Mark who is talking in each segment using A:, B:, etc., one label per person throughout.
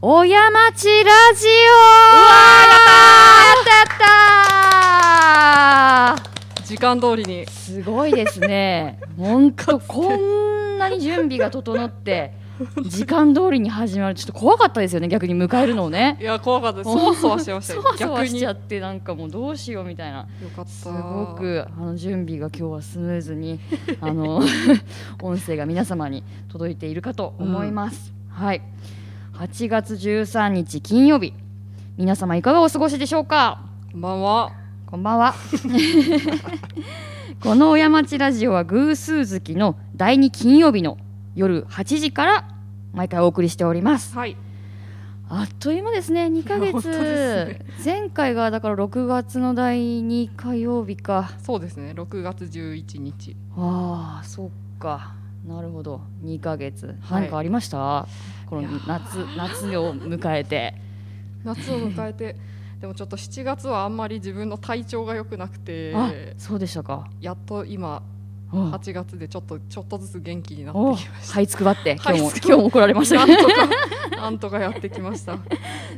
A: 小山町ラジオやったやった
B: 時間通りに
A: すごいですね。本当こんなに準備が整って時間通りに始まるちょっと怖かったですよね逆に迎えるのをね。
B: いや怖かったですそわそわしてました
A: そ
B: よ
A: わそわ
B: 逆
A: し
B: に
A: ちゃ
B: よ
A: ってなんかもうどうしようみたいな。
B: かった
A: すごくあの準備が今日はスムーズ にあの音声が皆様に届いているかと思います。はい。8月13日金曜日皆様いかがお過ごしでしょうか。
B: こんばんは
A: こんばん は。この小山町ラジオは偶数月の第2金曜日の夜8時から毎回お送りしております。
B: はい
A: あっという間ですね、2ヶ
B: 本
A: 月。
B: 当です
A: 前回がだから6月の第2火曜日か。
B: そうですね6月11日
A: ああ、そっか。なるほど、2ヶ月。
B: はい
A: 何かありました、この夏夏を迎えて。
B: 夏を迎 えてでもちょっと7月はあんまり自分の体調が良くなくて
A: あ、そうでしたか。
B: やっと今
A: うん
B: 8月でちょっとちょっとずつ元気にな
A: お
B: ってきました
A: はいつくばって今日も
B: はいつくば
A: 今日も怒られました
B: な
A: け
B: ん
A: ど
B: とかなんとかやってきました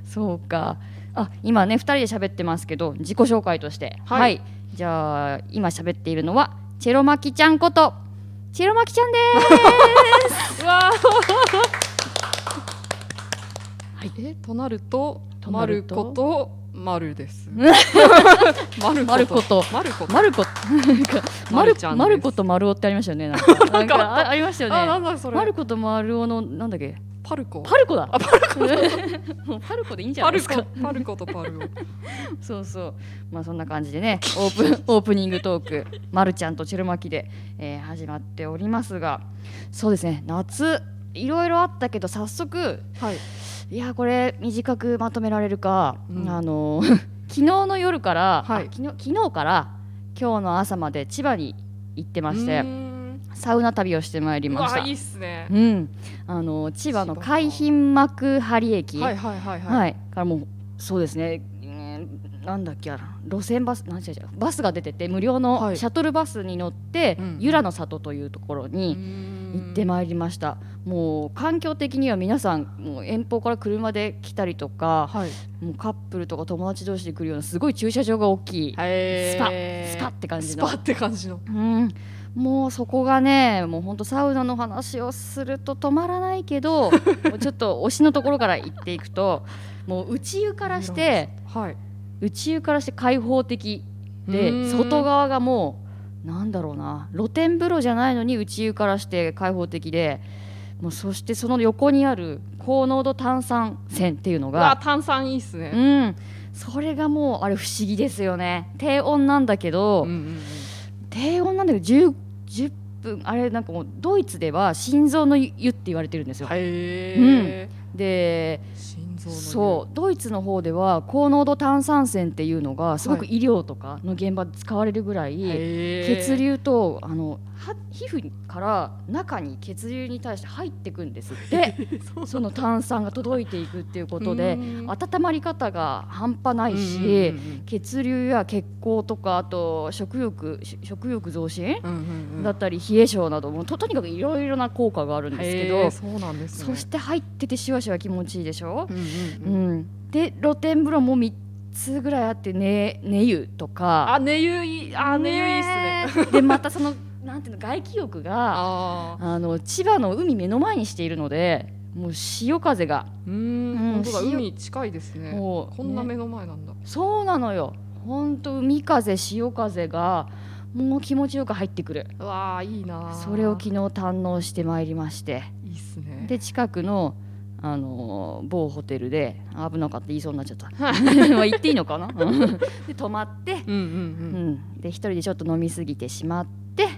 A: そうか。あ、今ね、二人で喋ってますけど、自己紹介として。は。
B: はいい
A: じゃあ、今喋っているのは、チェロマキちゃんこと。チェロマキちゃんで
B: わはい、えとなると
A: とな
B: ま
A: る
B: る
A: と
B: ことま るです。
A: ん
B: まる
A: まること
B: まる
A: す。
B: こと。
A: まるこ。 なんかま
B: ま
A: る
B: るちゃんです
A: まることまるおってありましたよね。なんか、なんかあありました
B: あ、
A: よ
B: な
A: ね。
B: んだそれ。
A: まることまるおの、なんだっけ。
B: パルコ。
A: パルコだ。
B: あパルコ。
A: もうパルコでいいんじゃな
B: パ
A: いで
B: ル
A: す
B: コ
A: か。。
B: パルコとパルコ。
A: そうそう。まあ、そんな感じで ね、オープン、オープニングトーク。 まるちゃんとチェロマキで、えー始まっておりますが。そうですね、夏。いろいろあったけど早速
B: はい。
A: いやこれ短くまとめられるか、
B: うん
A: あの 昨日の夜から、
B: はい
A: あ昨日昨日から今日の朝まで千葉に行ってまして
B: うーん
A: サウナ旅をしてまいり
B: う
A: まし
B: わ
A: た
B: いいっすね
A: う。ん、あの千葉の海浜幕張駅
B: はい
A: い
B: はいはい
A: は
B: はい。
A: い、からもうそうですね、うんなんだっけあら路線バスなん違う違うバスが出てて無料
B: は
A: の
B: い
A: シャトルバスに乗って、
B: うん
A: 由良の里というところに、行ってまいりましたもう環境的には皆さんもう遠方から車で来たりとか
B: はい。
A: もうカップルとか友達同士で来るようなすごい駐車場が大きい、
B: えー
A: スパって感じ
B: ス
A: の
B: パって感じの。
A: うん、もうそこがねもうほんとサウナの話をすると止まらないけ どもうちょっと推しのところから行っていくともう内湯からして
B: はい。
A: 内湯からして開放的
B: うー
A: で
B: ん
A: 外。側がもうなんだろうな露天風呂じゃないのに内湯からして開放的でもうそしてその横にある高濃度炭酸泉っていうの
B: うわ
A: が
B: 炭酸いいっす
A: う
B: ね。
A: んそれがもうあれ不思議ですよね低温なんだけど、
B: うんうんうん
A: 低温なんだけど 10, 10分あれなんかもうドイツでは心臓の湯って言われてるんですよ、
B: へー
A: で
B: 心臓の湯
A: そうドイツの方では高濃度炭酸泉っていうのがすごく
B: は
A: 医療とかの現場で使われるぐらい、血
B: 血
A: 流とあのは皮膚から中に血流に対して入っていくんですって その炭酸が届いていくっていうことで温まり方が半端ないし、血流や血行とかあと食欲し食欲増進、だったり冷え性などもととにかくいろいろな効果があるんですけど、
B: そうなんです
A: そして入っててシュワシュワ気持ちいいでしょ、う
B: て
A: んで露天風呂も3つぐらいあって寝寝湯とか。
B: あ寝湯いいあ寝湯いいっすね
A: ねえ。でまたその なんていうの外気浴があ
B: あー
A: の千葉の海目の前にしているので、もう潮風が
B: うーん
A: うん
B: 本当だ
A: 塩
B: 海近いですね
A: もう
B: こんな
A: ね
B: 目の前なんだ
A: そうなのよ。本当海風潮風がもう気持ちよく入ってくる。
B: うわあいいなー
A: それを昨日堪能してまいりまして、
B: いいっすね
A: で近くのあのー某ホテルであ危なかった言いそうになっちゃった。 まあ言っていいのかな。うんで泊まって
B: う
A: う
B: んうんうん
A: ん、で一人でちょっと飲みすぎてしまって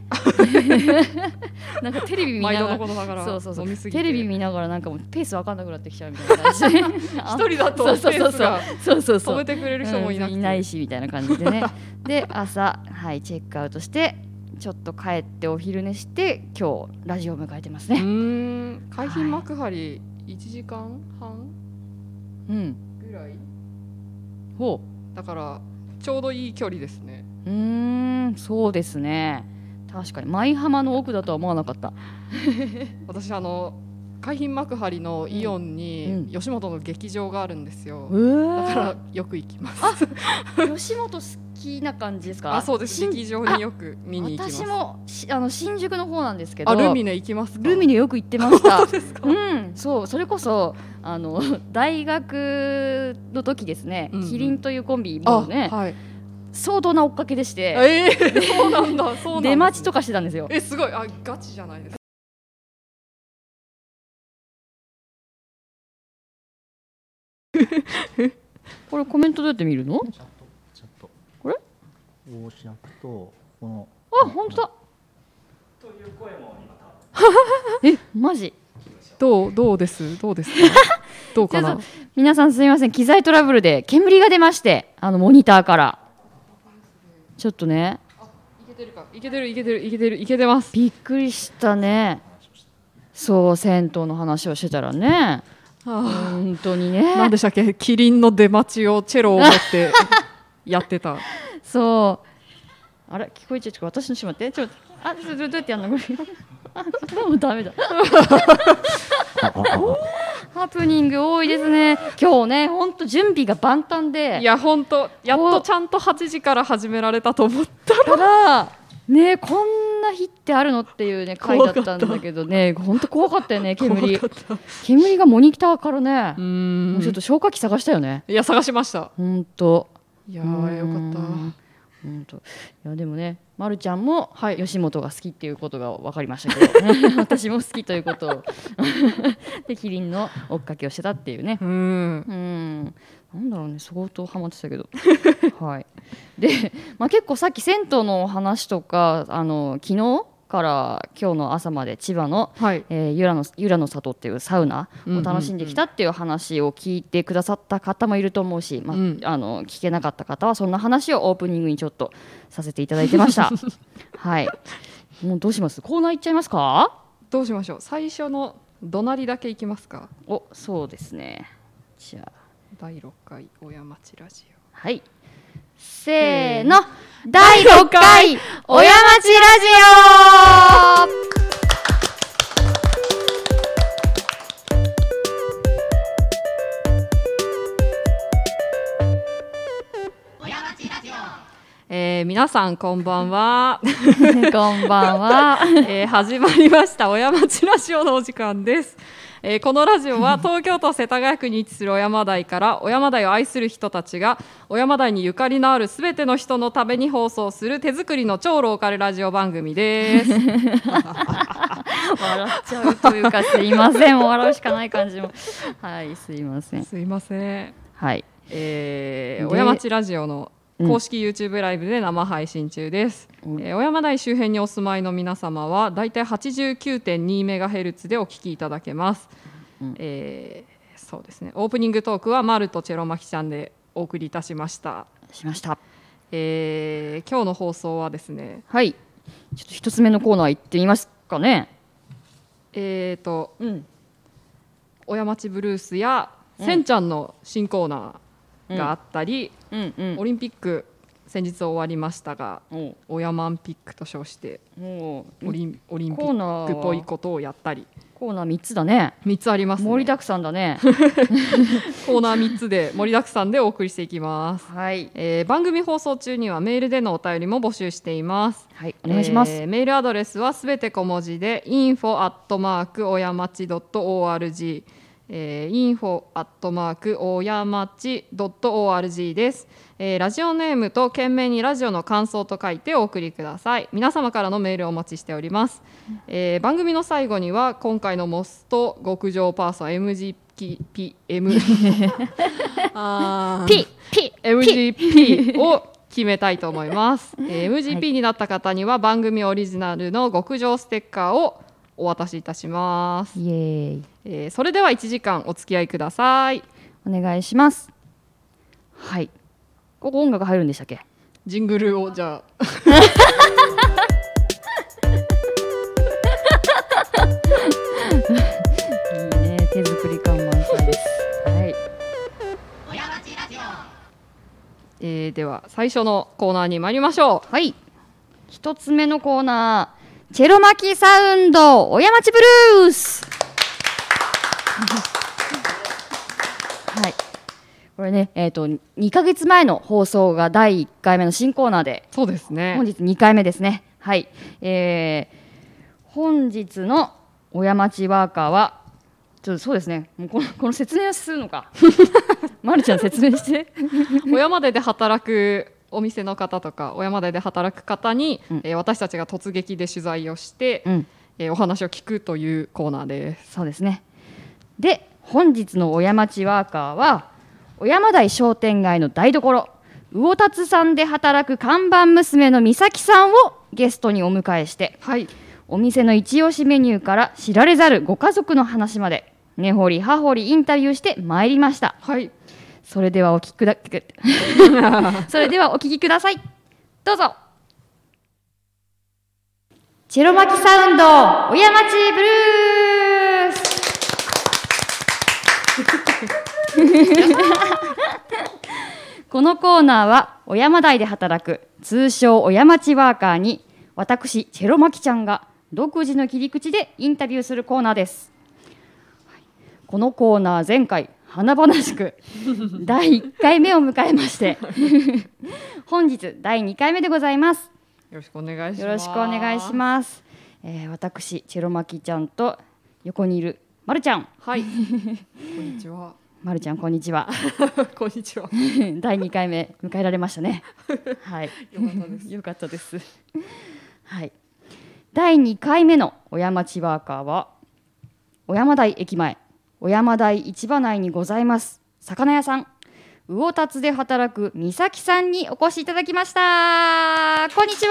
A: なんかテレビ見な
B: 毎度
A: が
B: のことなが
A: ら
B: ら
A: そうそうそ
B: 飲
A: う
B: みすぎて
A: テレビ見ながらなんかもうペースわかんなくなってきちゃうみたいな感じで あ
B: 一人だと
A: そうそう
B: ペ
A: そう
B: ース
A: そう
B: が
A: そうそう
B: 止
A: そ
B: め
A: う
B: てくれる人もいなく
A: う
B: て
A: んいないしみたいな感じで ねで朝はいチェックアウトしてちょっと帰ってお昼寝して今日ラジオを迎えてます
B: う
A: ね、
B: ーん海浜幕張一時間半
A: うん、
B: ぐらい
A: ほ
B: だからちょうどいい距離ですね
A: ううーんそうですね確かに舞浜の奥だとは思わなかった
B: 私あの海浜幕張のイオン
A: うん
B: に吉本の劇場があるんですよ、だか
A: え
B: らよく行きます
A: 吉本好きな感じですか
B: あそうです
A: 新
B: 劇場によく見に行きます
A: 私もしあの新宿の方なんですけど
B: あルミネ行きますか
A: ルミネよく行ってました
B: そうですか
A: うん、そうそれこそあの 大学の時ですね、
B: うんうん
A: キリンというコンビもうね、
B: あはい
A: 相当な追っかけでして、
B: えー、 そうなんだそうなん
A: 出待ちと
B: か
A: かしてたんですよ。
B: えすごいあガチじゃないですか
A: これコメントどうやって見るの？
C: チャットチャット
A: これ
C: を押し開くとこの
A: あ、本当だ。という声も今 え、マジ。
B: どうどうですどう ですかどうか
A: じ
B: な
A: ゃ皆さんすみません、機材トラブルで煙が出まして、あのモニターから。ちょっとね、
B: いけてるかいけてるいけてるいけてるいけてます
A: びっくりしたね。そう銭湯の話をしてたらね、
B: は
A: 本当に
B: あ、なん
A: ね
B: で。したっけキリンの出待ちをチェロを持って やってた
A: そう。あれ聞こえちゃうちょっと私のしまってちょっとあちょっとどうやってやんのこれ。 あどうもダメだ。ハプニング多いですね。今日ね、本当準備が万端で。
B: いや本当やっ
A: お
B: とちゃんと8時から始められたと思った
A: ただねこんな日ってあるのっていうね回だったんだけどね本当怖かったよね煙
B: 怖かったう
A: 煙がモニターからね
B: ー、
A: もうちょっ
B: ん
A: と消火器探したよね
B: いや探しました
A: 本当
B: いやーよかっ
A: 本当いやでもねまるちゃんも、吉本が好きっていうことが分かりましたけど私も好きということをでキリンの追っかけをしてたっていうね
B: たうん
A: うん、なんだろうね相当ハマってた けどはいで、まあ、結構さっき銭湯のお話とかあの昨日から今日の朝まで千葉の、
B: はい
A: えー、ゆらのゆらの里っていうサウナを楽しんできたっていう話を聞いてくださった方もいると思うし、まあ
B: うん
A: あの聞けなかった方はそんな話をオープニングにちょっとさせていただいてました はいもうどうしますコーナー行っちゃいますか
B: どうしましょう最初の怒鳴りだけいきますか
A: おそうですねじゃあ
B: 第6回親町ラジ
A: はい。せーの、第6回、親町ラジ
B: オ、えー、皆さんこんばんは、
A: オ こんばんは。
B: えー、始まりました親町ラジオのお時間です、えー、このラジオ は東京都世田谷区に位置する小山台から小山台を愛する人たちが小山台にゆかりのあるすべての人のために放送する手作りの超ローカルラジオ番組です
A: 笑っちゃうというか、すいません。もう笑うしかない感じも。はい、すいません。
B: すいません。
A: はい。
B: え
A: で
B: ー、小山町ラジオの
A: うん
B: 公式 YouTube ライブで生配信中です。
A: うん
B: えー小山台周辺にお住まいの皆様はだいたい89.2メガヘルツでお聞きいただけます。
A: うん
B: えーそうですね。オープニングトークはマルとチェロマキちゃんでお送りいたしました。
A: しました。
B: えー今日の放送はですね、
A: はい。ちょっと一つ目のコーナー行ってみますかね。
B: えー、と
A: うん。
B: 小山町ブルースや
A: うん
B: せんちゃんの新コーナーがあったり、
A: うんうん。
B: オリンピック先日終わりましたが
A: おう
B: オヤマンピックと称して
A: もう
B: オリンオリンピ
A: コー
B: ッ
A: ナー
B: クっぽい
A: は
B: ことをやったり
A: コーナー3つだね。
B: 3つあります、ね、
A: 盛りだくさんだね。
B: コーナー3つで盛りだくさんでお送りしていきます、
A: はい。
B: えー番組放送中にはメールでのお便りも募集しています
A: はい、お願いします。
B: えーメールアドレスはすべて小文字で info アットマークおやまち .org、えー、info アットマークおやまち .org です、えーラジオネームと懸命にラジオの感想と書いてお送りください皆様からのメールをお待ちしております、えー番組の最後には今回のモスト極上パーソン MGPM あー
A: ピッピッ
B: MGP を決めたいと思 います、えー MGP になった方には番組オリジナルの極上ステッカーをお渡しいたします、
A: イエーイ。
B: えーそれでは1時間お付き合いください
A: お願いしますはいここ音楽入るんでしたっけ
B: ジングルをじゃあ
A: いいね手作り感満載ですはい
B: えーでは最初のコーナーに参りましょ
A: はい一つ目のコーナーチェロ巻きサウンド親町ブルースこれね、えっ、と2ヶ月前の放送が第1回目の新コーナーで
B: そうですね
A: 本。日2回目ですね。はい、えー、本日の親町ワーカーは、ちょっとそうですね、もうこのこの説明をするの か。まるちゃん説明して。
B: 小山台で働くお店の方とか小山台で働く方に、
A: うん
B: えー私たちが突撃で取材をして、
A: うん、
B: えーお話を聞くというコーナーです。
A: そうですね。で、本日の親町ワーカーは、小山台商店街の台所、魚達さんで働く看板娘の美咲さんをゲストにお迎えして、
B: はい、
A: お店の一押しメニューから知られざるご家族の話まで、根掘り葉掘りインタビューしてまいりました。
B: はい、
A: それではお聞きくだ それではお聞きくださいどうぞチェロマキサウンド小山町ブルースこのコーナーは小山台で働く通称小山町ワーカーに私チェロマキちゃんが独自の切り口でインタビューするコーナーですこのコーナー前回華々しく第1回目を迎えまして 本日第2回目でございます
B: よろしくお願いします。
A: よろしくお願いします、えー私チェロマキちゃんと横にいるまるちゃん
B: す。はい、こんにちは。
A: まるちゃんこんにちは
B: こんにちは。
A: 第2回目迎えられましたねはい
B: よかったです。
A: よかったです。はい。第2回目の小山町ワーカーは小山台駅前小山台市場内にございます魚屋さん魚達で働く美咲さんにお越しいただきましたこんにち
D: こん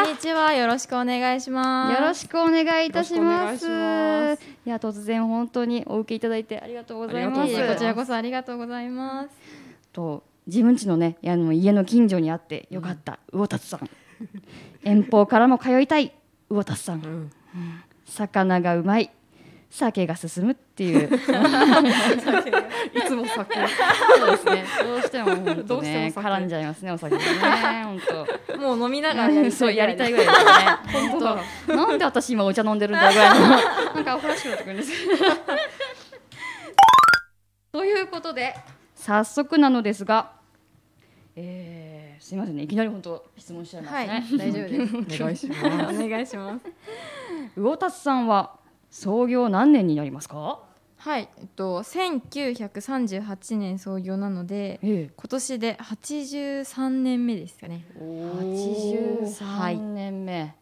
A: は
D: にちは。よろしくお願いします。
A: よろしくお願いいたします
B: よろしくお願いします
A: いや突然本当にお受けいただいてありがとうございます
B: ありがとうございます
D: こちらこそありがとうございます。
A: と自分家のねあの家の近所にあってよかった、魚達さん遠方からも通いたい魚達さん
B: うん、
A: 魚がうまい酒が進むっていう
B: いつも酒。
A: そうですね どうしても本当ね
B: どうしても酒
A: 絡んじゃいますねお酒がね本当
D: もう飲みながら
A: や
D: やり
A: り
D: た
A: そう
D: い。
A: やりたいぐらいですね本当なんで私今お茶飲んでるんだぐらいのなんかアホらしくなってくるんです ということで早速なのですがえー、すいませんねいきなり本当質問しちゃいますね、
D: はい大丈夫です
B: お願いします。
D: お願いします。
A: 魚達さんは創業何年になりますか
D: はい。えっと1938年創業なので、
A: え
D: 今年で83年目ですかね。
A: え
D: はい
A: 83年目、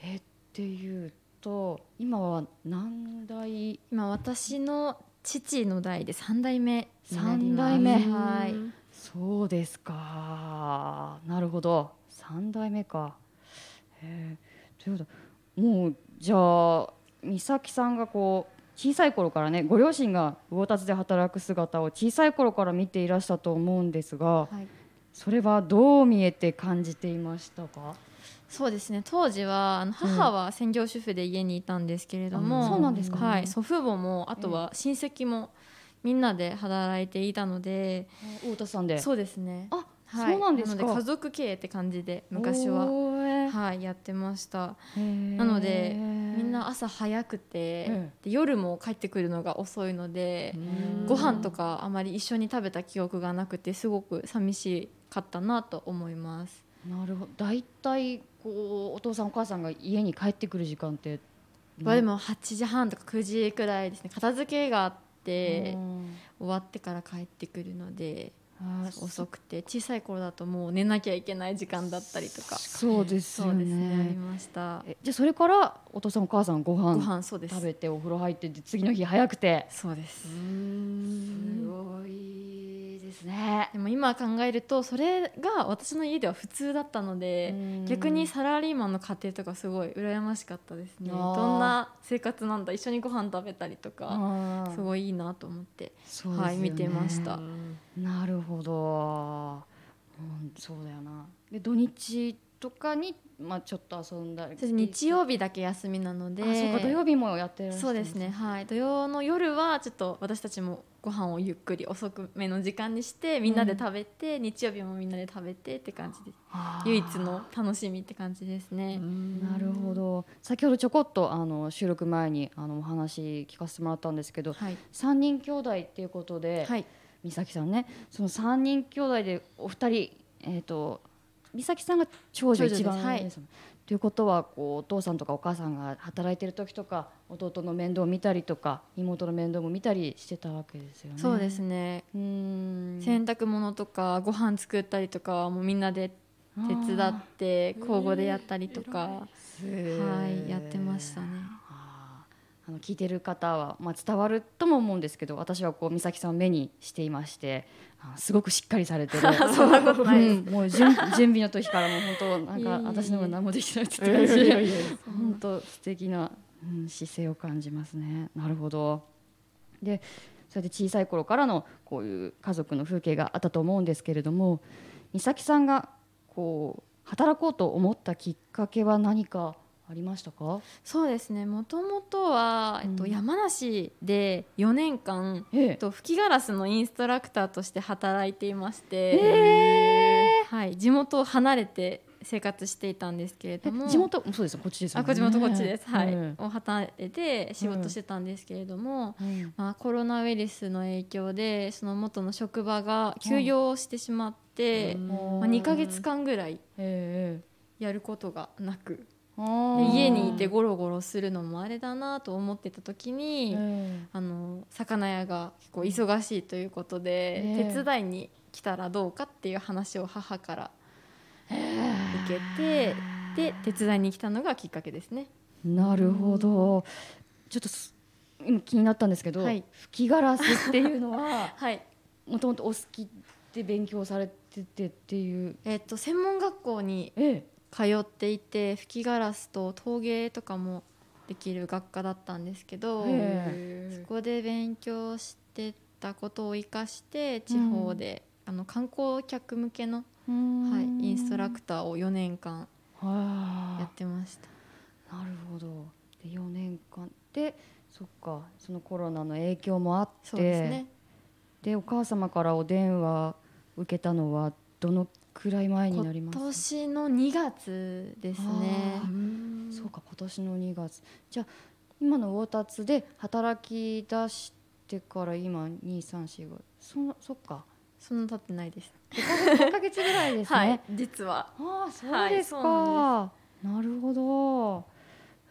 A: えっていうと今は何代
D: 今私の父の代で三代目になり
A: 三
D: ます。
A: 代目
D: はい。
A: そうですかなるほど3代目かへえということもうじゃあ美咲さんがこう小さい頃からねご両親が魚達で働く姿を小さい頃から見ていらしたと思うんですが
D: はい。
A: それはどう見えて感じていましたか
D: そうですね当時はあの母は専業主婦で家にいたんですけれども、
A: あそうなんですか
D: はい、祖父母もあとは親戚もみんなで働いていたので、
A: 魚達さんで
D: そうですね
A: あ、
D: はい、
A: そうなんですか
D: の家族経営って感じで昔は、
A: おー
D: はい、やってました
A: へー
D: なのでみんな朝早くて、
A: うん
D: で夜も帰ってくるのが遅いので、
B: うん
D: ご飯とかあまり一緒に食べた記憶がなくてすごく寂しかったなと思います
A: なるほど大体こうお父さんお母さんが家に帰ってくる時間って
D: まあでも8時半とか9時くらいですね片付けがあって
A: うん
D: 終わってから帰ってくるので
A: あー
D: 遅くて小さい頃だともう寝なきゃいけない時間だったりとか
A: そうです
D: そ
A: よ
D: うですねあり
A: ね
D: ました
A: えじゃあそれからお父さんお母さんご
D: ご
A: 飯
D: 飯そうです
A: 食べてお風呂入ってで次の日早くて
D: そうです
A: すごいですね
D: でも今考えるとそれが私の家では普通だったので逆にサラリーマンの家庭とかすごい羨ましかったですね
A: あー
D: どんな生活なんだ一緒にご飯食べたりとか
A: あー
D: すごいいいなと思って
A: そうですよね
D: はい見てました
A: なるほど、うん、そうだよなで土日とかに、まあ、ちょっと遊んだり
D: そして日曜日だけ休みなので
A: あそうか土曜日もやってらっしゃる
D: そうですね、はい、土曜の夜はちょっと私たちもご飯をゆっくり遅くめの時間にしてみんなで食べて、日曜日もみんなで食べてって感じです
A: あー
D: 唯一の楽しみって感じですね。
A: なるほど先ほどちょこっとあの収録前にあのお話聞かせてもらったんですけど
D: はい、
A: 3人兄弟っていうことで、
D: はい、
A: 美咲さんねその3人兄弟でお二人、えー、と美咲さんが長女
D: 長女です
A: 一番上
D: はい
A: ですもんということはこうお父さんとかお母さんが働いてる時とか弟の面倒を見たりとか妹の面倒も見たりしてたわけですよね。
D: そうですね、
A: うーん
D: 洗濯物とかご飯作ったりとかはもうみんなで手伝っ
A: あ
D: て交互でやったりとか、
A: ー
D: はいやってましたね。
A: あーあの聞いてる方は、まあ、伝わるとも思うんですけど私はこう美咲さんを目にしていましてあーすごくしっかりされてる
D: そんなことないです
A: うんもう準準備の時からもう本当なん
D: いえいえいえ
A: か私の方が何もできてないって言ってたし
B: え
A: 本当素敵な、うん、姿勢を感じますね。なるほど。で、それで小さい頃からのこういう家族の風景があったと思うんですけれども、美咲さんがこう働こうと思ったきっかけは何かありましたか？
D: そうですねもともとは、えっと、
A: うん
D: 山梨で4年間、えっ
A: え
D: と、吹きガラスのインストラクターとして働いていまして、はい、地元を離れて生活していたんですけれども
A: え、地元そうですよこっちですよ
D: あ
A: ね。
D: こっち元こっちです、はい
A: うん
D: を働いて仕事してたんですけれども、
A: うん
D: まあ、コロナウイルスの影響でその元の職場が休業してしまって、まあ、2ヶ月。間ぐらい
A: ええ
D: やることがなく
A: あー
D: 家にいてゴロゴロするのもあれだなと思ってた時に、
A: え
D: あの魚屋が結構忙しいということで、
A: ねえ
D: 手伝いに来たらどうかっていう話を母から受け
A: え
D: て、で手伝いに来たのがきっかけですね。
A: なるほど。ちょっとす今気になったんですけど、
D: はい
A: 吹きガラスっていうのは。
D: はい
A: もともとお好きで勉強されててっていう。
D: えっと専門学校に
A: ええ、
D: 通っていて吹きガラスと陶芸とかもできる学科だったんですけど、
A: へ
D: そこで勉強してたことを生かして地方で、あの観光客向けの、はい、インストラクターを4年間
A: ター
D: やってました。
A: なるほど。で4年間でそっかそのコロナの影響もあって
D: そうですね、
A: でお母様からお電話受けたのはどのくらい前になり
D: 今
A: ます
D: 年の2月ですね
A: あーそうか今年の2月じゃあ今の魚達で働き出してから今234そのそっ か
D: そんな経ってないです
A: 3ヶ月ぐらいですね、
D: はい実は
A: ああそ
D: は
A: う
D: い
A: ですか、
D: そう
A: なるほど、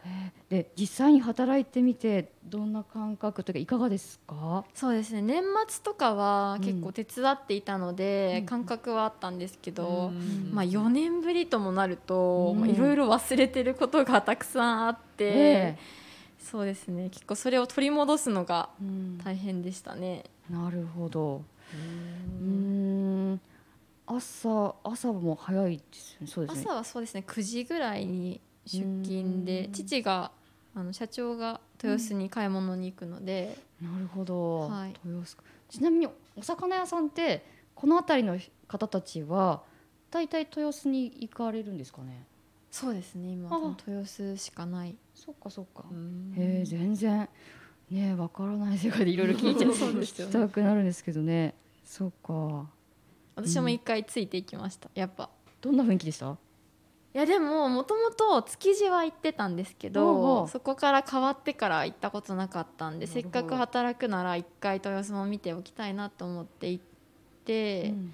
A: えーで実際に働いてみてどんな感覚というかいかがですか
D: そうですね年末とかは結
A: う
D: 構
A: ん
D: 手伝っていたので、
A: うん
D: 感覚はあったんですけど、
A: ん
D: まあ、4年ぶりともなると
A: うん
D: まあいろいろ忘れてることがたくさんあって、
A: え
D: そうですね結構それを取り戻すのが
A: えうん
D: 大変でしたね。
A: なるほどうーん朝朝も早いですよねそうですね
D: 朝はそうですね9時ぐらいに出勤で
A: うん
D: 父があの社長が豊洲に買い物に行くので、
A: なるほど、
D: はい
A: 豊洲かちなみにお魚屋さんってこの辺りの方たちは大体豊洲に行かれるんですかね
D: そうですね今
A: あ
D: 多分豊洲しかない
A: そっかそっか、へえ全然ねえわからない世界でいろいろ聞いちゃう
D: そうですよ
A: 聞
D: ね
A: きたくなるんですけどねそうか
D: 私も一回ついていきましたやっぱ
A: どんな雰囲気でした
D: いやでももともと築地は行ってたんですけ
A: おうお
D: ど
A: う
D: そこから変わってから行ったことなかったん
A: なる
D: でせ
A: ほ
D: っ
A: ど
D: かく働くなら一回豊洲も見ておきたいなと思って行って、
A: う ん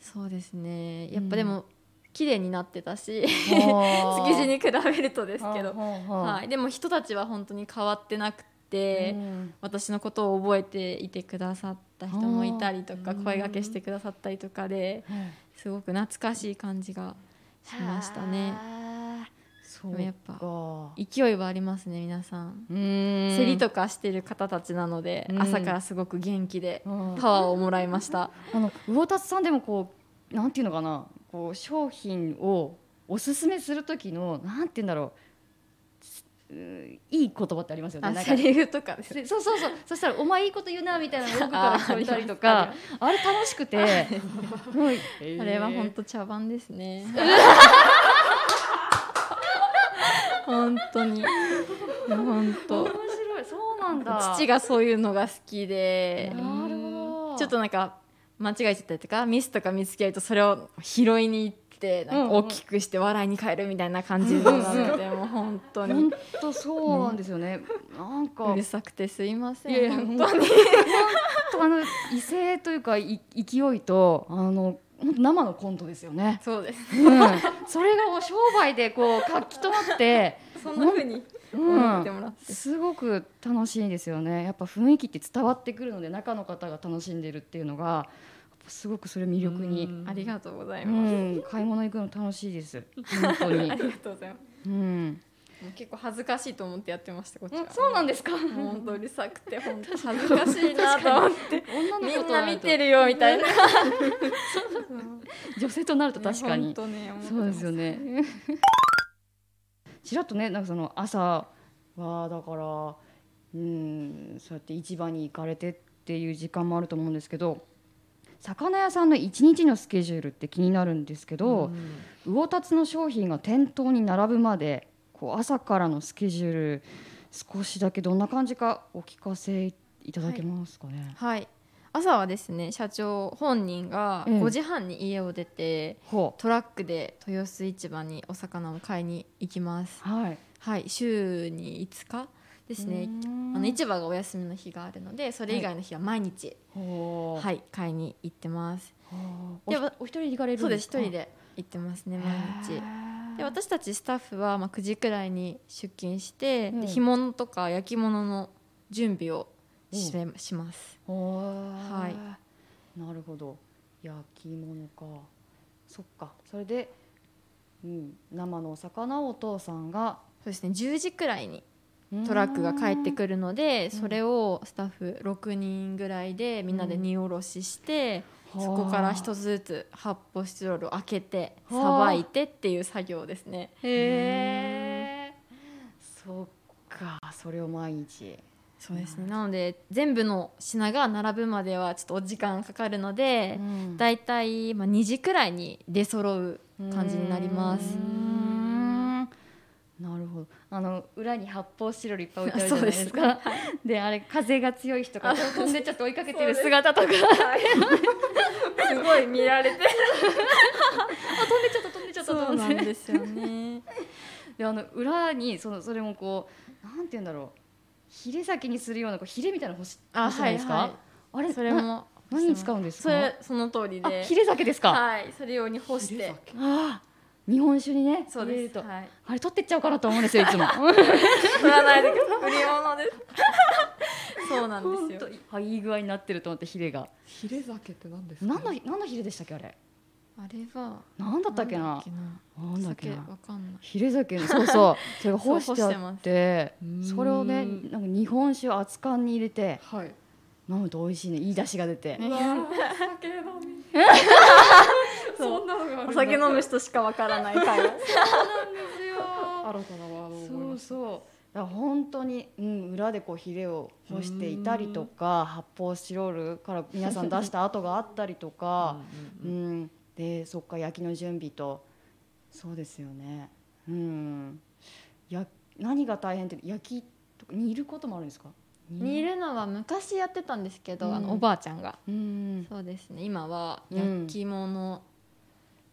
D: そうですねやっ
A: うん
D: ぱでも綺麗になってた
A: あ
D: し
A: ー
D: 築地に比べるとですけ
A: は
D: ど、
A: あはあはあ
D: はい、でも人たちは本当に変わってなくて、
A: うん
D: 私のことを覚えていてくださった人もいたりと
B: あ
D: か
B: ー
D: 声がけしてくださったりとかですごく懐かしい感じがしましたね
A: あーそ
D: でもやっ
A: う
D: ぱ
A: か
D: 勢いはありますね皆さん
A: うん
D: 競りとかしてる方たちなので
A: うん
D: 朝からすごく元気で
A: うん
D: パワーをもらいました
A: あの魚達さんでもこうなんていうのかなこう商品をおすすめする時のなんていうんだろううんいい言葉ってありますよね
D: あ
A: なんか
D: セリフとかです
A: でそうそうそうそしたら「お前いいこと言うな」みたいなのが奥から聞こえたりとか あれ楽しく てすごい
D: あれは本当茶番で すね本当に本当
A: 面白いそう なんだ
D: 父がそういうのが好きで
A: なるほど
D: ちょっとなんか間違えちゃったりとかミスとか見つけるとそれを拾いに行ってなんか大きくして笑いに変えるみたいな感じなので、もう本当に
A: 本当そうなんですよねなんか
D: うるさくてすいません
A: いやいや
D: 本当に
A: 本とあの威勢というかい勢いとあのほんと生のコントですよね、
D: そうで
A: う
D: す
A: ん、それがもう商売でこう活気とな って、
D: そんな風に思って
A: う
D: もらっ
A: ん、
D: て、
A: すごく楽しいですよねやっぱ雰囲気って伝わってくるので中の方が楽しんでるっていうのがやっぱすごくそれ魅力に、
D: ありがとうございうます、
A: ん、買い物行くの楽しいです本当に
D: あ、りがとうございま
A: うん、
D: すもう結構恥ずかしいと思ってやってましたこっちは
A: そうなんですか
D: もう本当うるさくて本当恥ずかしい なと思って
A: 女の
D: み
A: 子
D: ん
A: と
D: な
A: なる
D: 見
A: と
D: てるよみたい な
A: 女性となると確かに
D: 本当ね思って
A: そう
D: ま
A: ですすよね。 ちらっとね、なんかその朝はだから、うん、そうやって市場に行かれてっていう時間もあると思うんですけど。魚屋さんの一日のスケジュールって気になるんですけど、魚達の商品が店頭に並ぶまでこう朝からのスケジュール少しだけどんな感じかお聞かせいただけますかね。
D: はい朝はですね社長本人が
A: ええ
D: 5時半に家を出て、
A: ほ
D: トラックで豊洲市場にお魚を買いに行きます
A: うはい
D: はい週に5日ですねあの市場がお休みの日があるのでそれ以外の日は毎日、
A: ほ
D: は
A: う
D: い買いに行ってます
A: はあ
D: で
A: おひお一人で行かれる
D: そ
A: ん
D: うで
A: ですす
D: 一人で行ってますね毎日で私たちスタッフはまあ9時くらいに出勤して、
A: うん
D: で干物とか焼き物の準備をし,、しますは
A: はいなるほど焼き物かそっかそれで、うん、生のお魚をお父さんが
D: そうですね10時くらいにトラックが帰ってくるので
A: うん
D: それをスタッフ6人ぐらいでみんなで荷下ろしして、
A: うん
D: そこから一つずつ発泡スチロールを開けてさばいてっていう作業ですね
A: へえそっかそれを毎日
D: そうですねなので全部の品が並ぶまではちょっとお時間かかるので、だいたいまあ2時くらいに出揃う感じになります
A: うーんなるほどあの裏に発泡スチロールいっぱい置いてあるじゃないですか であれ風が強い人が飛んでっちゃって追いかけてる姿とか
D: すごい見られて
A: 飛んでっちゃった飛んでっちゃった
D: そう
A: 飛
D: なんん
A: で
D: ですよね
A: であの裏にそのそれもこうなんて言うんだろうヒレ先にするようなこうヒレみたいなの干し
D: あ
A: 干してないですか、
D: はいはい
A: あれ
D: それ
A: な
D: も
A: 何に使うんですか
D: それその通り
A: あ
D: で
A: ヒレ酒ですか、
D: はいそれ用に干して
A: ああ日本酒にね
D: そう
A: 入れ
D: で
A: る
D: す
A: と、
D: はい
A: あれ取ってっちゃおうかなと思うんですよい つも
D: 取らないでください売り物ですそうなんですよ
A: 本当いい具合になってると思ってヒレが
B: ヒレ酒って何ですか
A: 何の何のヒレでしたっけあれ
D: あれは
A: 何だったっけ
D: なん
A: な
D: だっけな
A: なんだっけ
D: 酒
A: な
D: わかんない
A: ヒレ酒のそうそう それが干しち
D: そう干して
A: ゃ
D: ま
A: っ
D: す
A: て
B: うーん
A: それをねなんか日本酒を熱燗に入れて
B: はい
A: 飲むと美味しいねいい出汁が出て、
B: 酒飲 みそんなのがあるんだ
D: お酒飲む人しかわからない会
B: 新
D: 話
B: たなワードを覚え
A: そ
B: ま
A: う
B: した
A: そうだから本当に、うん、裏でこうヒレを干していたりとか発泡スチロールから皆さん出した跡があったりと か、う
B: うんんうん
A: でそっか焼きの準備とそうですよねうんや何が大変って焼きとか煮ることもあるんですか
D: 煮るのは昔やってたんですけど、あ
A: うん
D: のおばあちゃんが
A: うん
D: そうですね今は
A: うん
D: 焼き物、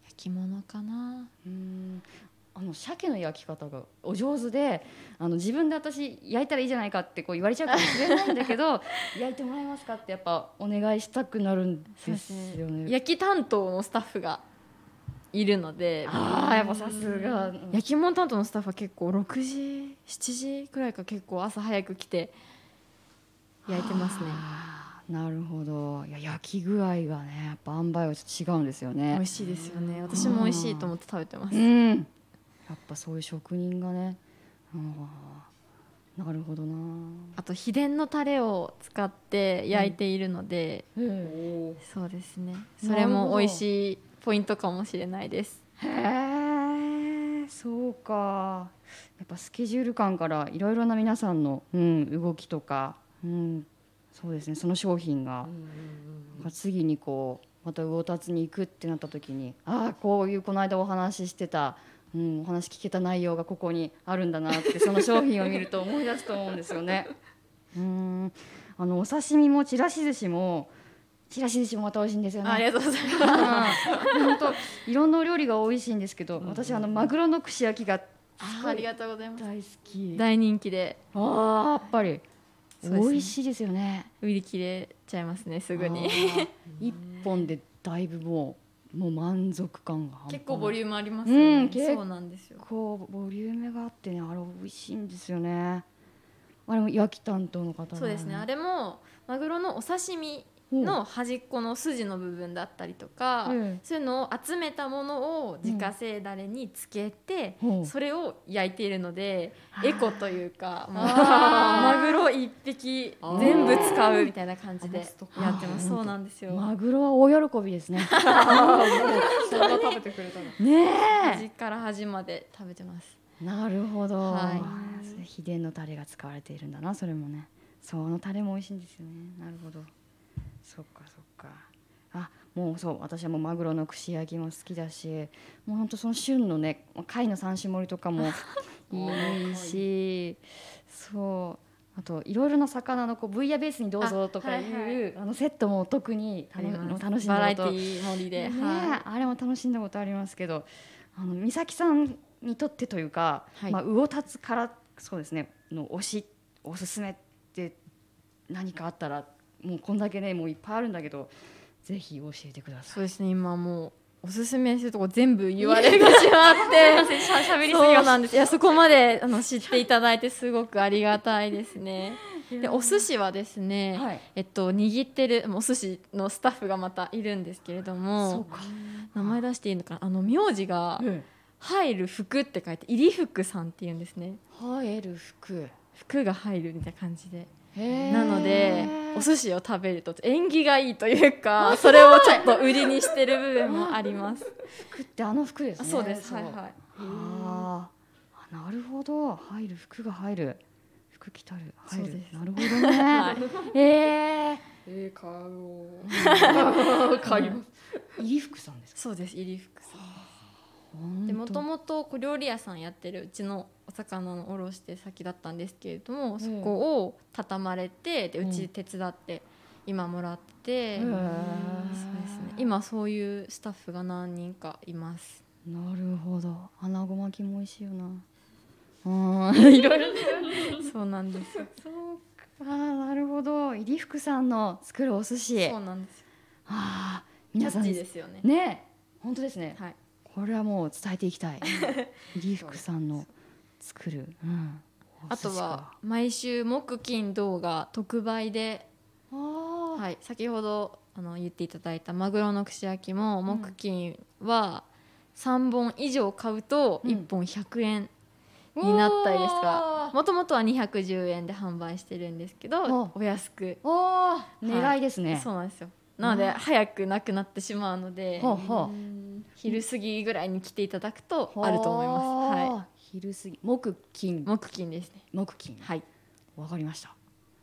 D: 焼き物かな
A: うんあの鮭の焼き方がお上手であの自分で私焼いたらいいじゃないかってこう言われちゃうかもしれないんだけ ど焼いてもらえますかってやっぱお願いしたくなるんですよね。
D: 焼き担当のスタッフがいるので
A: ああやっぱさすが、うん
D: 焼き物担当のスタッフは結構6時7時くらいから結構朝早く来て焼いてますね
A: あーなるほどいや焼き具合がねやっぱ塩梅はちょっと違うんですよ
D: 美
A: ね
D: 味。しいですよね私も美味しいと思って食べてます
A: うん、やっぱそういう職人がねあーなるほどな。
D: あと秘伝のタレを使って焼いているので、 そうですねそれも美味しいポイントかもしれないです
A: へえそうかやっぱスケジュール感からいろいろな皆さんの、うん、動きとか、うん、そうですねその商品が、次にこうまた魚達に行くってなった時にああこういうこの間お話ししてた、うん、お話聞けた内容がここにあるんだなってその商品を見ると思い出すと思うんですよね。うんあのお刺身もちらし寿司もちらし寿司もまた美味しいんですよね。
D: ありがとうございます
A: 本当いろんなお料理が美味しいんですけど、私あのマグロの串焼きが
D: あありがとうございます
A: 大好き。
D: 大人気で
A: ああやっぱり
D: そうですね
A: 美味しいですよね
D: 売り切れちゃいますねすぐに
A: あー一本でだいぶもうもう満足感が半端ない
D: 結構ボリュームありますよね、
A: うん結
D: そうなんですよ
A: こうボリュームがあってねあれ美味しいんですよねあれも焼き担当の方が
D: そうですねあれもマグロのお刺身の端っこの筋の部分だったりとか、
A: うん
D: そういうのを集めたものを自家製だれにつけて、
A: ほう
D: それを焼いているので、エコというかもう
A: あー
D: マグロ一匹
B: あー
D: 全部使うみたいな感じで
B: 余
D: や
B: すとこ
D: ってます
A: あー
D: そうなんですよ、
A: マグロは大喜びです ね
B: そんな食べてくれたの。
A: ね
D: 端から端まで食べてます
A: えなるほど、
D: はい
A: それ秘伝のタレが使われているんだなそれもねそのタレも美味しいんですよねなるほどそっかそっかあもうそう私はもうマグロの串焼きも好きだしもうほんとその旬のね貝の三種盛りと かもいいしそうあといろいろな魚のこうブイヤベースにどうぞとかいうあ,、
D: あはいは
A: のセットも特に
D: あ
A: あ
D: り
A: の
D: ます
A: 楽しん
D: バラ
A: だ
D: エテ
A: こと
D: ィ盛りで、
A: ねえ
D: はい
A: あれも楽しんだことありますけどあの美咲さんにとってというか、
D: はい
A: まあ、魚立つからそうですねの推しおすすめって何かあったらもうこんだけねもういっぱいあるんだけどぜひ教えてくださ
D: そうですね今もうおすすめするとこ全部言われてしま ってしゃべりすぎそうなんですいやそこまであの知っていただいてすごくありがたいですねでお寿司はです
A: い。
D: ね、
A: はい、
D: えっと握ってるもうお寿司のスタッフがまたいるんですけれど
A: そう
D: も
A: か、
D: 名前出していいのかなあの名字が
A: うん、
D: 「入る服」って書いて「入り服さん」っていうんですね
A: 入る服
D: 服が入るみたいな感じで
A: な
D: なのでお寿司を食べると縁起がいいというかそれをちょっと売りにしてる部分もあります
A: 服ってあの服です
D: あ
A: ね
D: そうです。はい
A: あ
D: はい。
A: あーなるほど入る服が入る服着たる入
D: そう
A: る
D: です
A: なるほど ね、ええー、
B: えー、買おう。
A: 買います。入服さんですか。
D: そうです。入り服さん。で、もともと小料理屋さんやってるうちのお魚の卸して先だったんですけれども、そこを畳まれて、で、
A: うん
D: うち手伝って。今もらって。
A: へ
D: そう
A: ー
D: ですね。今そういうスタッフが何人かいます。
A: なるほど。穴子巻きも美味しいよな。 うーん、いろいろ。
D: そうなんです。
A: ああ、なるほど。入服さんの作るお寿司。
D: そう
A: あ
D: なんです。
A: あー、
D: キャ
A: 皆さ
D: ッ
A: ん
D: チーですよね。
A: ね、本当ですね。
D: はい。
A: これはもう伝えていき たい。入服さんの作る。うん、お
D: あ
A: 寿
D: と
A: 司
D: は。毎週木金銅が特売で
A: あー
D: はい、先ほどあの言っていただいたマグロの串焼きも木金は3本以上買うと
A: うん
D: 1本100円 になったりです
A: お
D: が
A: ー
D: もともとは210円で販売してるんですけど
A: お
D: お安く
A: おー、
D: は
A: 狙
D: い
A: いですね。
D: そうなんですよなので早くなくなってしまうので
A: ほうほう。。
D: 昼過ぎぐらいに来ていただくとあると思います、はい
A: 昼過ぎ、木
D: い、
A: 金
D: 木金ですね
A: 木金。
D: はい
A: わかりました。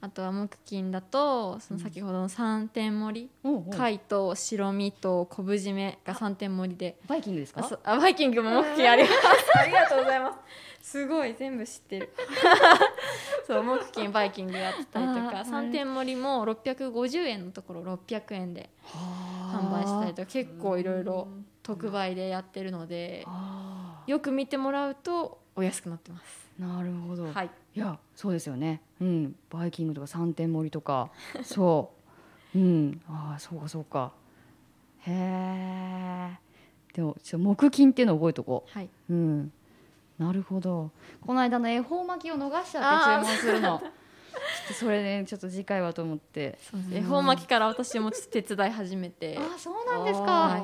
D: あとは木金だとその先ほどの3点盛り
A: おうおう
D: 貝と白身と昆布締めが3点盛りで
A: バイキングですか
D: あ。そあバイキングも木金ありますありがとうございますすごい全部知ってる そう木金バイキングやってたりと
A: あーは
D: か
A: い
D: 三点盛りも650円のところ600円で販
A: 販
D: 売したりとか結構いろいろ特売でやってるので
A: あ
D: よく見てもらうとお安くなってます
A: ーなるほど、
D: はい
A: い、やそうですよねうんバイキングとか三点盛りとか そううんああそうかそうかへえでもちょっと木金っていうの覚えとこ
D: はいう
A: うんなるほどこの間の恵方巻きを逃しちゃって注文するのちょっとそれねちょっと次回はと思って
D: そうです恵方巻きから私もちょっと手伝い始めて
A: ああそうなんですか、
D: はい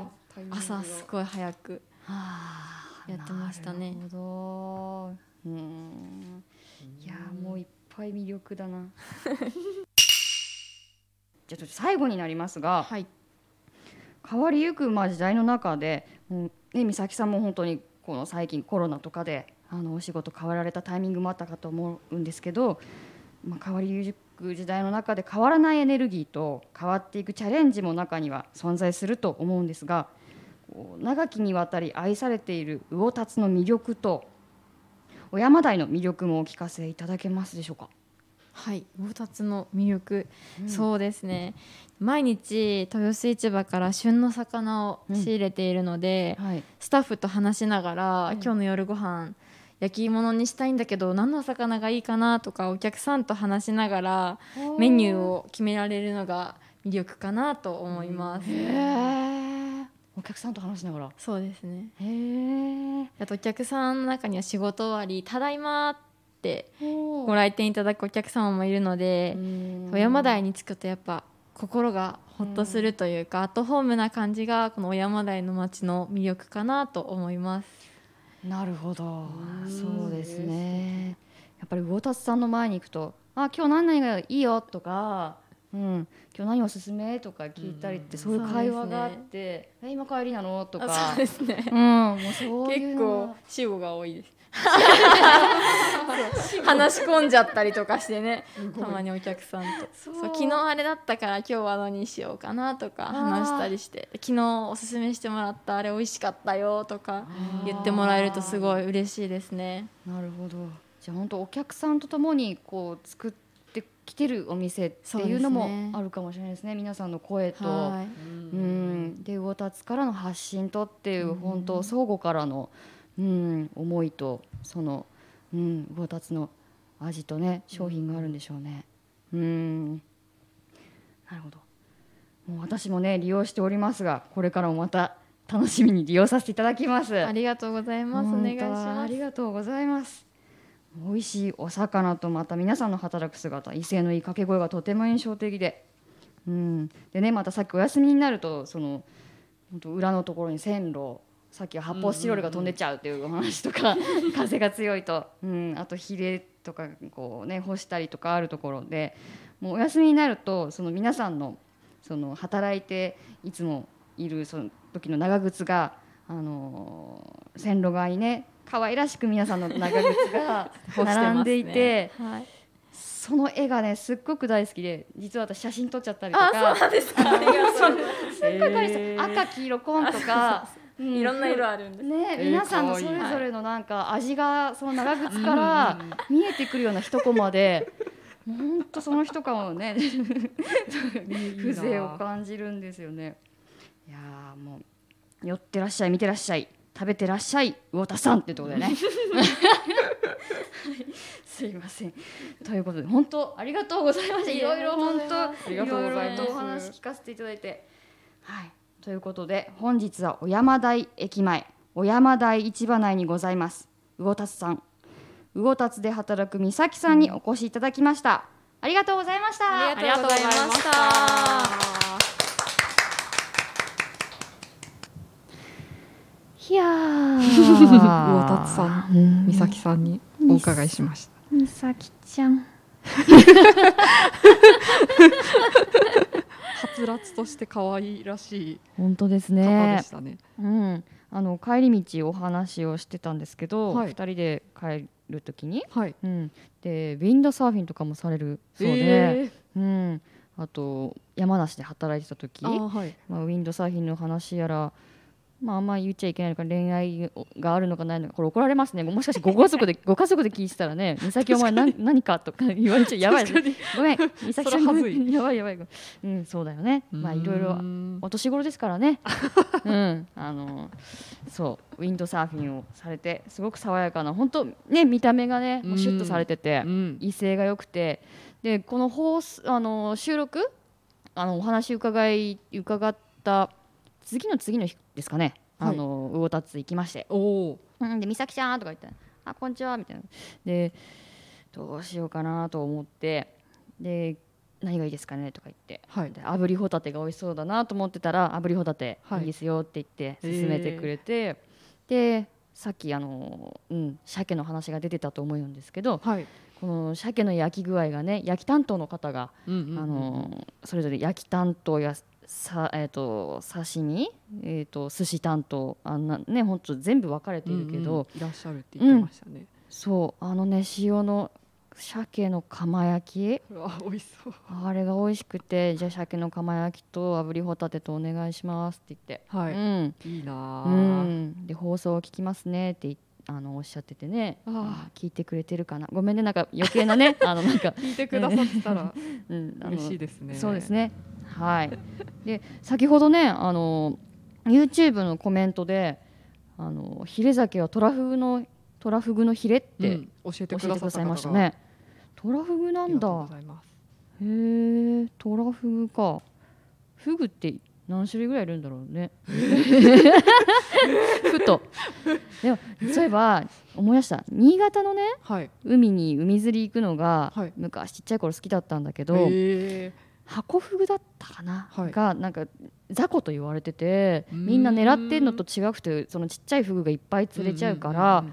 D: 朝すごい早く
A: はあ
D: やってましたね
A: なるほど。うーん。いやーもういっぱい魅力だな。 じゃあちょっと最後になりますが、
D: はい
A: 変わりゆくまあ時代の中で、もうね美咲さんも本当にこの最近コロナとかであのお仕事変わられたタイミングもあったかと思うんですけど、まあ変わりゆく時代の中で変わらないエネルギーと変わっていくチャレンジも中には存在すると思うんですが。こう長きにわたり愛されている魚達の魅力と小山台の魅力もお聞かせいただけますでしょうか。
D: はい、魚達の魅力、そうですね毎日豊洲市場から旬の魚を仕入れているので、
A: はい。
D: スタッフと話しながら、今日の夜ご飯焼き物にしたいんだけど何のお魚がいいかなとかお客さんと話しながらメニューを決められるのが魅力かなと思います。
A: へえお客さんと話しながら
D: そうですね
A: へえ
D: あとお客さんの中には仕事終わり「ただいま」ってご来店いただくお客様もいるので、小山台に着くとやっぱ心がほっとするというか、アットホームな感じがこの小山台の街の魅力かなと思います。
A: なるほどそうですねやっぱり魚達さんの前に行くと「あ今日何々がいいよ」とか「うん、今日何おすすめ?」とか聞いたりって、そういう会話があって「え今帰りなの?」とか
D: あそうですね
A: うんもうそういう
D: 結
A: の
D: 構死語が多 いです話し込んじゃったりとかしてねたまにお客さんとそう昨日あれだったから今日は何にしようかなとか話したりして昨日おすすめしてもらったあれ美味しかったよとか言ってもらえるとすごい嬉しいですね
A: なるほどじゃあ本当お客さんとともにこう作ってきてるお店っていうの
D: そうですね
A: もあるかもしれないですね皆さんの声と。う
D: は
A: ん、で魚達からの発信とっていう本当相互からの、うん、思いとその、うん、魚達の味とね商品があるんでしょうね。うん、なるほどもう私もね利用しておりますがこれからもまた楽しみに利用させていただきます。
D: いありがとうございますお願いし
A: 本当は
D: ま
A: あ
D: す
A: りがとうございます。美味しいお魚とまた皆さんの働く姿、威勢のいい掛け声がとても印象的で、うん、でねまたさっきお休みになるとその本当裏のところに線路、さっきは発泡スチロールが飛んでっちゃうというお話とか、 風が強いと、うん、あとヒレとかこうね干したりとかあるところで、もうお休みになるとその皆さんのその働いていつもいるその時の長靴があのー線路側にね可愛らしく皆さんの長靴が
D: 干してますね
A: 並んでいて
D: はい
A: その絵がねすっごく大好きで実は私写真撮っちゃったりとか
D: そうですかありがとうございます
A: っごい可愛いですよ赤黄色紺とか。う
D: いろんな色あるんです
A: ね、
B: えー
A: 皆さんの
B: 可愛
A: そ
B: い
A: れぞれのなんか味がその長靴から見えてくるような一コマで本当その一感をね風情を感じるんですよねいやーもう寄ってらっしゃい見てらっしゃい食べてらっしゃい魚田さんってところでねはいすいませんということで本当ありがとうございましたいろいろ本当い
B: り
A: ろ
B: が
A: い
B: とうございます
A: ろとお話聞かせていただいてはい、ということで本日は小山台駅前小山台市場内にございます魚達さん魚達で働く美咲さんにお越しいただきましたありがとうございました
D: ありがとうございました
A: いや
B: 魚
A: 魚
B: 達さん、美咲さんにお伺いしました。
A: 美咲ちゃん
B: はつらつとして可愛らしい
A: 本当です
B: 方で
A: ね
B: したね。
A: うん、あの帰り道お話をしてたんですけど、
B: はい
A: 二人で帰るときに、
B: はい。
A: うん、でウィンドサーフィンとかもされるそうで、
B: え
A: う
B: ー
A: ん、あと山梨で働いてた時
B: あーはい。
A: まあ、ウィンドサーフィンの話やら、まあ、あんま言っちゃいけないのか恋愛があるのかないのかこれ怒られますねもしかしてご家 族でご家族で聞いてたらね「美咲お前何何か?」とか言われちゃうやばい、ね、ごめん美咲ちゃんご
B: それは
A: め
B: ずい
A: ん やばいやばいごめんうんそうだよねまあいろいうろ
B: ん
A: お年頃ですから ねうんあのそうウィンドサーフィンをされてすごく爽やかな本当ね見た目がねもうシュッとされてて。
B: うん
A: 威勢が良くてでこの放送あの収録あのお話伺い伺った次の次の日ですかね、
B: はい
A: あの魚達行きまして
B: おお。
A: 「うん、で美咲ちゃん」とか言って「あこんにちは」みたいなでどうしようかなと思ってで何がいいですかねとか言って
B: はい。
A: で炙りホタテが美味しそうだなと思ってたら炙りホタテ
B: はい
A: いいですよって言って
B: へー
A: 勧めてくれて、でさっきあの、うん、鮭の話が出てたと思うんですけど
B: はい。
A: この鮭の焼き具合がね焼き担当の方が、
B: うんうんうん
A: あのそれぞれ焼き担当やさ、えー、と刺身、えー、と寿司担当あんなね本当全部分かれているけど、
B: うんうんいらっしゃるって言ってましたね。
A: そうあのね塩の鮭の釜焼き
B: うわ美味しそう。
A: あれが美味しくてじゃあ鮭の釜焼きと炙りホタテとお願いしますって言って、
B: は
A: う
B: い。
A: ん
B: いいな
A: う
B: ー。
A: ん、で放送を聞きますねっていあのおっしゃっててねあ
B: あ
A: ー聞いてくれてるかなごめんねなんか余計な ねあのなんか、
B: 聞いてくださっ てたら
A: うん、あの
B: 嬉しいですね。
A: そうです。ね。はい。で、先ほどね、あの YouTube のコメントで、あのヒレ酒はトラフグのトラフグのヒレって
B: うん教え
A: 教
B: て
A: え
B: く
A: て
B: だ
A: く
B: さ
A: だ
B: った
A: さ
B: 方
A: い
B: が
A: ましたね。トラフグな
B: あり
A: ん
B: がと
A: だ。
B: うございます
A: へえ、トラフグか。フグって何種類ぐらいいるんだろう ね。ふと。でもそういえば思い出した。新潟のね、
B: はい
A: 海に海釣り行くのが、
B: はい
A: 昔ちっちゃい頃好きだったんだけど、
B: へ
A: 箱フグだったかな、
B: はい
A: がなんか雑魚と言われてて
B: うーん
A: みんな狙ってんのと違くてそのちっちゃいフグがいっぱい
B: ー
A: 釣れちゃうから、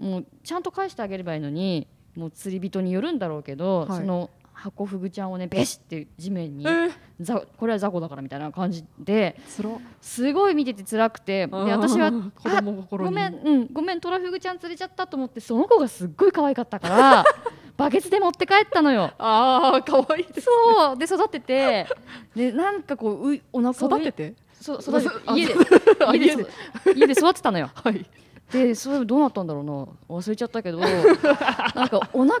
B: んんん
A: もうちゃんと返してあげればいいのにもう釣り人によるんだろうけど、
B: はい
A: その箱フグちゃんをねベシって地面に、
B: えー
A: ざこれは雑魚だからみたいな感じで
B: つら
A: すごい見てて辛くてで
B: あー
A: 私は
B: 子供心
A: ご
B: に
A: めん、うん、ごめん、トラフグちゃん釣れちゃったと思って、その子がすっごい可愛かったから。バケツで持って帰った のよ。
B: ああ可愛いです
A: そう、で育てて、で、なんかこう、う、お腹を
B: 育てて
A: そう、育て
B: あ
A: 家で、
B: あ
A: 家
B: 家
A: で
B: で、
A: 家で育てたのよ。
B: はい
A: で、それどうなったんだろうな、忘れちゃったけど。 なんかお腹をね、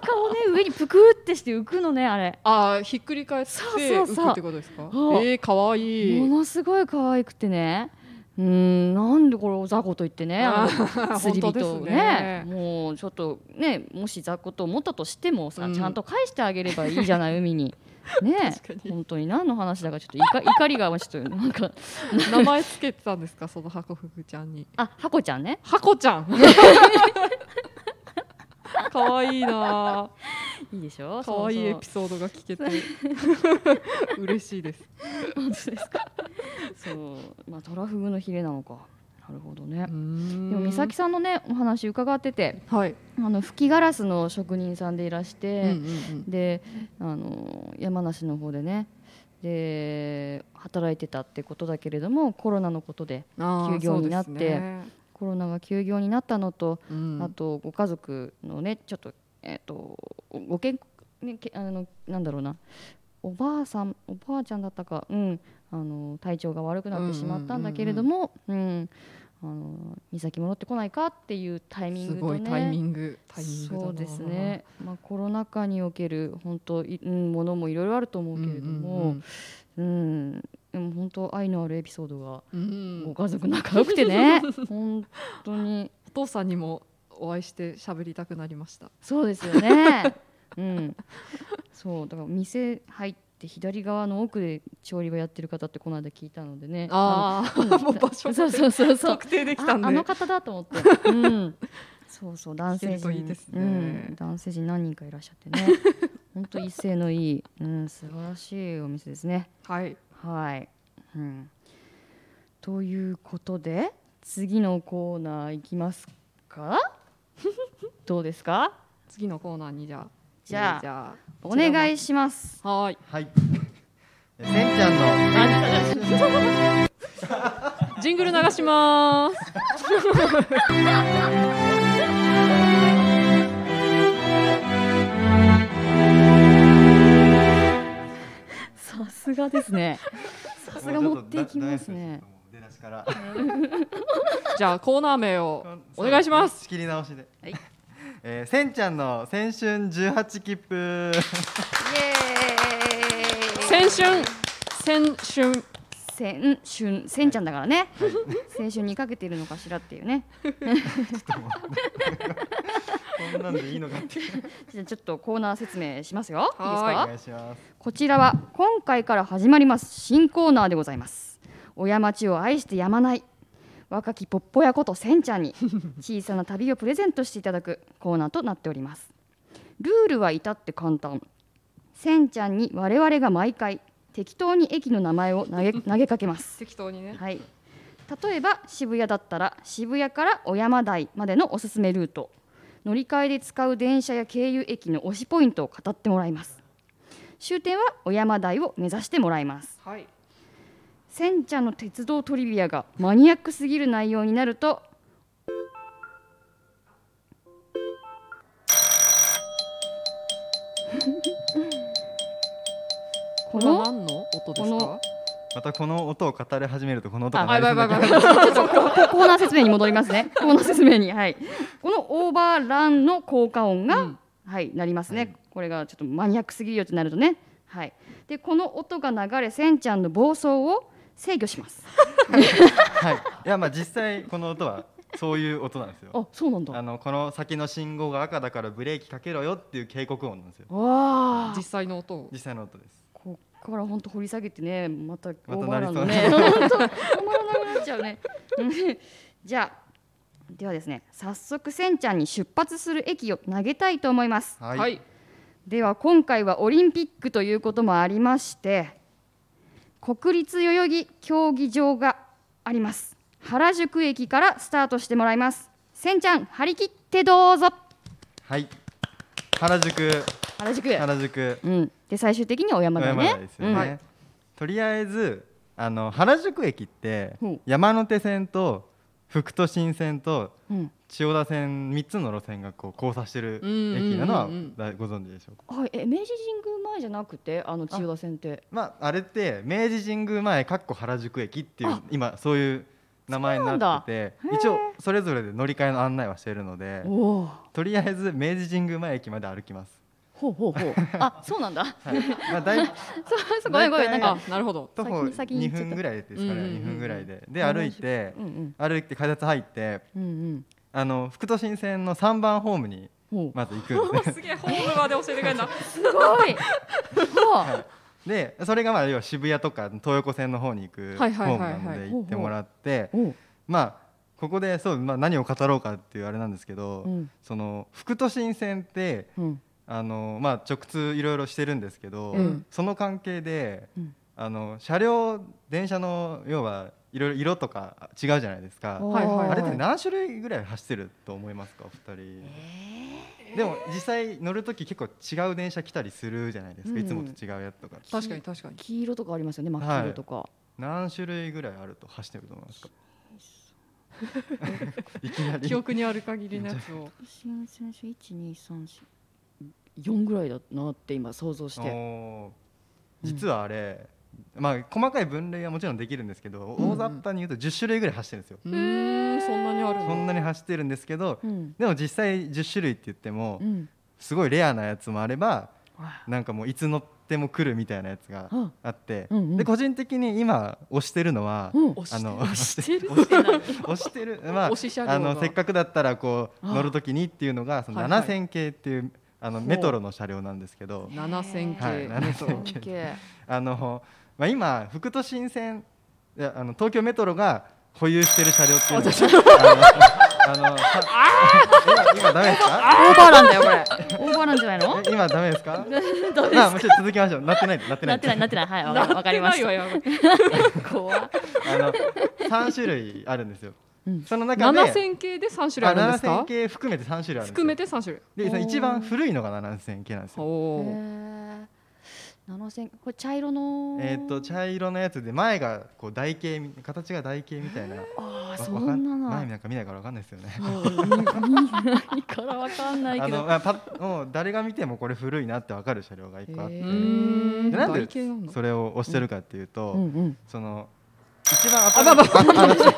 A: 上にぷくってして浮くのね、あれ。
B: ああひっくり返って
A: そうそうそう
B: 浮くってことですか
A: そう
B: えー可愛
A: も
B: い
A: のすごい可愛くてね。うーんなんでこれを雑魚と言ってねあ
B: あ
A: の
B: ー
A: 釣り人を
B: 本当です
A: ね
B: ね
A: もうちょっとねもし雑魚と思ったとしてもさ、
B: うん
A: ちゃんと返してあげればいいじゃない海 にね
B: 確かに
A: 本当に何の話だかちょっと怒怒りがちょっとなんか
B: 名前つけてたんですかそのハコフグちゃんに
A: あハコちゃんね
B: ハコち ゃん可愛いなあ
A: いいでしょ
B: 可愛いエピ
A: ソ
B: ソードが 聞けて嬉しいです
A: ですかそうまあトラフグのヒレなのかなるほどね
B: うー、ん
A: でも美咲さんのねお話伺ってて
B: はい
A: あの吹きガラスの職人さんでいらして、
B: うんうんうん
A: であの山梨の方でねで働いてたってことだけれどもコロナのことで
B: あー
A: 休業になって
B: そうですね
A: コロナが休業になったのと、
B: うん
A: あとご家族のねちょっと,、えっとご健ね、けあのなんだろうなおばあさんおばあちゃんだったか、うん、あの体調が悪くなってしまったんだけれどもうんあの美咲戻ってこないかっていうタイミング
B: す
A: と
B: ご
A: ね
B: いタイミングタイミングだな
A: そうですね、まあ、コロナ禍における本当い、うん、ものもいろいろあると思うけれども、うんでも本当愛のあるエピソードが
B: うんうんうん
A: ご家族仲良くて ね本当に
B: お父さんにもお会いして喋りたくなりました
A: そうですよね、うん、そうだから店入って左側の奥で調理場やってる方ってこの間聞いたのでね
B: あ あもう場所
A: の
B: が
A: そうそうそうそう
B: 特定でき
A: あ
B: たんで
A: あの方だと思って、うん、そうそう男性
B: 聞けると
A: 陣
B: いいですね
A: うん、男性陣何人かいらっしゃってね本当一斉のいい、うん、素晴らしいお店ですね
B: はい
A: はい、うん、ということで次のコーナーいきますか どうですか
B: 次のコーナーにじゃあ
A: じゃあ
B: えーじゃ
A: お願いします
B: あはーい
C: はい。えせんちゃんの
B: ジングル流します
A: さすがです ねさすが持っていきますね。
E: 出だし から。
B: じゃあコーナー名をお願いします。
E: 仕切り直しで。
A: はい
E: えー、せんちゃんの青春十八切符。
B: 先春先春
A: せんしゅんせんちゃんだからね、青春にかけているのかしらっていうね
E: こんなんでいいのかっていう。
A: じゃあちょっとコーナー説明しますよ。いいです
B: は
E: お
A: か
E: 願いします。
A: こちらは今回から始まります新コーナーでございます。親町を愛してやまない若きポッポやことせんちゃん に小さな旅をプレゼントしていただくコーナーとなっております。ルールは至って簡単。せんちゃんに我々が毎回適当に駅の名前を投げ投げかけます。
B: 適当にね。
A: はい、例えば渋谷だったら渋谷から小山台までのおすすめルート乗り換えで使う電車や経由駅の推しポイントを語ってもらいます終点は小山台を目指してもらいます
B: はい。
A: せんちゃんの鉄道トリビアがマニアックすぎる内容になると
B: こ
A: こ
B: れは
A: の
B: 何の音で
A: こ
B: す
A: の
B: か？
E: またこの音を語り始めるとこの音が
B: あ、はい
E: 鳴
B: は
E: り
B: い
E: そ
B: はい
E: うな
B: は
E: 気
B: い
E: が。
A: コーナー説明に戻りますね。コーナー説明に、はい。このオーバーランの効果音が、
B: うん
A: はい、なりますね。これがちょっとマニアックすぎるよってなるとね。はい。で、この音が流れ、せんちゃんの暴走を制御します。
E: はい。いやまあ実際この音はそういう音なんですよ
A: あそうなんだ
E: あのこの先の信号が赤だからブレーキかけろよっていう警告音なんですよ
A: わあ
B: 実際の音を
E: 実際の音です
A: こっから本当掘り下げてねまた
E: また
A: オーバーランド
E: なり
A: ね
E: そ
A: 本当止まらなくなっちゃうね うんじゃあではですね早速せんちゃんに出発する駅を投げたいと思います
E: は
B: はい、
A: では今回はオリンピックということもありまして国立代々木競技場があります原宿駅からスタートしてもらいますせんちゃん張り切ってどうぞ
E: はい原宿
A: 原宿
E: 原宿
A: うんで最終的には小山
E: 小
A: だ
E: 山
A: ね
E: 台ですよね、
A: うん
E: とりあえずあの原宿駅って
A: ほう
E: 山手線と副都心線と
A: うん
E: 千代田線3つの路線がこう交差してる駅なのは
B: うんうんうんうん
E: だご存知でしょうか、
A: はい、え明治神宮前じゃなくてあの千代田線って
E: まあ、あれって明治神宮前かっこ原宿駅っていう今そういう名前になって
A: そう
E: て
A: なんだへー
E: 一応それぞれで乗り換えの案内はしてるので
A: おお
E: とりあえず明治神宮前駅まで歩きます、
A: ほうほうほうあそうなんだそ
E: はいまあ、だい
A: うそうごめんごめんなん
E: 大体
A: か
B: あなるほど
E: 徒歩
A: 先先に
E: 2
A: 行っちゃった
E: 分ぐらいです
B: う
E: か
B: んうんう
E: ね
B: んうん
E: 2分ぐらいでで
A: 原
E: 歩
A: 宿
E: いて
A: うんうん
E: 歩いて改札入って
A: うんうん
E: あの副都心線の3番ホームに
A: ほう
E: まず行くんですね
B: すげえホームまで教えてくれんだ
A: すごいそう
E: でそれがまあ要は渋谷とか東横線の方に行くホ
B: はいはいは
E: ー
B: い
E: ム
B: はい
E: なので行ってもらって
A: おう
E: まあここでそう、まあ、何を語ろうかっていうあれなんですけど、
A: うん
E: その副都心線って
A: うん
E: あの、まあ、直通いろいろしてるんですけど、
A: うん
E: その関係で、
A: うん
E: あの車両電車の要はいろいろ色とか違うじゃないですか。
B: はいはい
E: あれって何種類ぐらい走ってると思いますかお二人、でも実際乗る時結構違う電車来たりするじゃないですか、
A: うん
E: いつもと違うやつとか
B: 確かに確かに
A: 黄色とかありますよね真っ黄色とか、
E: 何種類ぐらいあると走ってると思 いますかいきなり
B: 記憶にある限りのやつを
A: 私の選手一二三四四ぐらいだなって今想像して
E: おー実はあれ、まあ細かい分類はもちろんできるんですけど、
B: うん
E: 大雑把に言うと10種類ぐらい走ってるんですよ、
B: うーんそんなにある
E: そん
B: な
E: なに走ってるんですけど、
A: うん
E: でも実際10種類って言っても、
A: うん
E: すごいレアなやつもあれば
A: あ
E: なんかもういつ乗っても来るみたいなやつが
A: うん
E: あって、
A: うんうん
E: で個人的に今推してるのは、
A: うん
B: 押
E: あ
B: して
E: の
B: 押してる
E: 押してる、まあ、
B: 推し車両が
E: あのせっかくだったらこう
A: あ
E: 乗る時にっていうのがその
B: はいはい
E: 7000系っていうあの
A: ほう
E: メトロの車両なんですけど
B: 7000系、
E: はい7000
A: オッケー
E: あの、まあ、今副都心線いやあの東京メトロが保有してる車両っていうのがあのあの今今ダメですか
A: オーバーランだよこれオーバーランじゃないの
E: え今ダメですか
A: ダメ
E: まあもちろん続きましょうなってないなってな
A: ないってないなってないはいわかわかりまし
B: な
A: た
B: ってないわやばい
A: 怖っ
E: あの3種類あるんですよ、
A: うん
E: その中で
B: 7000系で3種類あるんです
E: あ
B: か
E: 7000系含めて3種類あるんですよ
B: 含めて3種類
E: でその一番古いのが7000系なんですよ
B: お
A: へ
B: ー
A: ー七千これ茶色の
E: えー、と茶色のやつで前がこう台形み形が台形みたいな
A: あ
E: わ
A: ー
E: わ
A: そ
E: か
A: んなの
E: 前なんか見ないからわかんないですよね
A: 何からわかんない
E: あ
A: け
E: の
A: ど
E: まあパッもう誰が見てもこれ古いなってわかる車両が一個あって、
A: へ
B: う
A: ー
B: ーん
E: でなん
B: 台形な
E: で
B: の
E: それを押してるかっていうと、
A: うんうん
E: その一番新しい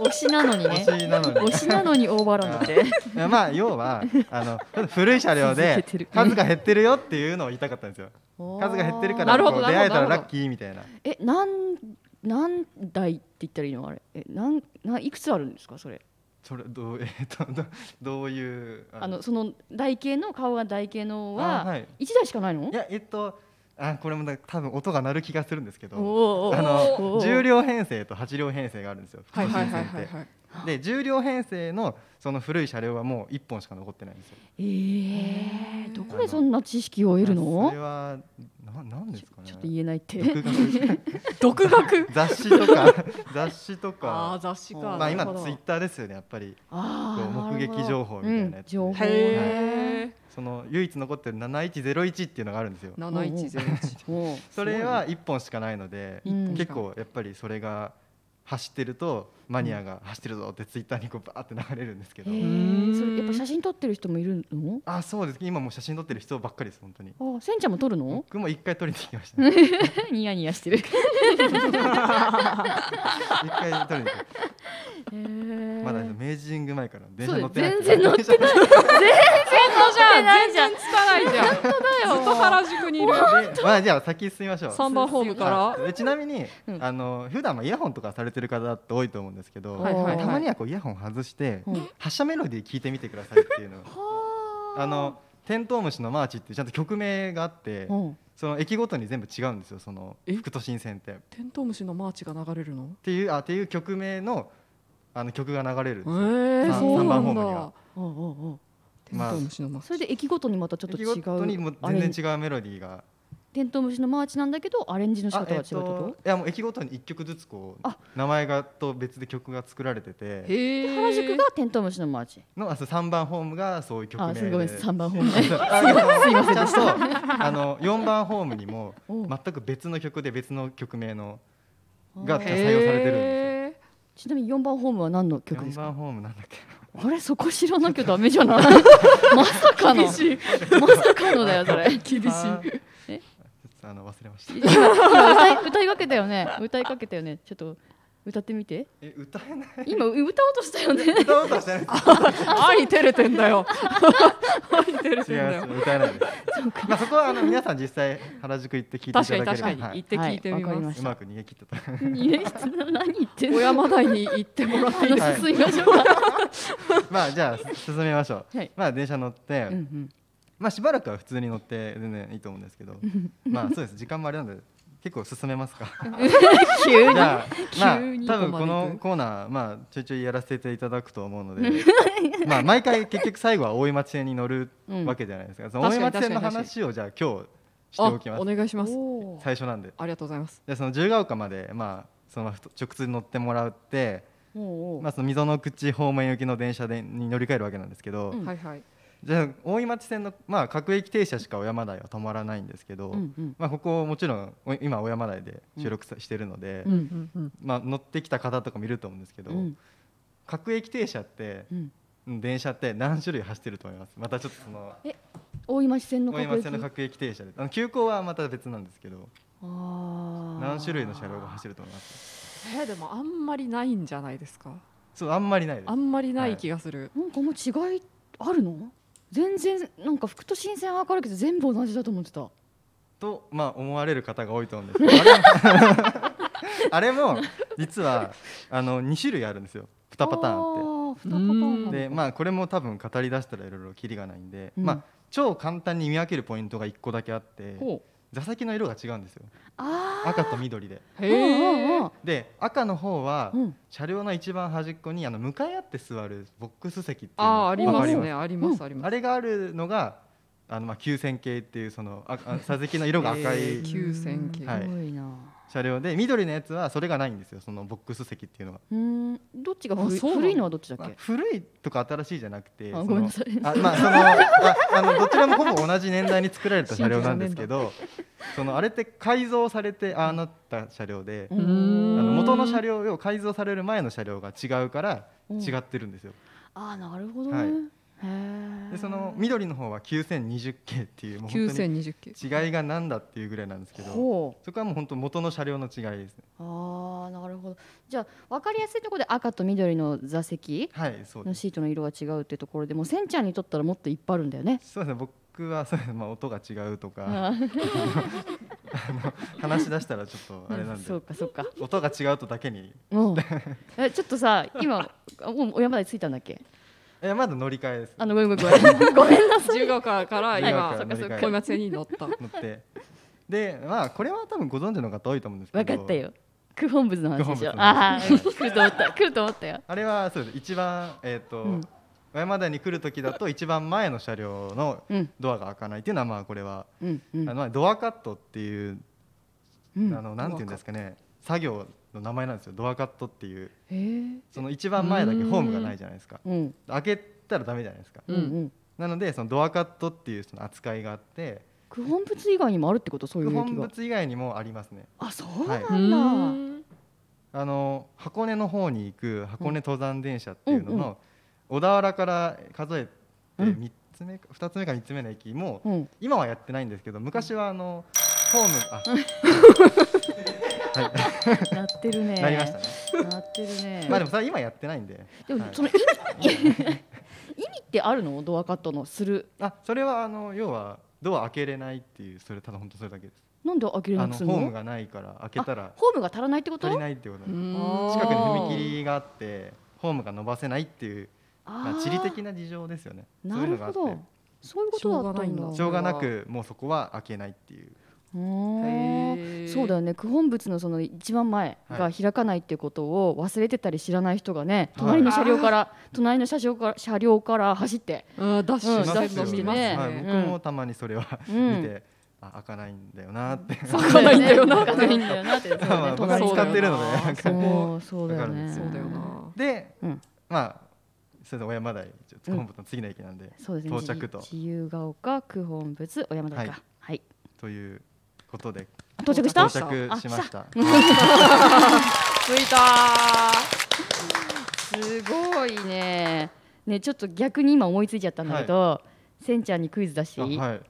A: 推しなのにね
E: 推しなの に
A: 推しなのにオーバーランドって
E: いやまあ要はあの古い車両で
A: 続けてる
E: 数が減ってるよっていうのを言いたかったんですよ数が減ってるか
B: な
E: ら
B: るほ
E: こ
B: ど
E: う
B: なるほど
E: 出会えたら
B: なる
E: ラ
B: ほど
E: ッキーみたいな
A: え何何台って言ったらいいのあれえなんないくつあるんですかそれ
E: それどう,、えー、とどどういう
A: あのその台形の顔が台形の
E: あは
A: はい一台しかないの
E: いやえっとあこれもだ多分音が鳴る気がするんですけど
A: おー
E: あ
A: お
E: の
A: ー
E: 10両編成と8両編成があるんですよ。
B: はいはいはい
E: 副
B: はいはい
E: 都心線ってで10両編成のその古い車両はもう1本しか残ってないんですよ。
A: えーどこでそんな知識を得る
E: あそれ
A: の
E: はななんですかね。
A: ちょっと言えないって
E: 独学
B: 独学
E: 雑誌とか 雑誌と
B: ああ
E: か。
B: 雑誌か
E: まあ今
B: なるほど
E: ツイッターですよねやっぱり
A: あ
E: こう
A: ー
E: 目撃情報みたいなやつで
A: うん情報
B: へえ
E: その唯一残ってる7101っていうのがあるんですよ
B: 7101
A: なるほどおう
E: それは1本しかないので
A: うん
E: 結構やっぱりそれが走ってるとマニアが走ってるぞってツイッターにこうバーって流れるんですけど
A: へーそれやっぱ写真撮ってる人もいるの
E: あそうです今もう写真撮ってる人ばっかりです本当に
A: あせんちゃんも撮る の
E: 僕 も一回撮りに行きましたね
A: ニヤニヤしてる
E: 一回撮りに行きましまだ
F: へー
E: 明治神宮前から電
F: そ
E: 車
F: う
E: 乗ってない
F: 全然乗
E: ってない
B: じゃあ全然つかないじゃんずっと原宿にいる
E: まあじゃあ先進みましょう
B: 三番ホームから
E: はいちなみに、
F: うん
E: あの普段はイヤホンとかされてる方って多いと思うんですけど、
B: はいはいはい
E: たまにはこうイヤホン外して、
F: うん
E: 発車メロディー聞いてみてくださいっていうのあのテントウムシのマーチっていうちゃんと曲名があって、
F: うん
E: その駅ごとに全部違うんですよその
B: え
E: 副都心線って。っ
B: テントウムシのマーチが流れるの
E: ていうあっていう曲名のあの曲が流れるんです
B: え
E: よ
B: ー、
E: さん
B: そう
E: 三
B: な
E: 番ホ
B: ん
E: ームに
B: だ
E: は
F: うんうんうん
B: テントウムシのマーチ、
F: それで駅ごとにまたちょっと
E: 駅
F: 違
E: ごとにも
F: う
E: う
F: アレン
E: 全
F: ジ
E: 然違うメロディーが。
F: テントウムシのマーチなんだけどアレンジの仕方が違うって
E: あえっ
F: こと
E: いやもう駅ごとに一曲ずつこ
F: あ
E: う名前がと別で曲が作られてて
B: へえ
F: 原宿がテントウムシのマーチ
E: のあそう三番ホームがそういう曲名
F: あ
E: です
F: ごい三番ホーム
E: あ そうあすいませんちゃんとあの四番ホームにも
F: おう
E: 全く別の曲で別の曲名の
F: あー
E: が採
B: へー
E: 用されてるんで
F: ちなみに4番ホームは何の
E: すよ。
F: 曲で
E: 四
F: すか
E: 番ホームなんだっけ。
F: あれそこ知らなきゃダメじ ゃないまさかのまさかのだ よそれ厳
E: あーちょ
F: え
E: っとあの忘れました。
F: 歌い歌いかけたよね歌いかけたよねちょっと歌ってみて
E: え歌えない。
F: 今歌おうとしたよね
E: 歌おうとしてないです。
B: 愛照れてんだよ 愛照れてん
E: 違い
B: だ
E: ます
B: よ
E: 歌えないです。まあそこはあの皆さん実際原宿行って聞いていただ
B: 確かに
E: ければ
B: 確かに
E: は
B: 行
E: い
B: って聞いてみ
F: はいわかり
B: ま
F: まし
B: す
E: うまく逃げ切ってた。
F: いや何言ってん
B: 小
F: の
B: 山台に行ってもらっていいで すか
E: はい
F: 進みましょうか
E: まあじゃあ進めましょう。
F: はい
E: まあ電車乗って、
F: うんうん
E: まあしばらくは普通に乗って全然いいと思う んですけど、まあそうです時間もあれなんで結構進めますか。
F: 急に
E: じゃあ、まあ、
B: 急に
E: 多分
B: こ
E: こ
B: こまで行
E: の
B: く
E: コーナー、まあ、ちょいちょいやらせていただくと思う ので。まあ、毎回、結局最後は大井町線に乗るわけじゃないですか。その大井町線の
B: 確かに確
E: 話を、じゃあ、今日しておきま
B: お
E: す。
B: 願いします
F: おー
E: 最初なんで、
B: ありがとうございます
E: で、その十ヶ丘まで、まあ、その直通に乗ってもらって。
F: おうおう
E: まあ、その溝の口方面行きの電車で、に乗り換えるわけなんですけど。
F: うん
B: はいはい
E: じゃあ、大井町線の、まあ、各駅停車しか小山台は止まらないんですけど。
F: うんうん
E: まあ、ここもちろんお今小山台で収録さしてるので、
F: うん
E: まあ、乗ってきた方とかもいると思うんですけど、
F: うん
E: 各駅停車って、
F: うん
E: うん電車って何種類走ってると思いますまたちょっとその
F: 大井町線の
E: 大井
F: 各
E: 町
F: 駅
E: 線の各駅停車であの急行はまた別なんですけど
F: あー
E: 何種類の車両が走ると思います
B: えーでもあんまりないんじゃないですか
E: そうあんまりないです
B: あんまりない気がする、
F: なんかもう違いあるの全然なんか福と新鮮は分かるけど全部同じだと思ってた
E: と、まあ、思われる方が多いと思うんです けどあれもあれも実はあの2種類あるんですよ2パターンって。
F: ンって2パターンなんだ
E: でまあこれも多分語り出したらいろいろキリがないんで、
F: うん
E: まあ超簡単に見分けるポイントが1個だけあって
F: ほう
E: 座席の色が違うんですよ
F: あー
E: 赤と緑で
F: うんうん
B: へえ
E: で赤の方は
F: うんうん
E: 車両の一番端っこにあの向かい合って座るボックス席っていう
B: あ
E: の
B: ーありま
E: わか
B: す
E: り
B: ねありますあり
E: あ
B: ます
E: れがあるのがあのまあ急線系っていうそのああ座席の色が赤
B: えー
E: い
B: 急線系、
E: はい
F: すごいな
E: 車両で緑のやつはそれがないんですよそのボックス席っていうのが、
F: うーんどっちが古
B: あ
F: い
B: そうなの
F: 古いのはどっちだっ
E: まあ
F: け
E: 古いとか新しいじゃなくてそ
F: あ
E: の
F: ごめんなさい
E: あま あそのああのどちらもほぼ同じ年代に作られた車両なんですけどそのあれって改造されてああなった車両で、
F: う
E: あ
F: ん
E: の元の車両を改造される前の車両が違うから違ってるんですよ、
F: あーなるほど
E: はい
F: ねへえ
E: でその緑の方は9020系っていうもう本
B: 9
E: 当に
B: 0 2 0系
E: 違いが何だっていうぐらいなんですけど
F: ほう
E: そこはもう本当元の車両の違いですね
F: あーなるほどじゃあ分かりやすいところで赤と緑の座席
E: はいそうで
F: の
E: す
F: シートの色が違うってところでもうせんちゃんにとったらもっといっぱいあるんだよね
E: そうですね僕はそうです、まあ、音が違うとか
F: あ ー
E: 話し出したらちょっとあれなんで
F: そうかそうか
E: 音が違うとだけに
F: うん えちょっとさ今もう小山台着いたんだっけ
E: えまだ乗り換えです
F: あのごめんごめ んごめんごめんなさい
B: 十五からから今
E: 自由が丘から乗り換え
B: 小松屋に乗 った
E: 乗ってでまあこれは多分ご存知の方多いと思うんですけど
F: 分かったよ九本物の話でしょ
E: 九本物の
F: ああ
E: 話
F: ー来ると思った来ると思ったよ
E: あれはそうです一番えっ、と、
F: うん
E: 小山台に来る時だと一番前の車両の
F: うん
E: ドアが開かないっていうのはまあこれは、
F: うんう
E: あの
F: ん
E: まあドアカットっていう
F: うん
E: あのなんていうんですかね作業の名前なんですよドアカットっていう
F: へえ
E: その一番前だけホームがないじゃないですか
F: うん
E: 開けたらダメじゃないですか、
F: うんうん
E: なのでそのドアカットっていうその扱いがあって
F: 九本物以外にもあるってことそうい
E: 不
F: う
E: 本
F: 駅が
E: 物以外にもありますね
F: あそうな
E: は
F: んだ、
E: あの箱根の方に行く箱根登山電車っていうのの、
F: うんうん
E: 小田原から数えて
F: うん
E: 3つ目か2つ目か3つ目の駅も、
F: うん
E: 今はやってないんですけど昔はあのホームあ
F: なってるね。
E: なりましたね。
F: なってるね。
E: まあでもそれは今やってないんで。
F: でも
E: はい
F: その意味 意味ってあるの？ドアカットのする。
E: あそれはあの要はドア開けれないっていうそれただ本当それだけです。
F: なんで開けれ
E: あ
F: な
E: の
F: く
E: ホ
F: するの？
E: ームがないから開けたら
F: ホームが足らないってこと？
E: 足りないってことなんです。
F: あー
E: 近くに踏切があってホームが伸ばせないっていうまあ
F: ー
E: 地理的な事情ですよね。そう
F: な
E: いう
F: る
E: のがあ
F: ほ
E: って
F: ど。そういうことだったんだ。
E: しょうがなくもうそこは開けないっていう。
F: あーそうだよね九本仏のその一番前
E: は
F: が
E: い
F: 開かないっていうことを忘れてたり知らない人がね、
E: はい
F: 隣の車両から隣の車両から車両から走って、
B: あーダッシュ
F: うん
E: し
B: し
E: ま
B: て
E: す
B: るの
E: よ
B: 見
E: ね
B: ますね。
E: はい、
F: ん
E: 僕もたまにそれは
F: う
E: 見
F: ん、
E: て、あ開かないんだよなって。
F: そう
B: 開かないんだよな
F: 開かないん だよなってそうだよ
E: まあ
F: ね
E: 僕は
F: 隣
E: 使ってるので
B: そうだよな
E: なんか
F: そうそうだよ
E: わ
F: ね
E: か
B: そうだよな。
E: で、
F: うん
E: まあそれで小山台ちょっと本部の次の駅なんで、
F: そうですね
E: 到着と
F: 自自由が丘九本仏小山台か
E: は
F: はいい、
E: ということで
F: 到着し
E: 到
F: た
E: 着しました。
B: 着いた
F: すごいねねちょっと逆に今思いついちゃったんだけど、せんちゃんにクイズ出していい
E: あはい。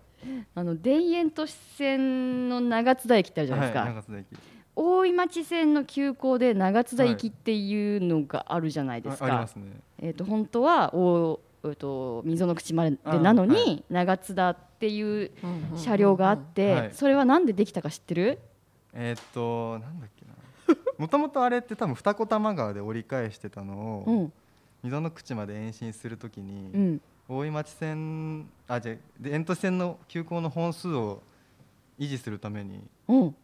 F: あの田園都市線の長津田駅ってあるじゃないですか、
E: はい、長津田駅
F: 大井町線の急行で長津田行きっていうのがあるじゃないです
E: あ
F: か、
E: ありますね。
F: えー、と本当は大、えー、と溝の口までなのに、
E: あは
F: 長津田っていう車両があって、
E: はい
F: それはなんでできたか知ってる、
E: えーっとなんだっけな。もともとあれって多分二子玉川で折り返してたの
F: う
E: を、
F: ん
E: 溝の口まで延伸するときに、
F: うん、
E: 大井町線あじゃあで円都市線の急行の本数を維持するために
F: うん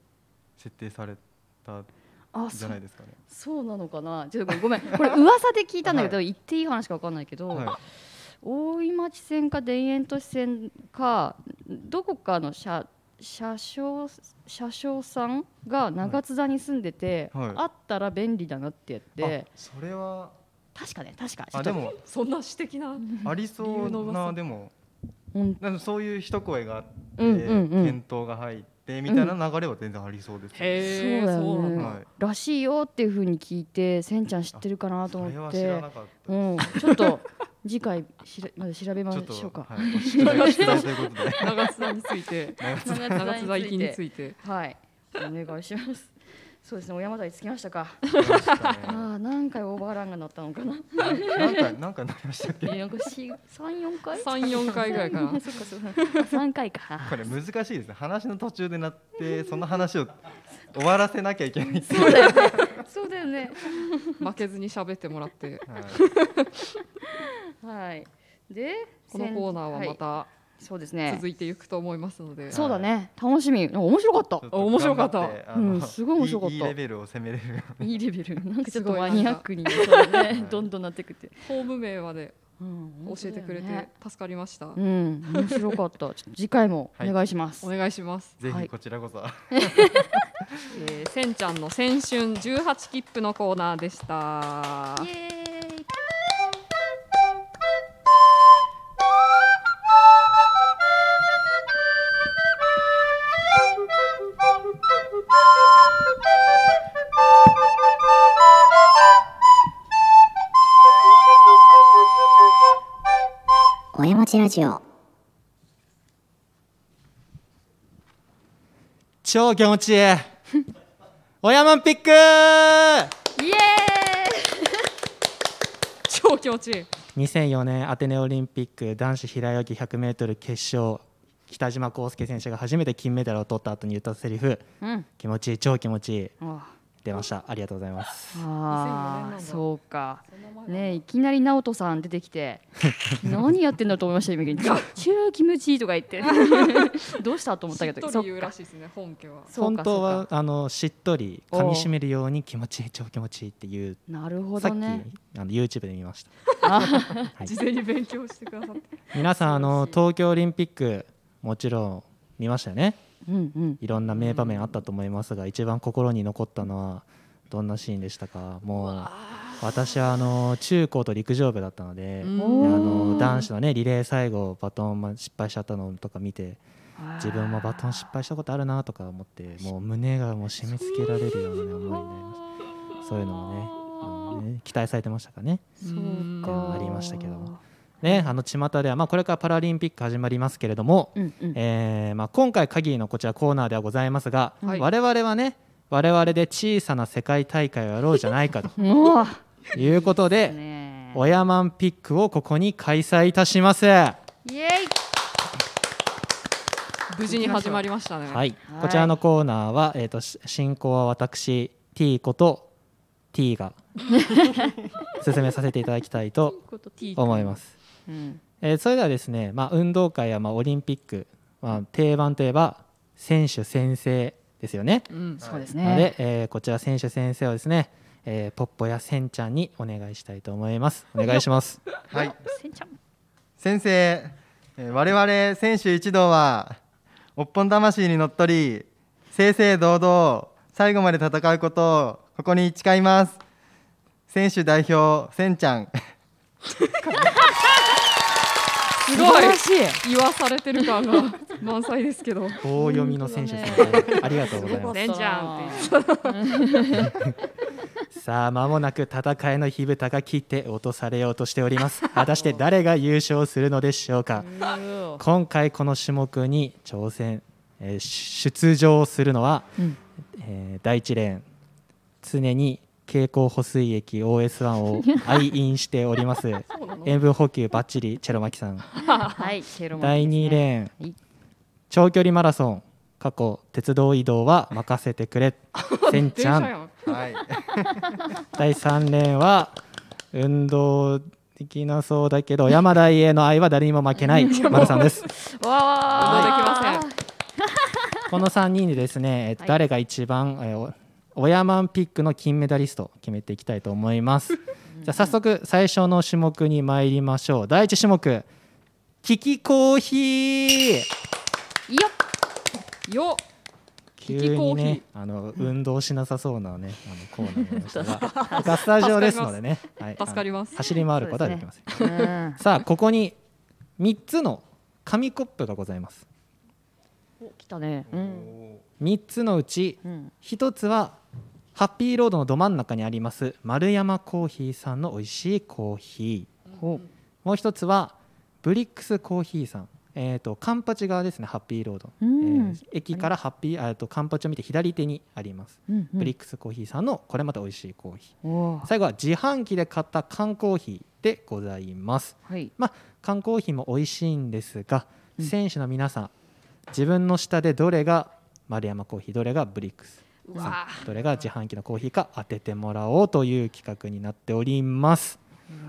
E: 設定された
F: あ
E: じ
F: そ
E: ゃないですかね。
F: そうなのかなちょっとご めんこれ噂で聞いたんだけど、言っていい話か分かんないけど、
E: はい、
F: 大井町線か田園都市線かどこかの車車掌車掌さんが長津田に住んでて、
E: はい
F: あったら便利だなってやって
E: あ、それは
F: 確かね確かちょ
E: あ
F: っ
E: で
F: と
E: も
B: そんな私的な。
E: ありそ
B: 理由の
E: う
B: 噂
E: なでも
F: うん
E: なんかそういう一声があって、
F: うんうんうん
E: 検討が入ってみたいな流れは全然ありそうです、
B: へ
F: そうだよね
B: なん
F: ー
E: はい、
F: らしいよっていうふうに聞いてせんちゃん知ってるかなと
E: それ
F: 思っ
E: は知ら
F: て
E: なかった、
F: うんちょっと次回しらまで調べま
E: ち
F: し
E: ょっと
F: ょうか
E: はい、お聞き取りしたいという ことで
B: 長津田について、長津田行きについて。
F: はいお願いし ますそうですね小山台着きましたか
E: ましたね
F: ああ何回オーバーランがなったのかな
E: なんかなんかなりましたっけ
F: なんか34回
B: 三四回ぐらいかな
F: 。そっかそっか三回か
E: これ難しいですね話の途中でなってその話を終わらせなきゃいけないっていう、
F: そうだよね そうだよね
B: 負けずに喋ってもらって、
E: はい
F: はいで
B: このコーナーはまた
F: そうですね
B: 続いていくと思いますので。
F: そうだね楽しみなんか面白かった
E: ちょっと頑張て、
B: 面白かった
E: あの
F: うんすごい面白かった
E: いいレベルを攻めれる
F: いいレベル なんかちょっ
B: す
F: と
B: ごい
F: マニアックにそうだね
E: い
F: どんどんなってくって
B: ホーム名まで
F: うん
B: 教えてくれて助かりました。
F: うん面白かったちょっと次回もお願いします
B: お願いします。
E: ぜ
F: は
E: ひ
F: い
E: こちらこそ、
B: えー、せんちゃんの先春18切符のコーナーでした。
F: イエーイ
A: おやまちラジオ
G: 超気 持ちいいおやまんピックー
F: イエ
B: 超気持ちいい。
G: 2004年アテネオリンピック男子平泳ぎ 100m 決勝北島康介選手が初めて金メダルを取った後に言ったセリフ
F: ーイうん
G: 気持ちいい超気持ちいい
F: あ
G: 出ましたありがとうございます
B: 2004年
F: あ
B: なんだ
F: ーそうかねいきなり直人さん出てきて 何やってんだと思いました今「中キムチ」とか言ってどうしたと思った
B: し
F: け
B: っ
F: ど
B: と
F: そ
B: り
F: っ
B: 言う
F: から
B: しいですね、本家は。
F: そう
G: 本
F: か
G: 当
F: そう
G: は
F: か
G: あのしっとり噛み締めるように気持ちいい超気持ちいいっていう
F: なるほ
G: さっ
F: ど
G: き
F: ね
G: あの YouTube で見ましたはい
B: 事前に勉強してくださって。
G: 皆さんあの東京オリンピックもちろん見ましたよね
F: うんうん
G: いろんな名場面あったと思いますが、一番心に残ったのはどんなシーンでしたかもう私はあの中高と陸上部だったので、
B: うん
G: であの男子の、ね、リレー最後バトンま失敗しちゃったのとか見て自分もバトン失敗したことあるなとか思ってもう胸がもう締め付けられるような、ね、思いになりましたそういうのもねあのね期待されてましたからね。
B: そうか
G: なりましたけどもね、あの巷では、まあ、これからパラリンピック始まりますけれども、
F: うんうん
G: えーまあ、今回限りのこちらコーナーではございますが、
B: はい
G: 我々はね我々で小さな世界大会をやろうじゃないかと
A: もう
G: いうことで、
A: ね
G: オヤマンピックをここに開催いたします。は
A: イエイ
B: 無事に始まりましたね。い。
G: い、こちらのコーナーは、えっ、と、し進行は私、T こと T が進めさせていただきたいと思います。
A: うん
G: えーそれではですね、まあ、運動会やまあオリンピック、まあ、定番といえば選手宣誓ですよね。
B: うん。
A: そうです
G: なの
A: ね
G: で、えーこちら選手宣誓をですね、えーポッポやせんちゃんにお願いしたいと思います。お願い します。
E: はい
A: せんちゃん
E: 先生、えー我々選手一同はおっぽん魂にのっとり正々堂々最後まで戦うことをここに誓います選手代表せんちゃん
B: す
A: 素
B: ごい
A: 晴らしい
B: 言わされてる感が満載ですけど。
G: 棒読みの選手宣
A: 本
G: 誓、ありがとうございます。
B: ねんちゃんって
G: さあ間もなく戦いの火蓋が切って落とされようとしており ます果たして誰が優勝するのでしょうか今回この種目に挑戦、えー出場するのは、
A: うん
G: えー第一レーン常に経口補水液 OS1 を愛飲してお ります塩分補給ばっちりチェロマキさん、
A: はいケロマン
G: 第2レ
A: ン
G: ーン、
A: はい
G: 長距離マラソン過去鉄道移動は任せて くれせんち
B: 電車
G: ゃん
B: やん。
E: はい
G: 第3レーンは運動できなそうだけど山田への愛は誰にも負けない丸さ んです。
B: わあ。できま
G: この3人でですね、えっと、誰が一番、えーおオヤマンピックの金メダリストを決めていきたいと思います。じゃあ早速最初の種目に参りましょう。第一種目キキコーヒー。
A: いいよ
B: せん。よっ。
G: 急
B: キコー
G: に
B: ヒー
G: ね、あの運動しなさそうなね、あのコーナー でしたが、ガスタジオですのでね、はい
B: 助かります
G: あの走り回ることはできません。
A: うん
G: さあここに3つの紙コップがございます
A: お来たねうん
G: 3つのうち
A: うん
G: 1つはハッピーロードのど真ん中にあります丸山コーヒーさんの美味しいコーヒーもう1つはブリックスコーヒーさんえー、とカンパチ側ですねハッピーロード、
A: うん
G: えー駅からハッピーあえーとカンパチを見て左手にあります、
A: うん
G: ブリックスコーヒーさんのこれまた美味しいコーヒ
A: おー
G: ー最後は自販機で買った缶コーヒーでございます
A: はい
G: まあ、缶コーヒーも美味しいんですが、
A: うん
G: 選手の皆さん自分の下でどれが丸山コーヒーどれがブリックス
B: うわあ。
G: どれが自販機のコーヒーか当ててもらおうという企画になっております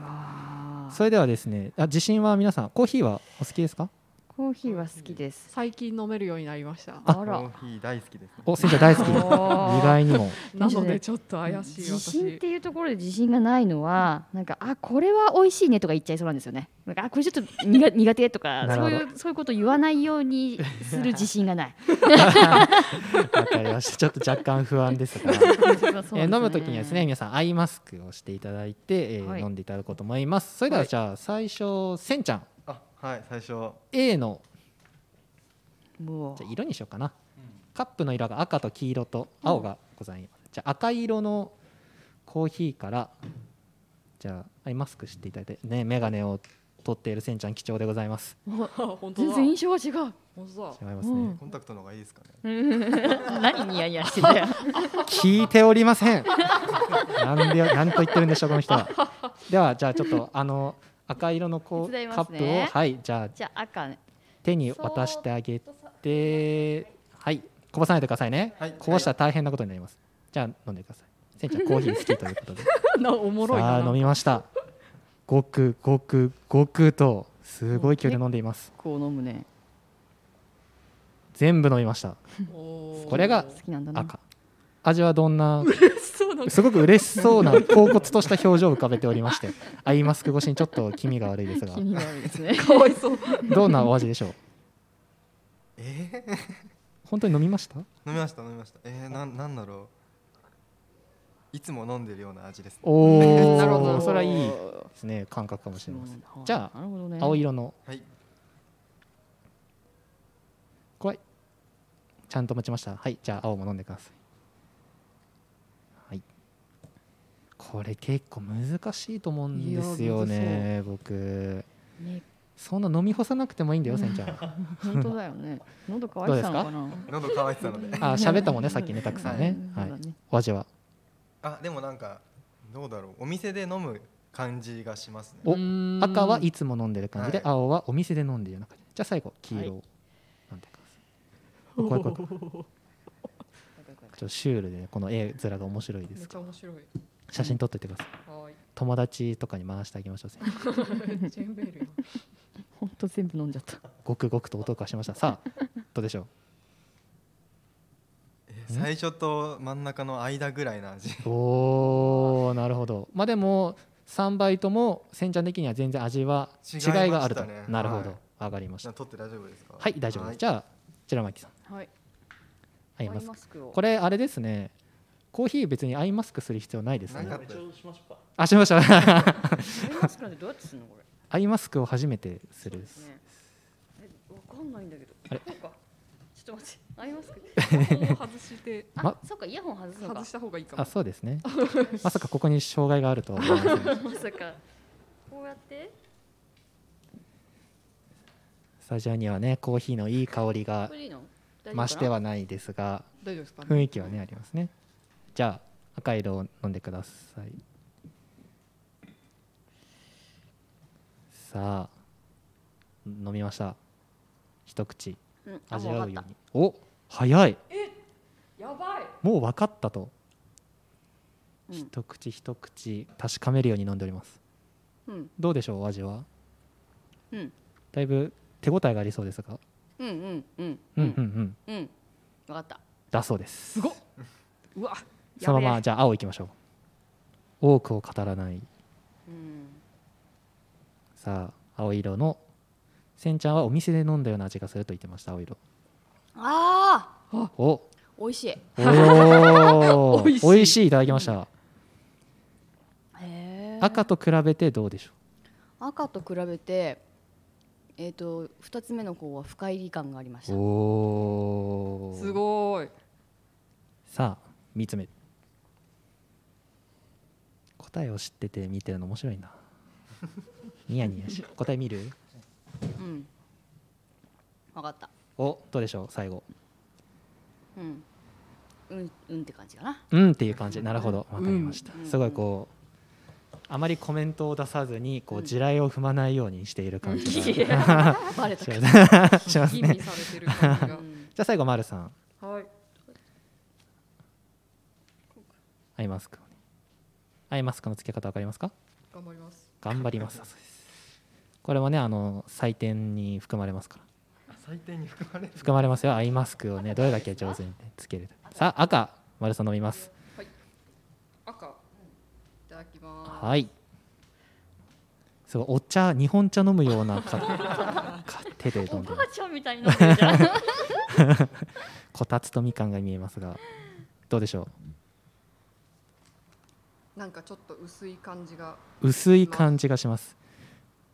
A: あー
G: それではですねあ自信は皆さんコーヒーはお好きですか
A: コーヒーは好きです
B: 最近飲めるようになりました。
G: あ
A: あ
E: コ
A: ら
E: ーヒー大好きです、ね、
G: おせんちゃん大好き
A: おー
G: 意 外にも
B: なのでちょっと怪しい
A: 自信っ
B: 私。
A: ていうところで自信がないのはなんかあこれは美味しいねとか言っちゃいそうなんですよねなんかあこれちょっと 苦苦手とか
G: なる
A: そ
G: ほ
A: う
G: ど
A: いうそういうこと言わないようにする自信が ない
G: わかりましたちょっと若干不安ですがえー飲むときにはですね皆さんアイマスクをしていただいて、えー
A: はい
G: 飲んでいただこうと思いますそれでは
A: はい
G: じゃあ最初せんちゃん
E: あはい最初
G: A の
A: も
G: じゃあ色にしようかな、カップの色が赤と黄色と青がございます、じゃあ赤色のコーヒーからじゃあアイマスクしていただいてね眼鏡を取っているせんちゃん貴重でございます
B: 本
A: う
B: 当だ
A: 全。然印象は違 う
B: 本当だ。
G: 違いますね、
E: コンタクトの方がいいですかね
A: 何ニヤニヤしてんだよ
G: 聞いておりません なんでなんと言ってるんでしょうこの人はではじゃあちょっとあの赤色のこう、
A: 手伝い
G: カ
A: ま
G: ッ
A: す
G: プ
A: ね
G: をはいじゃ あ
A: じゃあ赤ね
G: 手に渡してあげてはいこぼさないでくださいね、
E: はい
G: こぼしたら大変なことになりますじゃあ飲んでくださいせんちゃんコーヒー好きということで
B: なおもろい
G: さあ
B: な。
G: 飲みましたごくごくごくとすごい勢いで飲んでいます
A: こう飲むね
G: 全部飲みました
B: おー
G: これが
A: 好きなんだな
G: 赤味はどんな
B: そうなんだ
G: すごく嬉しそうな恍惚とした表情を浮かべておりましてアイマスク越しにちょっと気味が悪 いですが
A: 気になるです ね
B: かわい そう。
G: どんなお味でしょう
E: え
G: 本当に飲み ました
E: ー、飲みました飲みましたえー、なんなんだろういつも飲んでるような味ですね
G: おお
B: なるほど
G: それはいいですね感覚かもしれませんじゃ
A: あなるほどね
G: あ青色の
E: はい
G: 怖いちゃんと持ちましたはいじゃあ青も飲んでくださいはいこれ結構難しいと思うんですよ
B: いや
G: ね僕
A: ね
G: そんな飲み干さなくてもいいんだよ、せんち ゃん。
A: 本当だよ ね。喉乾いてたのかな。
E: 喉乾いてたので
G: あ、喋ったもんね、さっきね、たくさんね。
A: うん
G: は
A: そうだ
G: い
A: ね。
G: お味は。
E: あでもなんかどうだろうお店で飲む感じがしますね
G: お
B: ん
G: 赤はいつも飲んでる感じで、
E: はい
G: 青はお店で飲んでるような感じ。じゃあ最後、黄色を飲んでください。怖い怖い怖い。ちょっとシュールでねこの絵面が面白いで
B: め
G: す
B: っ
G: け
B: ちゃ
G: ど
B: 面白い。
G: 写真撮っててください
B: はーい。
G: 友達とかに回してあげましょう
B: ジェンベールよ。
A: 本当全部飲んじゃった。
G: ごくごくと音がしましたさあどうでしょう
E: え最初と真ん中の間ぐらいの味
G: おーなるほどまあでも3倍とも煎茶的には全然味は
E: 違いま
G: 違い
E: したね
G: があると、なるほど、
E: はい
G: 上がりました
E: 取って大丈夫ですか
G: はい大丈夫です、じゃあ白巻さん
A: はい。
G: アイマスク
A: スクを
G: これあれですねコーヒー別にアイマスクする必要ないです
E: な
G: ね
E: かった
G: あしました
A: アイマスクなんてどうやってするのこれ。
G: アイマスクを初めてする
A: ねえ、わかんないんだけど。
G: あれ
A: そうか。ちょっと待って。アイマスク。
B: もう外して
A: あ、
G: ま
A: そうかイヤホン外すのか
B: 外し。た方がいいか
G: あ
B: も。
G: そうで すねまさかここに障害があるとは思いません
A: まさか。こうやって。
G: スタジオにはねコーヒーのいい香りが
A: これでいいの？大丈夫かな
G: 増して。はないですが
B: 大丈夫ですか、
G: 雰囲気はねありますねじゃあ赤色を飲んでくださいさあ飲みました一口
A: うん、あ
G: 味
A: もう
G: わう
A: 分か
G: よ
A: っ
G: うにお早い
B: やばい。
G: もう分かったと、
A: うん
G: 一口一口確かめるように飲んでおります
A: た。うん
G: どうでしょうお味は
A: うん
G: だいぶ手応えがあり そうですが
A: うんうんうん
G: うんうんうん
A: うん。うんわかった。
G: だそうです
B: すごっ。うわ。
G: そのま
B: や
G: まじゃあ青いきましょう多くを語らない
A: うん。
G: さあ青色のせんちゃんはお店で飲んだような味がすると言ってました青色
A: ああ、
G: おお
A: 美味しい。へ
G: ー
B: 美味しい
G: 美味しいいただきました
A: え。
G: 赤と比べてどうでしょ
A: 赤と比べて、えっ、と二つ目の方は深入り感がありまし
G: う
A: た。
G: お
B: べえ
G: ー
B: すごい。
G: さあ3つ目答えを知ってて見てるの面白いなニヤニヤし答え見る
A: うん。わかった。
G: おどうでしょう最後
A: うん。うんうんって感じ かな。
G: うんっていう感じなるほどわかりました、
A: うん
G: すごいこうあまりコメントを出さずにこ
A: う
G: うん地雷を踏まないようにしている感じが、
A: バレたか。
G: します
B: 吟味
G: ね。
B: されてる感じ
A: う
B: が。
A: ん
G: じゃあ最後丸さん、
B: はい。
G: アイマスクをね。アイマスクの付け方わかりますか？
B: 頑張ります。
G: 頑張ります。だそうですこれもねあの採点に含まれますから。
E: 採点に含まれる
G: 含まれますよ。アイマスクをねどれだけ上手にねつけるか。さあ赤丸さん飲みます。
B: 赤。いただきます。
G: はい。すごいお茶日本茶飲むよう なかか手で飲んでます。
A: ちゃんみたいに飲んでるじゃん。
G: こたつとみかんが見えますがどうでしょ
B: なんかちょっと薄い感じが。
G: う。薄い感じがします。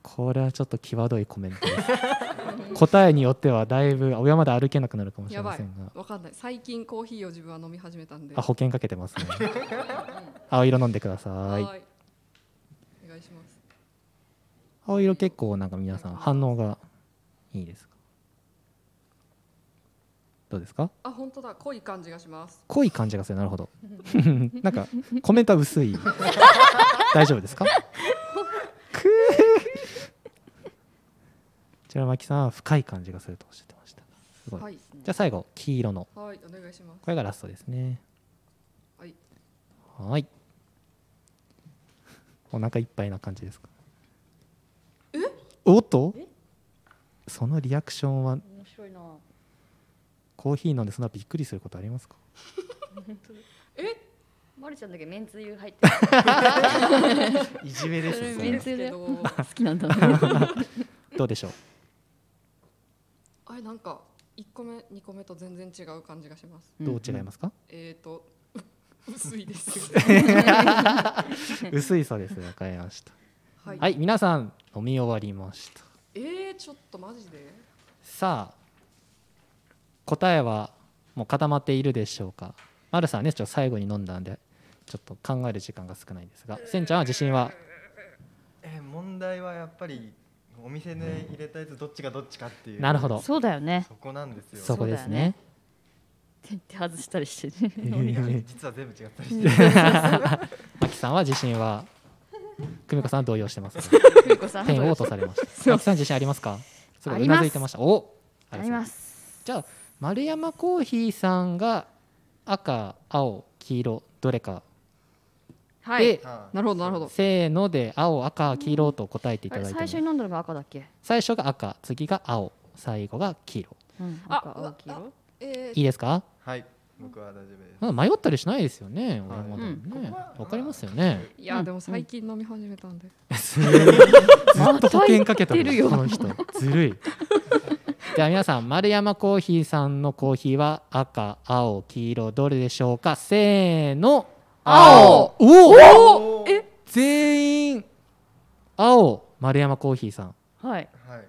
G: これはちょっと際どいコメントです。 答えによってはだいぶ親まで歩けなくなるかもしれ
B: やば
G: ませ
B: い
G: んが。
B: わかんない。最近コーヒーを自分は飲み始めたんで。
G: あ保険かけてますね青色飲んでください
B: はーい。お願いします。
G: 青色結構なんか皆さん反応がいいですかどうですか
B: あ、本当だ。濃い感じがします。
G: 濃い感じがするなるほどなんかコメントは薄い大丈夫ですかく ーちらまきさんは深い感じがするとおっしゃってましたすごい、
B: はい。
G: じゃあ最後黄色の
B: はい、お願いします。
G: これがラストですね
B: はい
G: はい お腹いっぱいな感じですかおっと
A: え
G: そのリアクションは
A: 面白いな。
G: コーヒー飲んでそんなびっくりすることありますか
A: まるちゃんだけめんつゆ入ってる。
G: いじめです
A: め んつゆだ
B: け
A: よ。
B: ど、
A: 好きなんだな。
G: どうでしょう
B: あれなんか一個目、二個目と全然違う感じがします。
G: どう違いますか、
B: えーと、 う薄いです。
G: 薄いそうですわかりました
B: は
G: はい皆さん飲み終わりました
B: えー、ちょっとマジで。
G: さあ答えはもう固まっているでしょうかまるさんはねちょっと最後に飲んだんでちょっと考える時間が少ないんですがせんちゃんは自信は
E: えー問題はやっぱりお店で入れたやつどっちがどっちかっていう
G: なるほど
A: そうだよね
E: そこなんですよ
G: そこですね
A: 点って外したりしてね
E: 実は全部違ったりして
G: マキさんは自信は久美子さんは動揺してますね、
A: 久美子さん
G: ペンを落とされましたマキさん自信ありますかすごいうなずいてましたお
A: ありますす
G: じゃあ丸山コーヒーさんが赤青黄色どれか
B: は
G: で
B: い、なるほどなるほど
G: せーので青赤黄色と答えてい
A: あ
G: た
A: れ
G: だいて
A: 最初
G: も
A: に飲んだのが赤だっけ、
G: 最初が赤次が青最後が黄色
A: うん、
B: あ
A: 赤
B: うわ
A: 青黄色
B: え
G: いいですか
E: はい僕は大丈夫です
G: まあ迷ったりしないですよね
E: はい
G: 親まで
A: う
G: も
A: ん
G: ねわかりますよね
B: ー、いうや
A: ん
B: でも最近飲み始めたんで、
G: ずっと保険かけた
A: また言ってるよ
G: この人ずるい では皆さん丸山コーヒーさんのコーヒーは赤青黄色どれでしょうかせーの
B: 青
G: おお
E: おえ
G: 全員青丸山コーヒーさん
A: はい
E: はい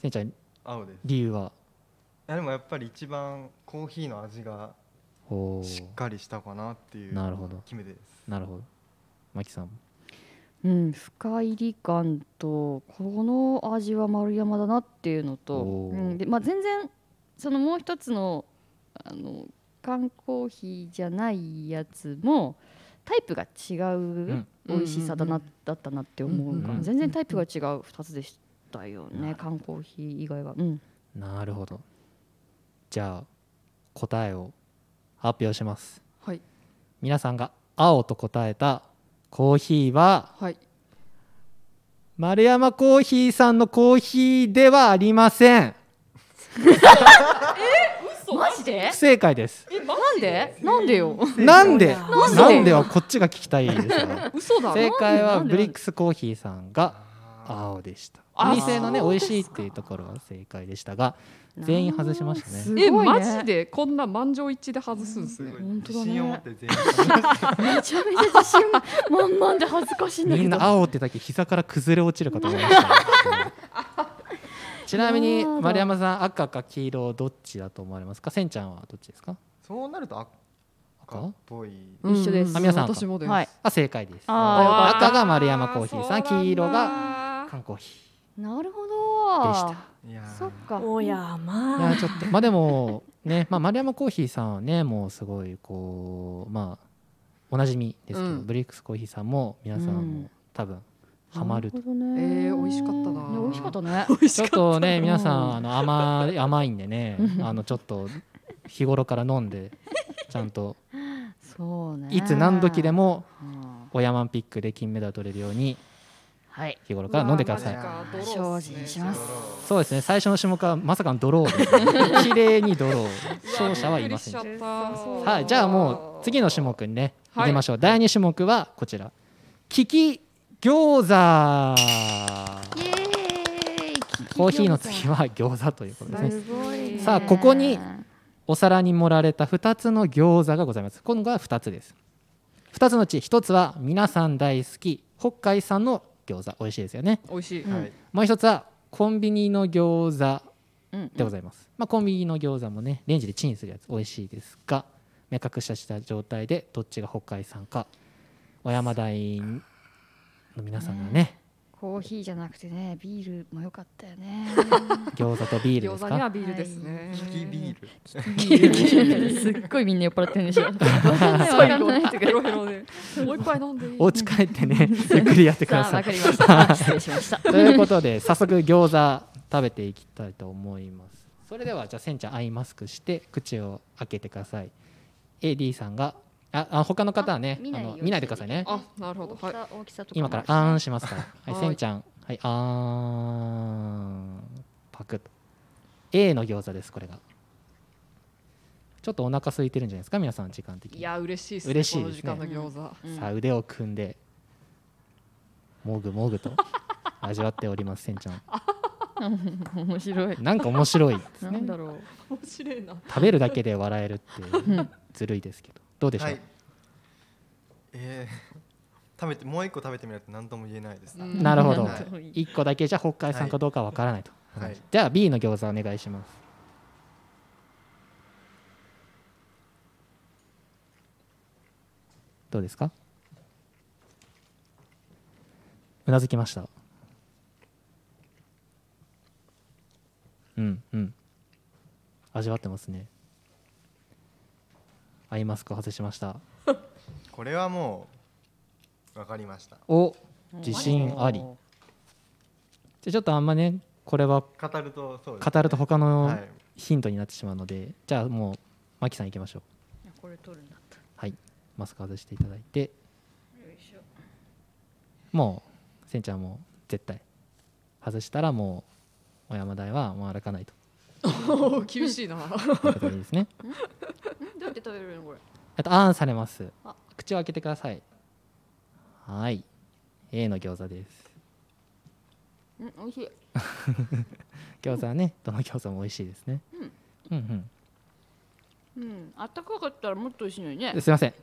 G: せんちゃん
E: 青ですい
G: 理由は
E: やでもやっぱり一番コーヒーの味が
G: おー
E: しっかりしたかなっていう
G: なるほど
E: 決め手です
G: なるほどマキさん
A: うん、深入り感とこの味は丸山だなっていうのと、
G: お
A: う
G: ー
A: んでまあ、全然そのもう一つのあの缶コーヒーじゃないやつもタイプが違う美味しさだな、
B: うんうん
A: だったなって思うから、
G: うんうん
A: 全然タイプが違う2つでしたよ
G: な
A: ね
G: る
A: 缶コーヒー以外は、うん、
G: なるほどじゃあ答えを発表します
B: はい
G: 皆さんが青と答えたコーヒーは
B: はい
G: 丸山コーヒーさんのコーヒーではありません
A: マジで
G: 不正解です
A: なんでなんでよ
G: なんで
A: んで
G: なんではこっちが聞きたいですが
B: 嘘だ
G: 正解は
A: なんでなんで
G: ブリックスコーヒーさんが
E: あ
G: 青でした
B: あ
G: お店のね
B: そう
G: 美味しいっていうところは正解でしたが全員外しましたね
A: すごいね
B: えマジでこんな満場一致で外すんです
E: す
B: ね
E: ごい
A: 本当だ
E: 自
A: ね
E: 信を持って全
A: め
E: 員
A: ちゃめちゃ自信満々で恥ずかしいんだけど
G: みんな青ってだけ膝から崩れ落ちるかと思いましたね ちなみに丸山さん赤か黄色どっちだと思われますかせんちゃんはどっちですか
E: そうなると赤っぽい
A: 一緒です
B: うん
G: あ皆さん
B: 私もです、
A: はい
G: あ正解です
A: あーよかった
G: 赤が丸山コーヒーさん黄色が
B: が
G: 缶コーヒ
A: なるほ
G: ー
A: ど
G: でした
E: いやー
A: そっか
D: おや
G: いや
D: まあ
G: ーちょっとまあでもね、まあ、丸山コーヒーさんはねもうすごいこうまあおなじみですけど、
B: うん
G: ブリックスコーヒーさんも皆さん
A: うん
G: も多分ハマると、
A: なほどね
B: えー美味しかったな
A: ね美味しかったね。
G: ちょっとね皆さんあの甘い甘いんでね
A: うん
G: あのちょっと日頃から飲んでちゃんと
A: そうね。
G: いつ何時で
A: も。
G: もオヤマンピックで金メダル取れるように
A: はい。
G: 日頃から飲んでください
E: いやー
A: 精進します。
G: そうですね最初の種目はまさかのドローです綺麗にドロー勝者はいません
B: んは
G: はい、じゃあもう次の種目にね、
B: はい
G: 行きましょう。第二種目はこちら。利き餃子。
A: イエーイ。
G: コーヒーの次は餃子ということですね。
A: すごいね。
G: さあここにお皿に盛られた2つの餃子がございます。今度は2つです。2つのうち1つは皆さん大好き北海産の餃子美味しいですよね。
B: 美味しい、
E: はい
G: もう1つはコンビニの餃子
A: うん
G: でございます、まあ、コンビニの餃子もねレンジでチンするやつ美味しいですが目隠しした状態でどっちが北海産か小山大の皆さんがね
A: コーヒーじゃなくてね、ビールも良かったよ ね。
G: 餃子とビールで
B: 餃
G: す
B: 子には
G: か
B: ビールですね、
E: 利きビール
A: すっごいみんな酔っ払ってるん でしょ。最後の人が
B: ヘロヘロでもう一杯飲んでいい
G: お家帰って ねゆっくりやってくだ
A: さあわ
G: さい
A: かりました。失礼しました。
G: ということで早速餃子食べていきたいと思いますそれではじゃあせんちゃんアイマスクして口を開けてください AD さんがああ他の方はね
A: あ見
G: あ
A: ないよ
G: の
A: うに
G: 見ないでくださいね
B: あなるほ
A: 大
B: ど
A: き
B: はい
A: さ大きさとか。
G: 今からあーんしますから。は、
B: はいい
G: せんちゃん。はい、あーん。パクッと。A の餃子です、これが。ちょっとお腹空いてるんじゃないですか、皆さん、時間的
B: い
G: に。
B: や嬉しいですね
G: 嬉しい
B: こ
G: で
B: の
G: す
B: 時
G: ね
B: 間の餃子、
A: うん
G: さあ、腕を組んで、もぐもぐと味わっております、せんちゃん。
A: 面白い。
G: なんか 面白いです
A: な
G: ね
A: ん。だろ
B: 面白いな
G: 食べるだけで笑えるっていうう、
A: ん。
G: ずるいですけ ど。どうでしょう、
E: はいえー食べてもう一個食べてみないと何とも言えないですね、
B: うん
G: なるほど
E: は。
G: 一個だけじゃ北海産かどうかわからないと。
E: はい
G: じゃあ B の餃子お願いします。どうですか？うなずきました。うんうん味わってますねアイマスクを外しました
E: これはもう分かりました
G: お自信ありじゃあちょっとあんまねこれは
E: 語るとそうですね
G: 語ると他の
E: はい
G: ヒントになってしまうので、じゃあもうマキさん行きましょう
A: これ取るんだった
G: はいマスク外していただいてもうせんちゃんも絶対外したらもうお山台はもう歩かないと
B: おー厳しいな
G: ということでいいですね
A: どうやって食べるのこれ
G: あとあんされます
A: あ
G: 口を開けてくださいはい A の餃子です
A: うん美味しい
G: 餃子はねどの餃子も美味しいですね、うん、うん
A: うんあったかかったらもっと美味しいのに ね
G: すいません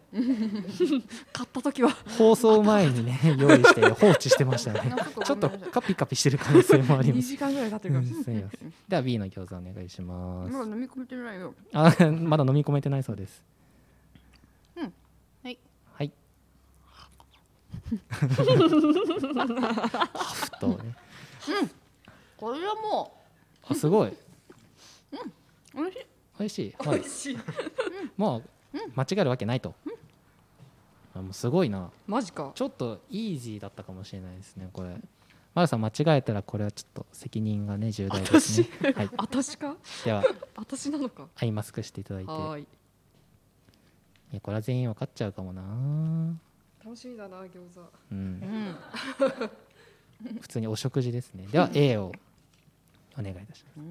B: 買った時は
G: 放送前に ね用意して放置してましたねち
A: ち
G: ょっとカピカピしてる可能性もあり
B: 2
G: ます
B: 時間ぐらい経って
G: う
B: るか
G: ん
B: もし
G: すいませんでは B の餃子お願いします
A: まだ飲み込めてないよ
G: あ まだ飲み込めてないそうです。
A: うんはい。
G: はい。ふとね。
A: これはも
G: あすごい。
A: う美味しい
G: 美味しい。はい、美味しい。もう間違えるわけないと。あもうすごいな。
B: マジか
G: ちょっとイージーだったかもしれないですねこれ。マルさん間違えたらこれはちょっと責任がね重大ですね。はい。
B: 私か
G: では
B: 私なのか
G: アイマスクしていただいて。
B: はーい
G: いやこれは全員わかっちゃうかもな。
B: 楽しみだな餃子
G: うん。普通にお食事ですねでは A をお願いいたしま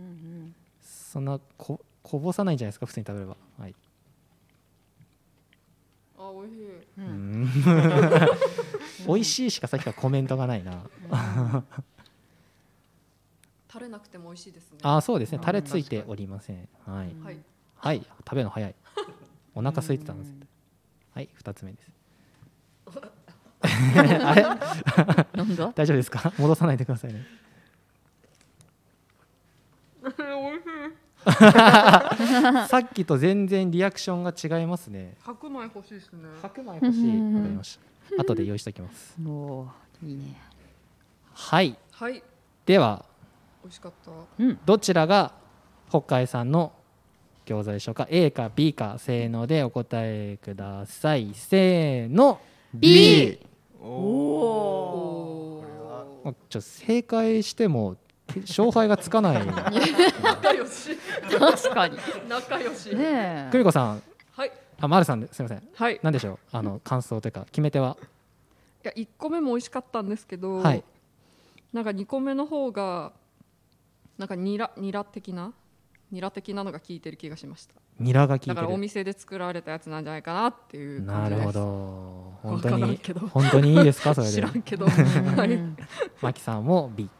G: す、そんなここぼさないんじゃないですか普通に食べればはい
B: あ美味しい
G: 美味しいしかさっきからコメントがないな
B: 垂れなくても美味しいですね
G: あそうですねタレついておりませんはい、
B: はい
G: はい、食べるの早いお腹空いてたんですはい二つ目ですあれ
D: なんだ
G: 大丈夫ですか戻さないでくださいね さっきと全然リアクションが違いますね
B: 白米欲しいですね
G: 白米欲しいわかりました後で用意しておきます
A: もういいね
G: はい
B: はい美
G: では
B: 味しかった
G: どちらが北海産の餃子でしょうか A か B かせーのでお答えくださいせーの
A: B
B: おー
G: あちょ正解しても勝敗がつかない
B: 仲良し
A: 確かに
B: 仲良し
A: ね
G: 久美子さん
B: はい
G: あ丸さんですいません
B: はいい
G: 何でしょうあの感想というか決め手は
B: や1個目も美味しかったんですけど、
G: はい
B: なんか2個目の方がなんかニラニラ的なニラ的なのが効いてる気がしました
G: ニラが効い
B: だ
G: て
B: からお
G: る
B: 店で作られたやつなんじゃないかなっていう感
G: な
B: じで
G: る
B: す
G: ほど本当
B: わからん
G: に
B: けど
G: 本当にいいですかそれ
B: 知
G: で
B: らんけど、
A: う
B: はい、
A: ん
G: マキさんも B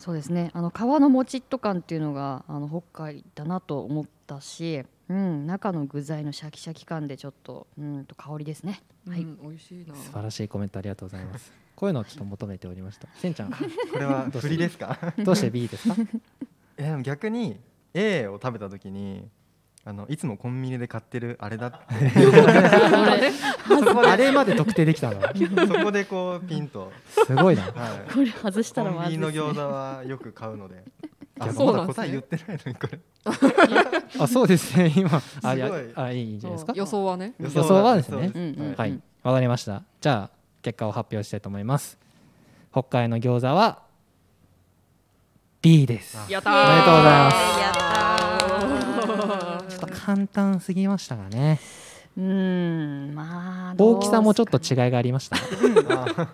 A: そうですねあの皮のもちっと感っていうのがあの北海だなと思ったし、うん、中の具材のシャキシャキ感でちょっと,、うん、と香りですねはい
B: うん美味しいな
G: 素晴らしいコメントありがとうございますこういうのをちょっと求めておりましたせんちゃん
E: これは振りですか
G: どうして B ですか
E: えでも逆に A を食べた時にあのいつもコンビニで買ってるあれだって
G: あれまで特定できたの
E: そこでこうピンと、
G: すごい な
E: はい、
A: これ 外した
E: コ
A: ら
E: ン
A: ま
E: ビ
A: ず
E: ニ
A: いで
E: の
A: すね
E: 餃子はよく買うので
G: い
E: あ
G: や
E: そう
B: そうなん
E: だ
B: ですね
E: 答え言ってないのにこれ
G: あそうですね今あいや
E: すごい
G: あいいんじゃないですか
B: 予想はね
G: 予想はですね
E: 予想
A: うんうんうん
G: はいわかりましたじゃあ結果を発表したいと思います北海の餃子は B です
E: あ
B: やった
G: おめでとうございま
B: ま
G: す
B: す
G: ちょっと簡単すぎましたがね
A: うんまあ
G: 大きさもちょっと
A: どう
G: 違いがありま した
E: あ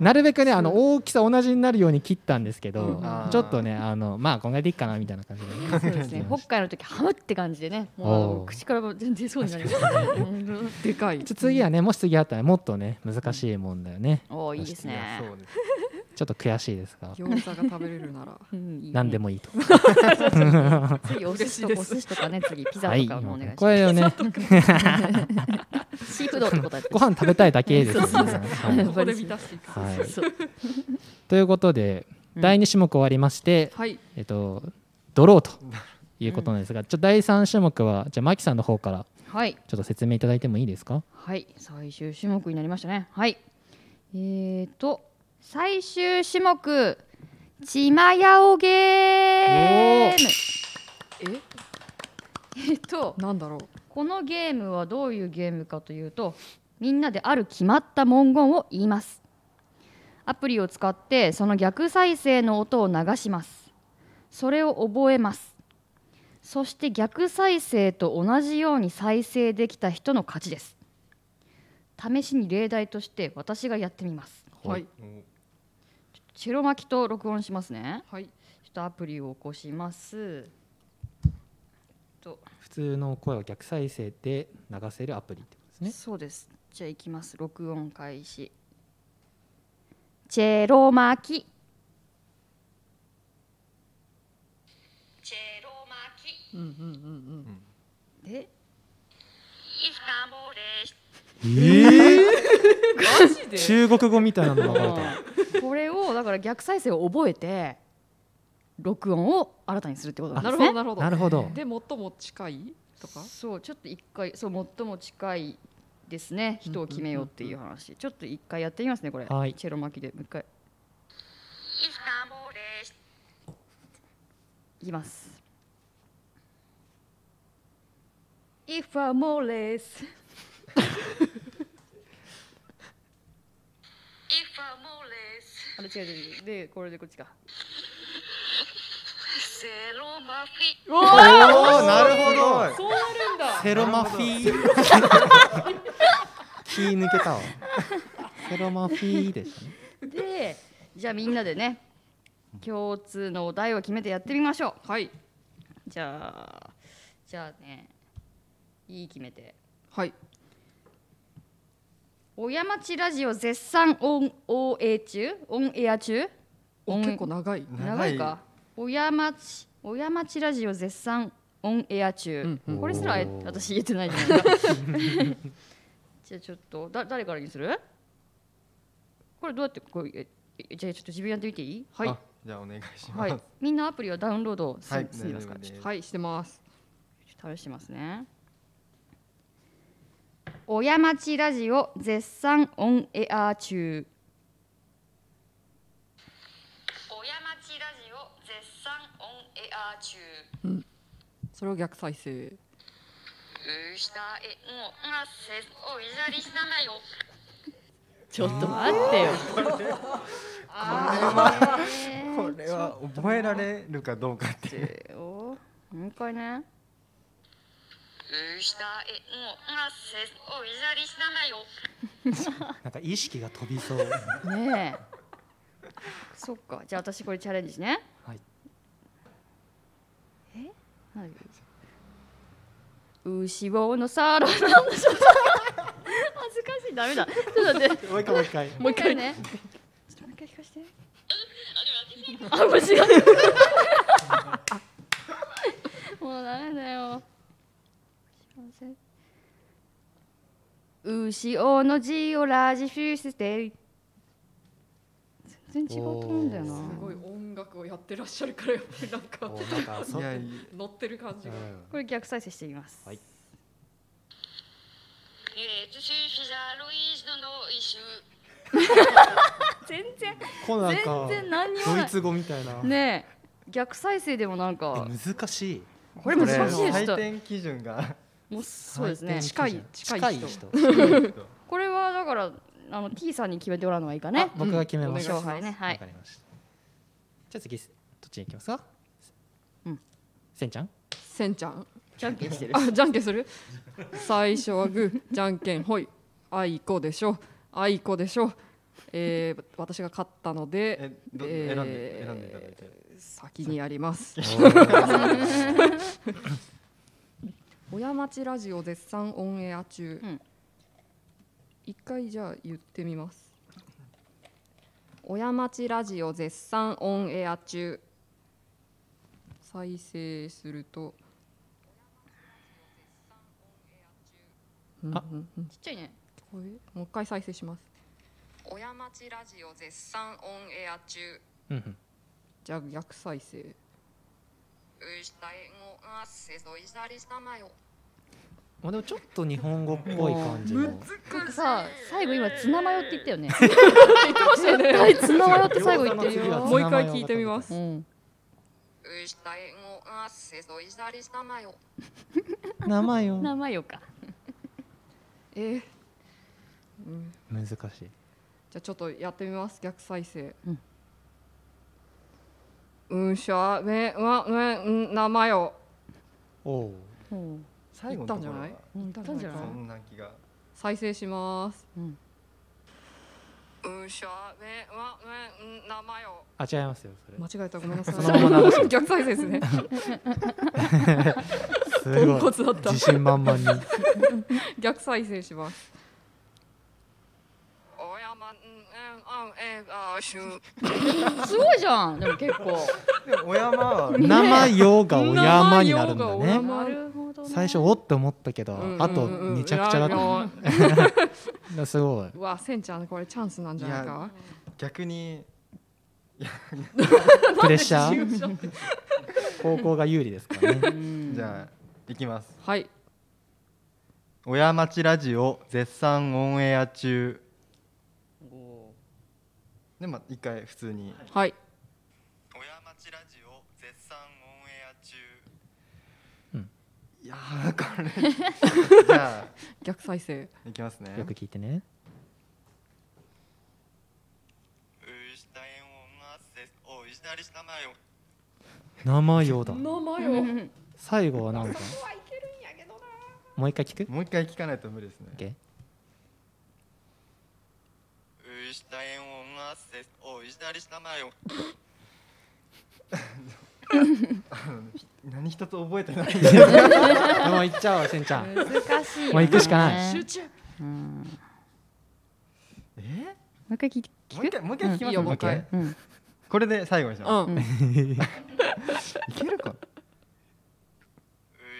G: なるべくねあの大きさ同じになるように切ったんですけど
B: うん
E: あー
G: ちょっとねあのまあこんぐらいでいいかなみたいな感じで
A: すかそうですね北海の時ハムって感じでねもうあ
G: おう
A: の口からも全然そうになりましたうん
B: でかい
G: ちょ次はねもし次あったらもっとね難しいもんだよね
A: おーいいです
E: いやそ
A: ね
E: うです
G: ちょっと悔しいですが
B: 餃子が食べれるなら
A: うんいいね
G: 何でもいいと
A: 次お寿司と
B: 嬉しいで
A: お
B: す
A: 寿司とかね次ピザ
G: は
A: と
G: い
A: かもお願いし
G: こ
A: ま
G: れを ね
A: すシーフードって答えて
G: ご飯食べたいだけですよねはい
B: ここで満たしていく
G: はい
A: そう
G: ということで
A: うん
G: 第2種目終わりまして
B: はい
G: えっとドローということなんですがちょっと第3種目はじゃあマキさんの方から
A: はい
G: ちょっと説明いただいてもいいですか
A: はい、最終種目になりましたね。はい。えーと、最終種目、ちまやおゲーム。 えっと
B: なんだろう
A: このゲームはどういうゲームかというとみんなである決まった文言を言いますアプリを使ってその逆再生の音を流しますそれを覚えますそして逆再生と同じように再生できた人の勝ちです試しに例題として私がやってみます
B: はい
A: チェロ巻きと録音しますね
B: はい
A: ちょっとアプリを起こします
G: 普通の声を逆再生で流せるアプリってことですね
A: そうですじゃあ行きます録音開始チェロ巻きチェロ巻き
B: うんうんうん
A: で
B: うん
G: 中国語みたいなのが流れ
A: これをだから逆再生を覚えて録音を新たにするってことな
B: あ
A: んで
B: な
A: す
B: る
A: ね
B: ほどなるほ
G: た
B: ど
G: なるほど
B: で最も近いとか
A: そうちょっと一回そう最も近いですね人を決めようっていう話ちょっと一回やってみますねこれ、
G: はい
A: チェロ巻きでもう一回いきます「イファモレス」あれ違う違う違うでこれでこっちか
E: おなるほど
B: そうなるんだ
G: セロマフィー 気抜けたわセロマフィーでしたね
A: でじゃあみんなでね共通のお題を決めてやってみましょう
B: はい
A: じゃあじゃあねいい決めて
B: はい
A: 小山町ラジオ絶賛オンオンエア中オンエア中
B: お
A: オン
B: 結構長い
A: 長いか小山町小山町ラジオ絶賛オンエア中、
B: うんうん
A: これすらあえ
G: おー
A: 私言えてないじゃないですか じゃあちょっとだ誰からにするこれどうやってこうええじゃあちょっと自分やってみていい
B: はい
E: あじゃあお願いします、
A: はいみんなアプリはダウンロードす,、
E: はい
A: すみますか
E: 大丈夫です
B: はいしてます
A: 試してますね小山町ラジオ絶賛オンエア中小山町ラジオ絶賛オンエア中
B: それを逆再生
D: ちょっと待ってよ
E: これは覚えられるかどうかっていう
A: おもう一回ね
G: なんか意識が飛びそう
A: ねえそっかじゃあ私これチャレンジね
G: はい
A: えなんだっけ牛尾のサーロイン恥ずかしいダメだちょっと待って
G: もう一回もう一回
A: もう一回ね。ちょっともう一回聞かせて。あ、間違えた。もうダメだよ。牛尾のジオラジフューステイ。全然違うと思うんだよな。
B: すごい音楽をやってらっしゃるからやっぱりなんか
G: おなんかそ
E: いやい
B: 乗ってる感じが
A: これ逆再生してみます。
G: はい
A: 全然
G: こうなんか
A: 全然何にも
G: ド
A: ない
G: イツ語みたいな、
A: ねえ逆再生でもなんか
G: え難しい
A: これ難しい
E: これ
A: です
E: 採点基準が
A: もうそうですね。
B: 近い近い人
G: 近い人
A: これはだからあの T さんに決めてもらうのがいいかね
G: あ。僕が決めました、
B: うん
A: 勝
B: お
A: 敗
B: 願
A: ね。は
G: わ
A: い
G: か。りましたじゃあ次どっちに行きますか
A: うん
G: せんちゃん
B: せんちゃん
A: じゃんけんしてる。
B: あじゃんけんする最初はグーじゃんけんほいあいこでしょあいこでしょえー、私が勝ったので
E: えど
B: えー
E: 選んで選んでいただいて
B: 先にやります 親町ラジオ絶賛オンエア中、
A: うん
B: 一回じゃあ言ってみます親町ラジオ絶賛オンエア中再生すると
G: あ
B: うんうんうん
A: ちっちゃいね。
B: これもう一回再生します親町ラジオ絶賛オンエア中
G: うんうん
B: じゃあ逆再生
G: まあでもちょっと日本語っぽい感じの
A: なんかさ最後今ツナマヨって言ったよね。言ってましたよね。ツナマヨって最後言ってる
G: 餃子の次は
A: よ。
B: もう一回聞いてみます
A: うん。
B: 牛
H: した英語がせぞいざりさまよ。
G: 名前を
A: 名前よか。
B: え
D: うん
G: 難しい
B: じゃあちょっとやってみます逆再生
A: うん
B: うんしゃめわめん名前を
G: おお
A: うん。
E: 最後のところ
B: い
E: は
B: ったんじ
A: 行った
B: ゃ
A: んじゃない
E: そんな気が
B: 再生します
A: うん。
H: うんしゃめわめん名前を。
G: あ違いますよそれ
B: 間違えたごめんなさい
G: そのまま流し
B: 逆再生ですね
G: す
B: ポン
G: ご
B: コ
G: い
B: ツだった
G: 自信満々に
B: 逆再生します
H: おやまんえんあんえがしゅ。
A: すごいじゃん。でも結構。
E: でもお山は
G: 生よがお山になるんだ
B: 生よがお
G: ね
B: 山な
A: るほど
G: 最初おって思ったけど、
B: うんうんうん
G: あとめちゃくちゃだっ
B: い
G: た、
B: や
G: すごい
B: いやわせんちゃんこれチャンスなんじゃないか
E: 逆に
G: プレッシャー 高校が有利ですからね
E: じゃあいきます
B: はい
E: 親町ラジオ絶賛オンエア中でまあ一回普通に
B: はい
E: 親町ラジオ絶賛オンエア中、
G: うん
E: いやーこ れじゃ
B: 逆再生
E: あいきますね
G: よく聞いてね
E: うしたえんおんあせおいしたりしたまよ
G: 生よだ
B: 名前を
G: 最後はなんかもう一回聞く
E: もう一回聞かないと無理ですね
G: OK
E: うしたえんおんあせおいしたりしたまよ あのひ何一つ覚えて ない
G: もう行っちゃおうせんちゃん
D: 難しいよね
G: もう行くしかない
A: 集中。うん。も
E: え
A: う一回聞いて
E: もう一回もう一回聞き
B: い
E: ま
B: い
E: す、
B: よもう
E: もう
B: 一
E: 一回
B: 回
A: うん。
E: これで最後にし
B: う
E: ま
B: ん
E: す、いけるか
H: う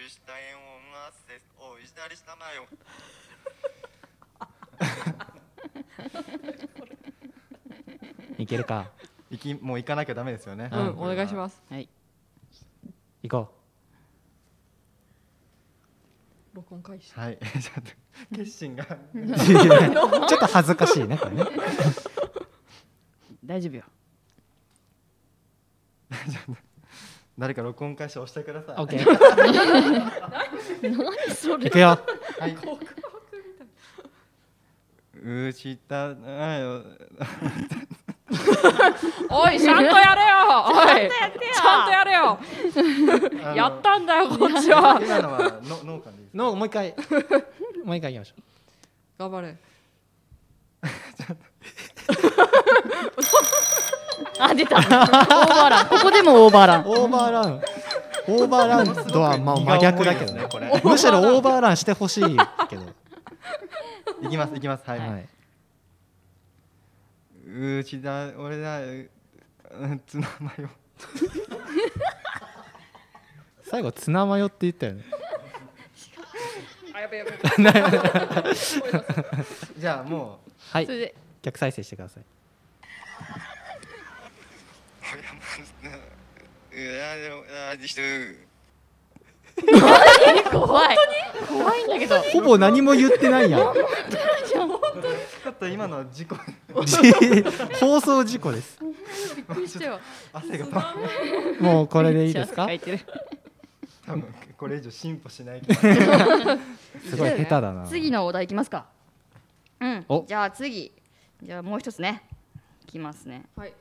H: したえんおがせおいざりさまよ。
G: いけるか
E: いきもう行かなきゃダメですよね、
B: うんお願いし
E: す
B: ます
A: はい。
G: 行こ
B: 録音開始
E: はい ちょっと決心が
G: うちょっと恥ずかしいねこれね
A: 大丈夫よ。
E: 誰か録音開始押してください、
G: OK
A: 何そ
G: 行
A: れ。
G: くよ
E: はい、うしたなよ
B: おいちゃんとやれよおいちゃんとやれよ
E: あの
B: やったんだよこっちは
E: 今のはの農家でいいです
G: のもう一回もう一回行きましょう
B: 頑張れ
A: あ 出た。オーバーラン。ここでもオーバーラン。
G: オーバーランオーバーランとはまあ真逆だけどね
E: これ
G: むしろオーバーランしてほしいけど
E: いきますいきますはい、
G: はいう
E: ちだ俺だううんつなまよ
G: 最後ツナマヨって言ったよね
B: あやべやべ
E: じゃあもう
G: はい
A: それで
G: 逆再生してください
E: うやよやじしてる
A: 怖い。怖いんだけど。
G: ほぼ何も言ってないや ん
E: ちょっと今のは事故
G: 放送事故です
A: びっくりしたよ。
E: 汗がパン
G: もうこれでいいですか
A: 書いてる。
E: 多分これ以上進歩しないけど
G: すごい下手だな
A: 次のお題いきますか。うん
G: お。
A: じゃあ次。じゃあもう一つね。いきますね。
B: はい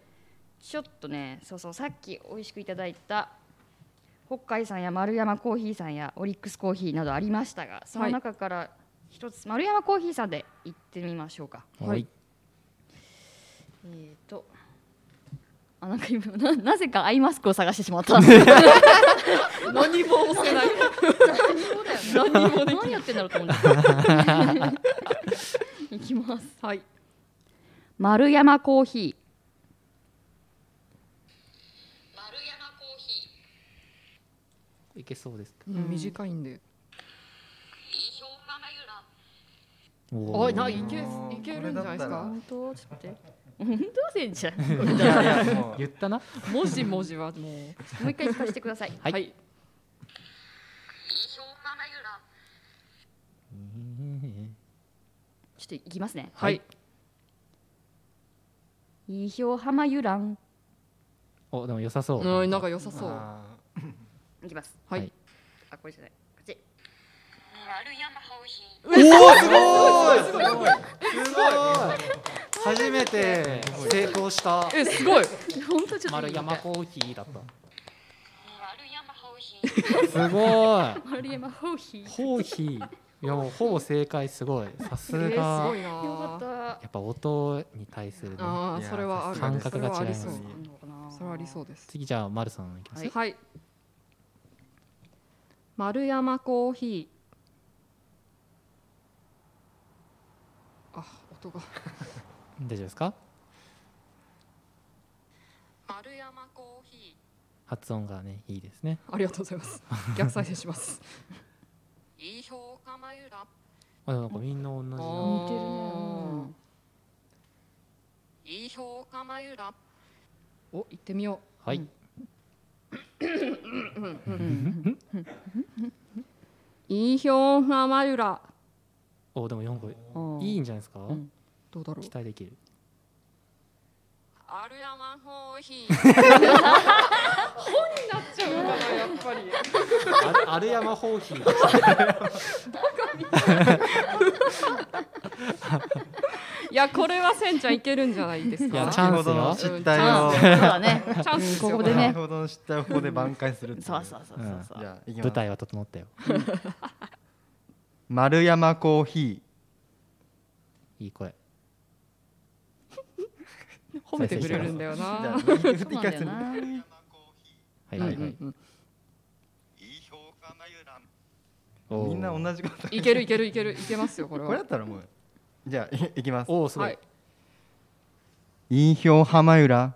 A: ちょっとね、そうそう、さっき美味しくいただいた。北海さんや丸山コーヒーさんやオリックスコーヒーなどありましたが、その中から一つ、丸山コーヒーさんで行ってみましょうか。
G: はい
A: えーと。あ、なんか今、な、なぜかアイマスクを探してしま った。
B: 何も押せない
A: 何も何やってんだろうと思って。いきます。
B: はい
A: 丸山コーヒー。
H: 丸山コーヒー。
G: いけそうですか
B: うん短いんで
H: いい評価まゆら。
G: お
B: おい
G: ー
B: ないけいけるんじゃないですか
A: 本当ちょっと待って。本当せんじゃん。も
E: いやいやもう
G: 言ったな
B: 文字文字はもう
A: う一回聞かせてください。
G: はい
B: はい
H: いい評価まゆら。
A: ちょっといきますね。
B: はい
A: いいひょうはまゆらん。
G: おでも良さそう
B: うんなんか良さそう
G: あ
A: いきます。
B: はい、
G: はい
A: あ、これじゃない。こっち。
G: ーおおすごいすごいすごい初めて成功した
B: えすごい
A: 本当ちょっと
G: 丸
A: いいみたい。
G: 山コーヒーだった
H: ー
G: すごい
A: 丸山ホーヒー。よ
G: コーヒーいやもうほぼ正解すごいさすが
B: えー、すごいな
A: かった。
G: やっぱ音に対するね
B: あ
E: い
B: あ
E: や
B: それはある
G: 感覚が違います
B: それはありそう
G: そう
A: あんのかな
B: それはありそうです
G: 次じゃあ丸さんいきます
B: はい、丸山コーヒーあ音が
G: 大丈夫ですか
H: 丸山コーヒ
G: 発音がねいいですね
B: ありがとうござい ます逆再生します
H: ーいい評価まゆら
G: あなんかみんな同じ
B: あ
G: な
B: ー
A: 似てるね。
H: いい評価まゆら
B: お行ってみよ
G: はい、
B: うインヒョンフマユラ
G: おでも4個
A: うん
G: いいんじゃないですか、
A: ん
B: どうだろ
G: 期待できる
H: 丸山コー ヒー
G: あアルヤマホーヒー
B: ういやこれはせんちゃんいけるんじゃないです
G: いや
B: か
G: チャン
E: 先
G: スよ
E: ほどの失態
A: あ
E: を
A: ーそうだね。
B: チャンス
A: ここでね
E: 先ほどの失態をここで挽回するってい
A: そうそうそうそうそう。
E: じゃあいき
G: 舞
E: ます
G: 台は整ったよ
E: 丸山コーヒ
G: いい声
B: 褒めてくれるんだよ
E: ーじゃ
B: な
E: あ右振って
A: そ
E: いうか
A: なんだよ
E: れてる
A: な。
G: はいはいはい、
B: うん
G: おー
E: みんな同じこと
B: いけるいけるいけるいけますよこれ
E: これだ
B: は
E: ったらもうじゃあいいきます
G: おおすごい、
B: はいい、
E: インヒョン浜浦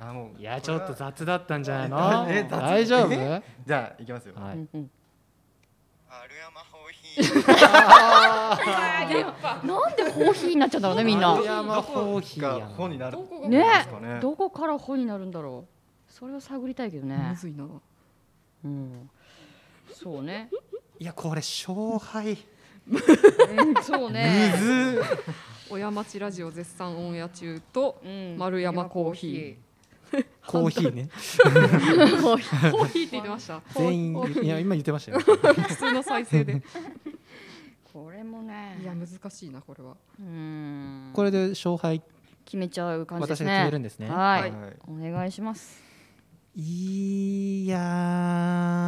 E: あもう
G: やちょっと雑だったんじゃないの
E: え雑
G: 大丈夫は
E: えじゃあいきますよ
G: い、
H: 丸山コーヒー
A: なんでコーヒーになっちゃうんだろうねみんな
G: 丸。山ホーヒーや
E: が
G: ん
E: 本になるん
A: ね
E: ですかね
A: どこからホになるんだろう。それを探りたいけど
B: む
A: ね。
B: ずいな
A: うん。そうね。
G: いやこれ勝敗
A: うんそうね。
B: 親町ラジオ絶賛オンエア中と
A: うん
B: 丸山コーヒー
G: コーヒーね
A: コーヒー。
B: コーヒーって言ってました
G: 全員いや今言ってましたよ
B: 普通の再生で
A: これもね。
B: いや難しいなこれは
A: うん。
G: これで勝敗
A: 決めちゃう感じで
G: 私
A: す
G: が
A: ね。
G: 決めるんですね
A: は
E: はい
A: い。お願いします。
G: いや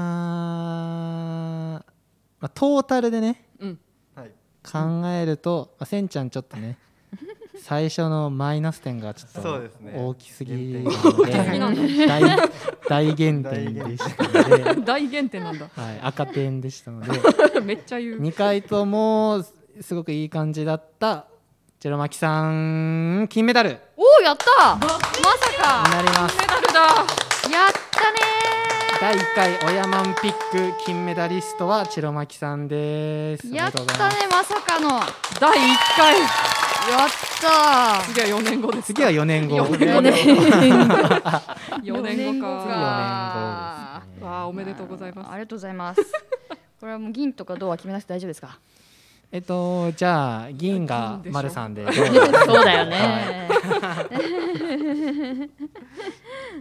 G: ーまあ、トータルでね
E: はい
G: 考えると、まあ、せんちゃんちょっとね最初のマイナス点がちょっ
E: そう
G: と
E: ですね
G: 大きすぎる
E: 減
G: ので
B: 点が大
G: 大大減点でしたので、
B: 大減点なんだ
G: はい、赤点でしたので
B: めっちゃ言う
G: 2回ともすごくいい感じだったジェロマキさん金メダルに
A: おおやった。まさか。
G: なります
B: メダルだ
A: やったね
G: 第1回オヤマンピック金メダリストはチェロマキさんです。お
A: ー
G: め
A: や
G: で
A: っ
G: と
A: た
G: うございます
A: ねまさかのやっ
B: 第1回
A: た
B: 次は4年後です
G: 次は4年後。
B: 四
G: 次は
B: 年
G: 4年後ですね。
B: 4年後
A: 四年後
B: か
A: か
B: わあおめでとうござい
A: あ
B: ま
A: りがとうございますこれはもう銀とか銅は決めなくて大丈夫ですか
G: えっとじゃあ銀が丸さんで。
A: そうだよ
G: は
A: ね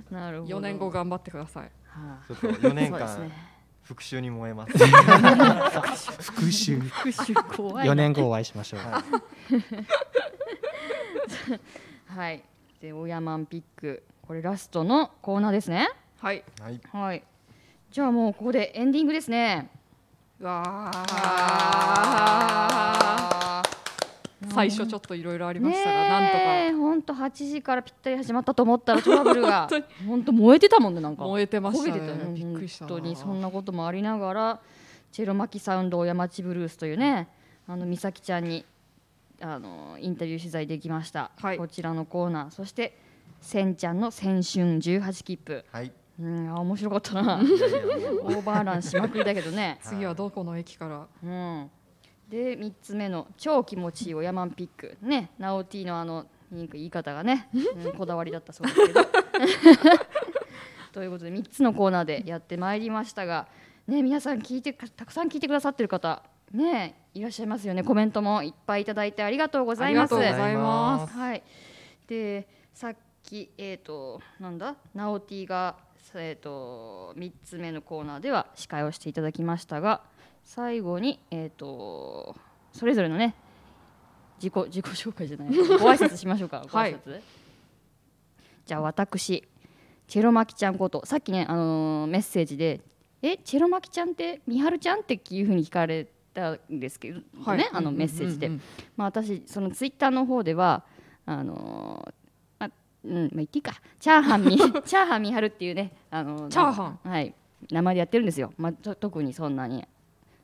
A: なる
B: す
A: ほど
B: 4年後頑張ってください
A: はあ
E: ちょっと4年
A: そう
E: 間
A: ですね
E: 復讐に燃えます
G: 復讐。
A: 復讐怖い
G: 4年後お会いしましょう。
E: は
A: はいでオヤマンピックこれラストのコーナーですね
B: はい
E: いはい
A: はいじゃあもうここでエンディングですね
B: わあ
A: あー
B: 最初ちょっといろいろありま
A: ね
B: し
A: え
B: たがなんと
A: 本当8時からぴったり始まったと思ったらトラブルが
B: 本
A: 本当燃えてたもんねなん
B: か
A: か
B: 燃えてました
A: 焦げてた
B: ね
A: よ
B: びっくりしたな
A: 本当にそんなこともありながらチェロマキサウンド大山地ブルースというねあの美咲ちゃんにあのインタビュー取材できました、
B: はい
A: こちらのコーナーそしてせんちゃんの「青春18切符
E: はい」
A: うんあ面白かった な
E: いやいやも
A: オーバーランしまくりだけどね、
B: 次はどこの駅から
A: うん、で3つ目の「超気持ちいいオヤマンピック」ねナオティのあのなんか言い方がね、うんこだわりだったそうですけど。 ということで3つのコーナーでやってまいりましたが、ね、皆さん聞いてくたくさん聞いてくださってる方、ね、いらっしゃいますよねコメントもいっぱいいただいてありがとうございます。
B: ありがとうございます
A: はい、でさっきき、えー、となんだナオティが、えー、と3つ目のコーナーでは司会をしていただきましたが最後に、えー、とそれぞれのね自己自己紹介じゃないご挨拶しましょう かご挨拶、じゃあ私チェロマキちゃんことさっきね、あのーメッセージで「えチェロマキちゃんってみはるちゃん?」っていうふうに聞かれたんですけどね、あのメッセージで、
B: うんうん
A: まあ、私そのツイッターの方ではあのーあうんまあ、言っていいかチャーハン みチャーハンみはるっていうね、あの
B: チャーハン
A: はい名前でやってるんですよ、まあ、と特にそんなに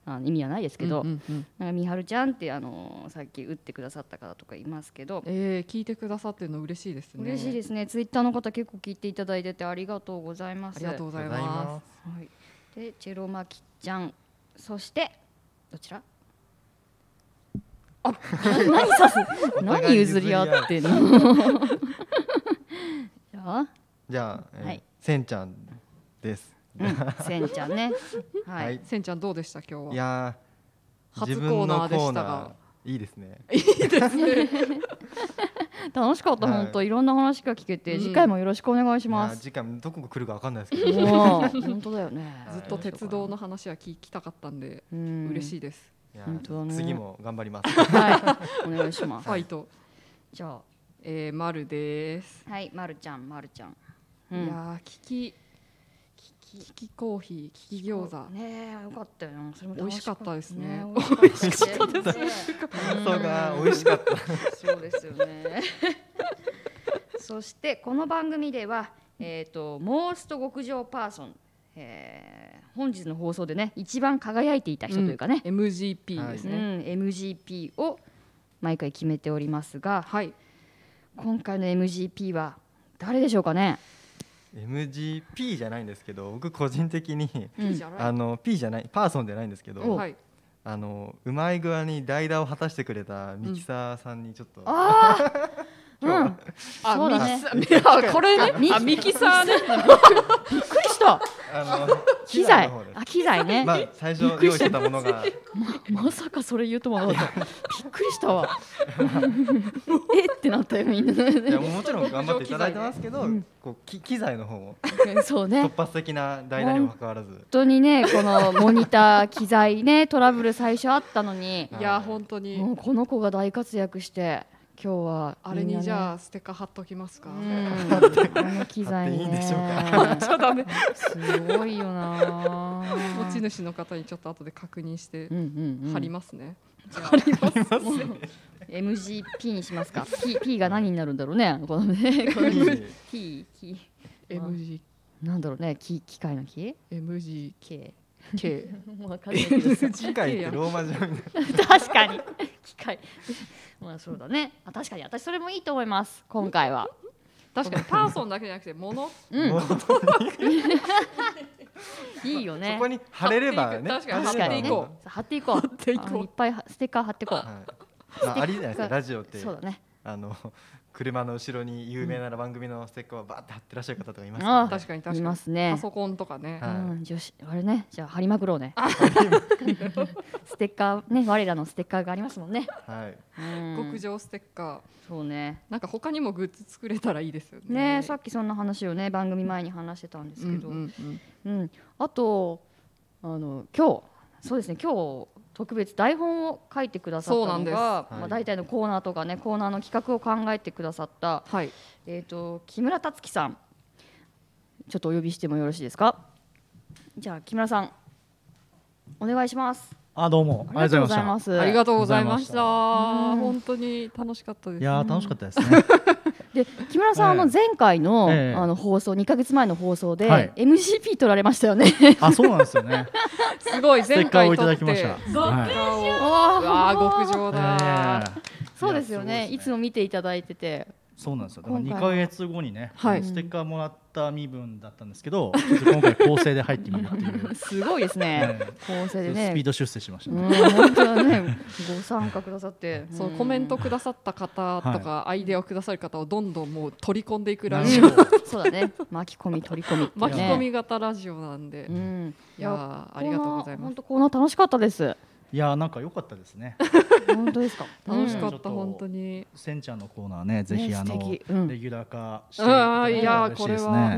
A: あの意味はないですけど、
B: うんうんうん
A: なんかみはるちゃんって、あのーさっき打ってくださった方とかいますけど、
B: えー聞いてくださってるの嬉しいですね
A: 嬉しい
B: す
A: ですねツイッターの方結構聞いていただいててありがとうございます
B: ありがとうござい
E: ありがとうござい
B: ま
E: ます
A: はい、でチェロマキちゃんそしてどちら
E: お互い
A: 何譲り合ってんのじゃあ
E: じゃあ、えー
A: はい
E: せんちゃんです。
A: せんちゃん ねはい、
E: はい
B: せんちゃんどうでした今日はい
E: やー、
B: 初コーナーでしたが
E: 自分のコーナーいいですね。
A: 楽しかった
E: はい
A: 本当いろんな話が聞けて、
B: うん
A: 次回もよろしくお願いし
E: い
A: ま
E: やー
A: す
E: 次回どこが来るかわかんないですけど。
A: もう 本当だよね
E: はい
B: ずっと鉄道の話は聞きたかったんで嬉
A: 嬉
B: し
A: い
B: いです
E: いやー
A: 本当だね
E: 次も頑張ります。
A: うんはいお願いし ま
B: フ
A: す
B: ァイト
A: じゃ
B: えーまるです
A: あはいまるちゃんまるちゃん、
B: い
A: うん
B: やー聞き聞きコーヒー聞き餃子
A: ねえよかったよねそれも
B: 美味しかったですね
A: 美味しかったですね
E: そうか、美味しかった。
A: そうですよ ねそしてこの番組ではえっ、とモースト極上パーソン、えー本日の放送でね一番輝いていた人というかね、
B: MGP
E: はい
B: です
A: うん
B: ね
A: MGP を毎回決めておりますが
B: はい
A: 今回の MGP は誰でしょうかね
E: MGP じゃないんですけど、僕個人的に
A: うん
B: じゃ
E: あ
B: あ
E: の P じゃない、パーソンじゃないんですけど、
B: はい
E: あのうまい具合に代打を果たしてくれたミキサーさんにちょっと、
A: ああ、う
E: 今
A: ん、
B: あ
A: そうだね
B: ミキサーあこれねあミキサーね
A: びっくりした
E: あの
A: 機材
E: の方です
A: あ機材 ね、
E: まあ最初用意してたものが
A: まさかそれ言うとは思わなかった。びっくりしたわ。 えってなったよみんな。
E: いやもちろん頑張っていただいてますけど、こうき機材の方も
A: そうね。
E: 突
A: 本
E: 発的な代打にもかかわらず、
A: 当にねこのモニター機材ねトラブル最初あったのに、
B: いやー本当
A: も
B: に
A: うこの子が大活躍して今日は
B: あれにじ
A: あ。
B: ゃあステッカー貼っときますか
A: うん、あの機材
E: 買っていいんでしょ
A: ね。
B: ちょっとね
A: すごいよな。
B: 持ち主の方にちょっと後で確認して
A: うんうんうん。
B: 貼りますね。
A: MGP にしますか。P P が何になるんだろうね。この ね。この P P ん
B: MG
A: なんだろうね。機機械の機
B: MGK
A: K。わかんないけど。
E: 機械ってローマ字みたい な
A: 確かに機械 まあそうだねあ確かに私それもいいと思います今回は
B: 確かにパーソンだけじゃなくて物
A: うん
E: もう
A: いいよね
E: そこに貼れればね
B: 貼っていく確か
A: 確かに
B: に貼って
A: ね
B: いこう
A: さ貼っていこう貼って
B: いこう
A: いっぱいはステッカー貼っていこう
E: はいまあ、ありじゃないですかラジオって
A: そうだね
E: あの車の後ろに有名な番組のステッカーをバーって貼ってらっしゃる方とかいます
A: あ
E: か
B: 確かに確か
A: い
B: に。
A: ますね
B: パソコンとかね
E: は。
A: う
E: い
A: ん女子あれねじゃあ貼りまくろうね ステッカーね我らのステッカーがありますもんね
E: らね、はい、
A: うん
B: 極上ステッカー。
A: そうね
B: なんか他にもグッズ作れたらいいですよね。
A: ねさっきそんな話をね番組前に話してたんですけど
B: うんうんうん
A: うん、あとあの今日そうですね今日特別台本を書いてくださったの
B: そうなんで
A: が、
B: す
E: い
A: まあ、大体のコーナーとかねコーナーの企画を考えてくださった、
B: はい。
A: えー、と木村達樹さんちょっとお呼びしてもよろしいですかじゃあ木村さんお願いします
I: あどうも。
A: ありがとうございますす
B: ありがとうございました。
A: ざいましたうん
B: 本当に楽しかったです。
I: いやー楽しかったですね。
A: で木村さん、あの
I: ええ
A: 前回の,、
I: ええ
A: あの放送2か月前の放送で、
I: はい
A: MGP 取られましたよね
I: あそうなんですよね。
B: すごい
I: ステ
B: 前
I: ッカー
B: 回
I: をいた
B: 撮
I: だ
B: っ。
I: きましてた。はい
A: わ
B: うわあ極上だ。
I: ええ
A: そうですよねい
I: いやそうですね
A: つも見ていただいてて
I: そうなんですよ。だから
A: 今
I: 二
A: 回は
I: ヶ月後にね、
B: はい
I: ステッカーもらった身分だったんですけど、ちょっと今回構成で入ってみるって いう。
A: すごいですね
I: え
A: 構成で
I: え
A: ね
I: スピード出世しました
A: う
I: ね。
A: ん、本当だね、ご参加くださって、
B: そう
A: うん
B: コメントくださった方とか、アイデアをくださる方をどんどんもう取り込んでいくラジオ、
I: なるほど
A: そうだね、巻き込み取り込みっていうね、
B: 巻き込み型ラジオなんで、
A: うん、
B: いやーありがとうございます
A: 本当コーナー楽しかったです。
I: いやーなんか良かったですね。
A: 本当ですか。
B: 楽しか
I: ちょ
B: っ
I: ったと
B: 本当に
I: せんちゃんのコーナーね、ぜひ
A: ね
I: あの、
A: 素敵うん
I: レギュラー化して
B: あー
I: いただけたら嬉しいです
B: いやーこれは
I: ね。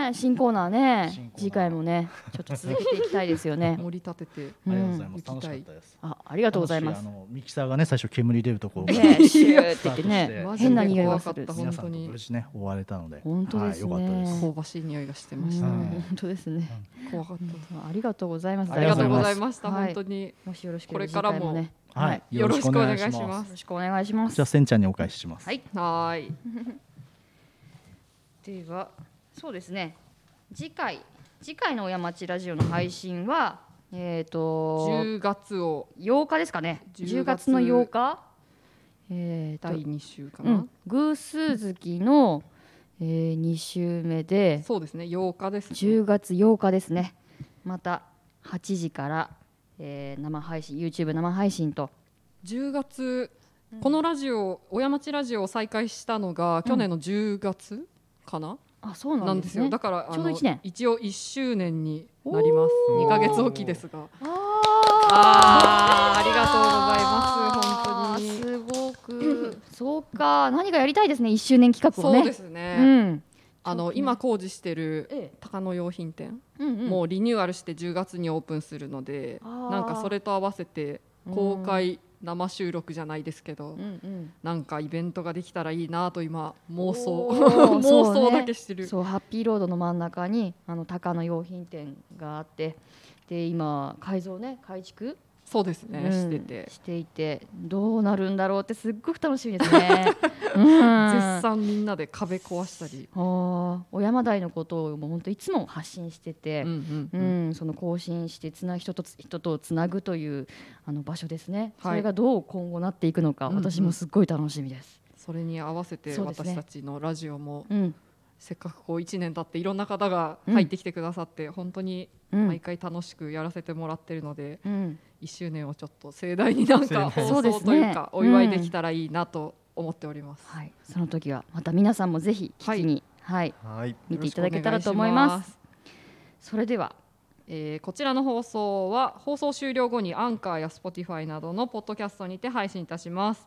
A: ねえ、新コーナーね
I: 新コーナー
A: 次回もね、ちょっと続けていきたいですよね。
B: 盛り立てて
I: ありがとうご
B: うん
I: ざいます。楽しかったです。
A: あ、ありがとうございま
I: 楽
A: す。
I: し
A: ね
I: あのミキサーがね、最初煙出るところから
A: え、シューって言ってね
I: スタートして、
B: マジ
A: 変な
B: で
A: 匂い
B: 怖
A: が
B: か
A: す
B: っ
A: る
B: た。
I: 皆
B: 本
I: さ
B: 当
I: んと
B: に
I: 無事ね、終われたので、
A: 本当ですね
I: はい、よかったです。
B: 香ばしい匂いがして
A: う
B: ま
A: ん
B: したね。
A: 本当ですね。
B: 怖かった。
A: ありがとうございます。
B: ありがとうござい
A: す。
B: ました。
A: はい
B: 本当に
A: もしよろしけ
B: こ
A: れば
B: れ
A: 次
B: からも
A: 回もね、
I: は
A: はいい、
B: よろしくお願いし
I: よろくお
B: ま
A: よ
B: す
A: ろ。しくお願いします
I: じゃあ。せんちゃんにお返しします。
A: はい。
B: はーい。
A: ではそうですね次回次回の「おやまちラジオ」の配信はえっ、と
B: 10月を
A: 8日ですかね
B: 10
A: 10
B: 月
A: 月の8日えー
B: 第
A: と
B: 2週か
A: う
B: な。
A: ん偶数月の、え2週目で
B: そうですね。8日です、ね。
A: 10月8日ですねまた8時から、えー生配信 YouTube 生配信と
B: 10月このラジオ小山町ラジオを再開したのが去年の10月かな、
A: あそうな
B: なんん
A: で,、
B: ですす
A: ね、
B: よ。だからあ
A: ちょうど一年
B: 一応1周年になります。
A: おー
B: 2ヶ月おきですが。
A: あ
B: あーありがとうございます本当に
A: すごくそうか何かやりたいですね1周年企画をね
B: そうです
A: う
B: ね。
A: ん
B: あ
A: そう
B: の
A: ですね
B: 今工事してる
A: ええ
B: 高野用品店、
A: うんうん
B: もうリニューアルして10月にオープンするので、
A: あー
B: なんかそれと合わせて
A: うん
B: 公開生収録じゃないですけど、
A: うん
B: なんかイベントができたらいいなと今妄想
A: お ー
B: 妄
A: そ
B: 想
A: うね
B: だけして
A: う
B: る。
A: ん、そうハッピーロードの真ん中にあの高野用品店があってで今改造ね改築、
B: そうですね、
A: うん
B: してて、
A: していてどうなるんだろうってすっごく楽しみです ね。うん、
B: 絶賛みんなで壁壊したり、
A: あー小山台のことをもう本当いつも発信してて、
B: うん
A: うん
B: うんうん
A: その更新してつな人とつ人とつなぐというあの場所ですね、
B: はい
A: それがどう今後なっていくのか、
B: うんうん
A: 私もすっごい楽しみです。
B: それに合わせて
A: そうですね
B: 私たちのラジオも、
A: うん
B: せっかくこう1年経っていろんな方が入ってきてくださって、本当に
A: うん
B: 毎回楽しくやらせてもらってるので、
A: うん、
B: 1周年をちょっと盛大になんか
A: 盛大に
B: 放送というか
A: そう
B: お
A: ですね
B: 祝いできたらいいなと思っております。
A: はい、その時はまた皆さんもぜひ聞きに、はい
E: はい
A: 見ていただけたらと思います。
B: よろしくお願いし
A: それでは
B: えーこちらの放送は放送終了後にアンカーや Spotify などのポッドキャストにて配信いたします。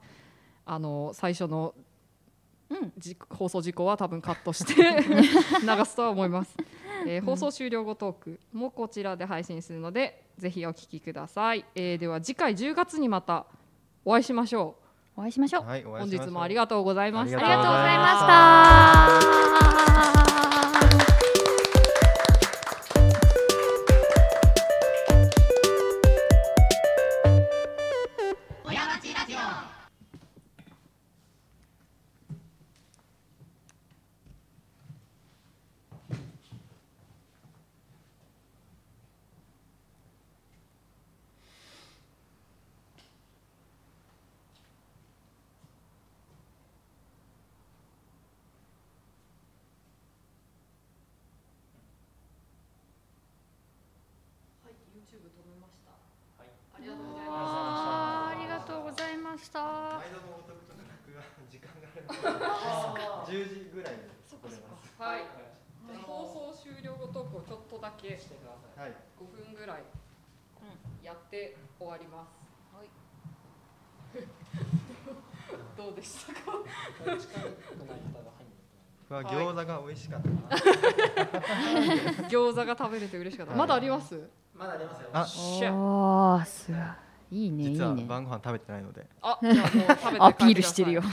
B: あの最初の
A: うん
B: じ放送事項は多分カットして 流すとは思います、えー放送終了後トークもこちらで配信するのでぜひお聞きください、えーでは次回10月にまたお会いしましょ
A: お会いしましょう。
E: はい、お
B: う
E: 会い
B: 本
E: し
B: 日
E: ましょう
B: もありがとうございました
E: あ
A: ありがとうございました。ありがとうございました。
E: 毎度の男との落が時間があるので10時ぐらいに来れま
B: はい、じゃあ放送終了後トークをちょっとだけ
E: すはい
B: 5分ぐらいやって終わります。はい。どうでしたか。
E: うわ餃子が美味しかった
B: 餃子が食べれて嬉しかった。まだあります。
E: あ
B: しゃ。
A: ああ、すごい。いいね、いい
E: 実は
A: ね。
E: 晩ご飯食べてないので
B: あ、じゃあもう食べて帰ってください
A: アピールしてるよ。。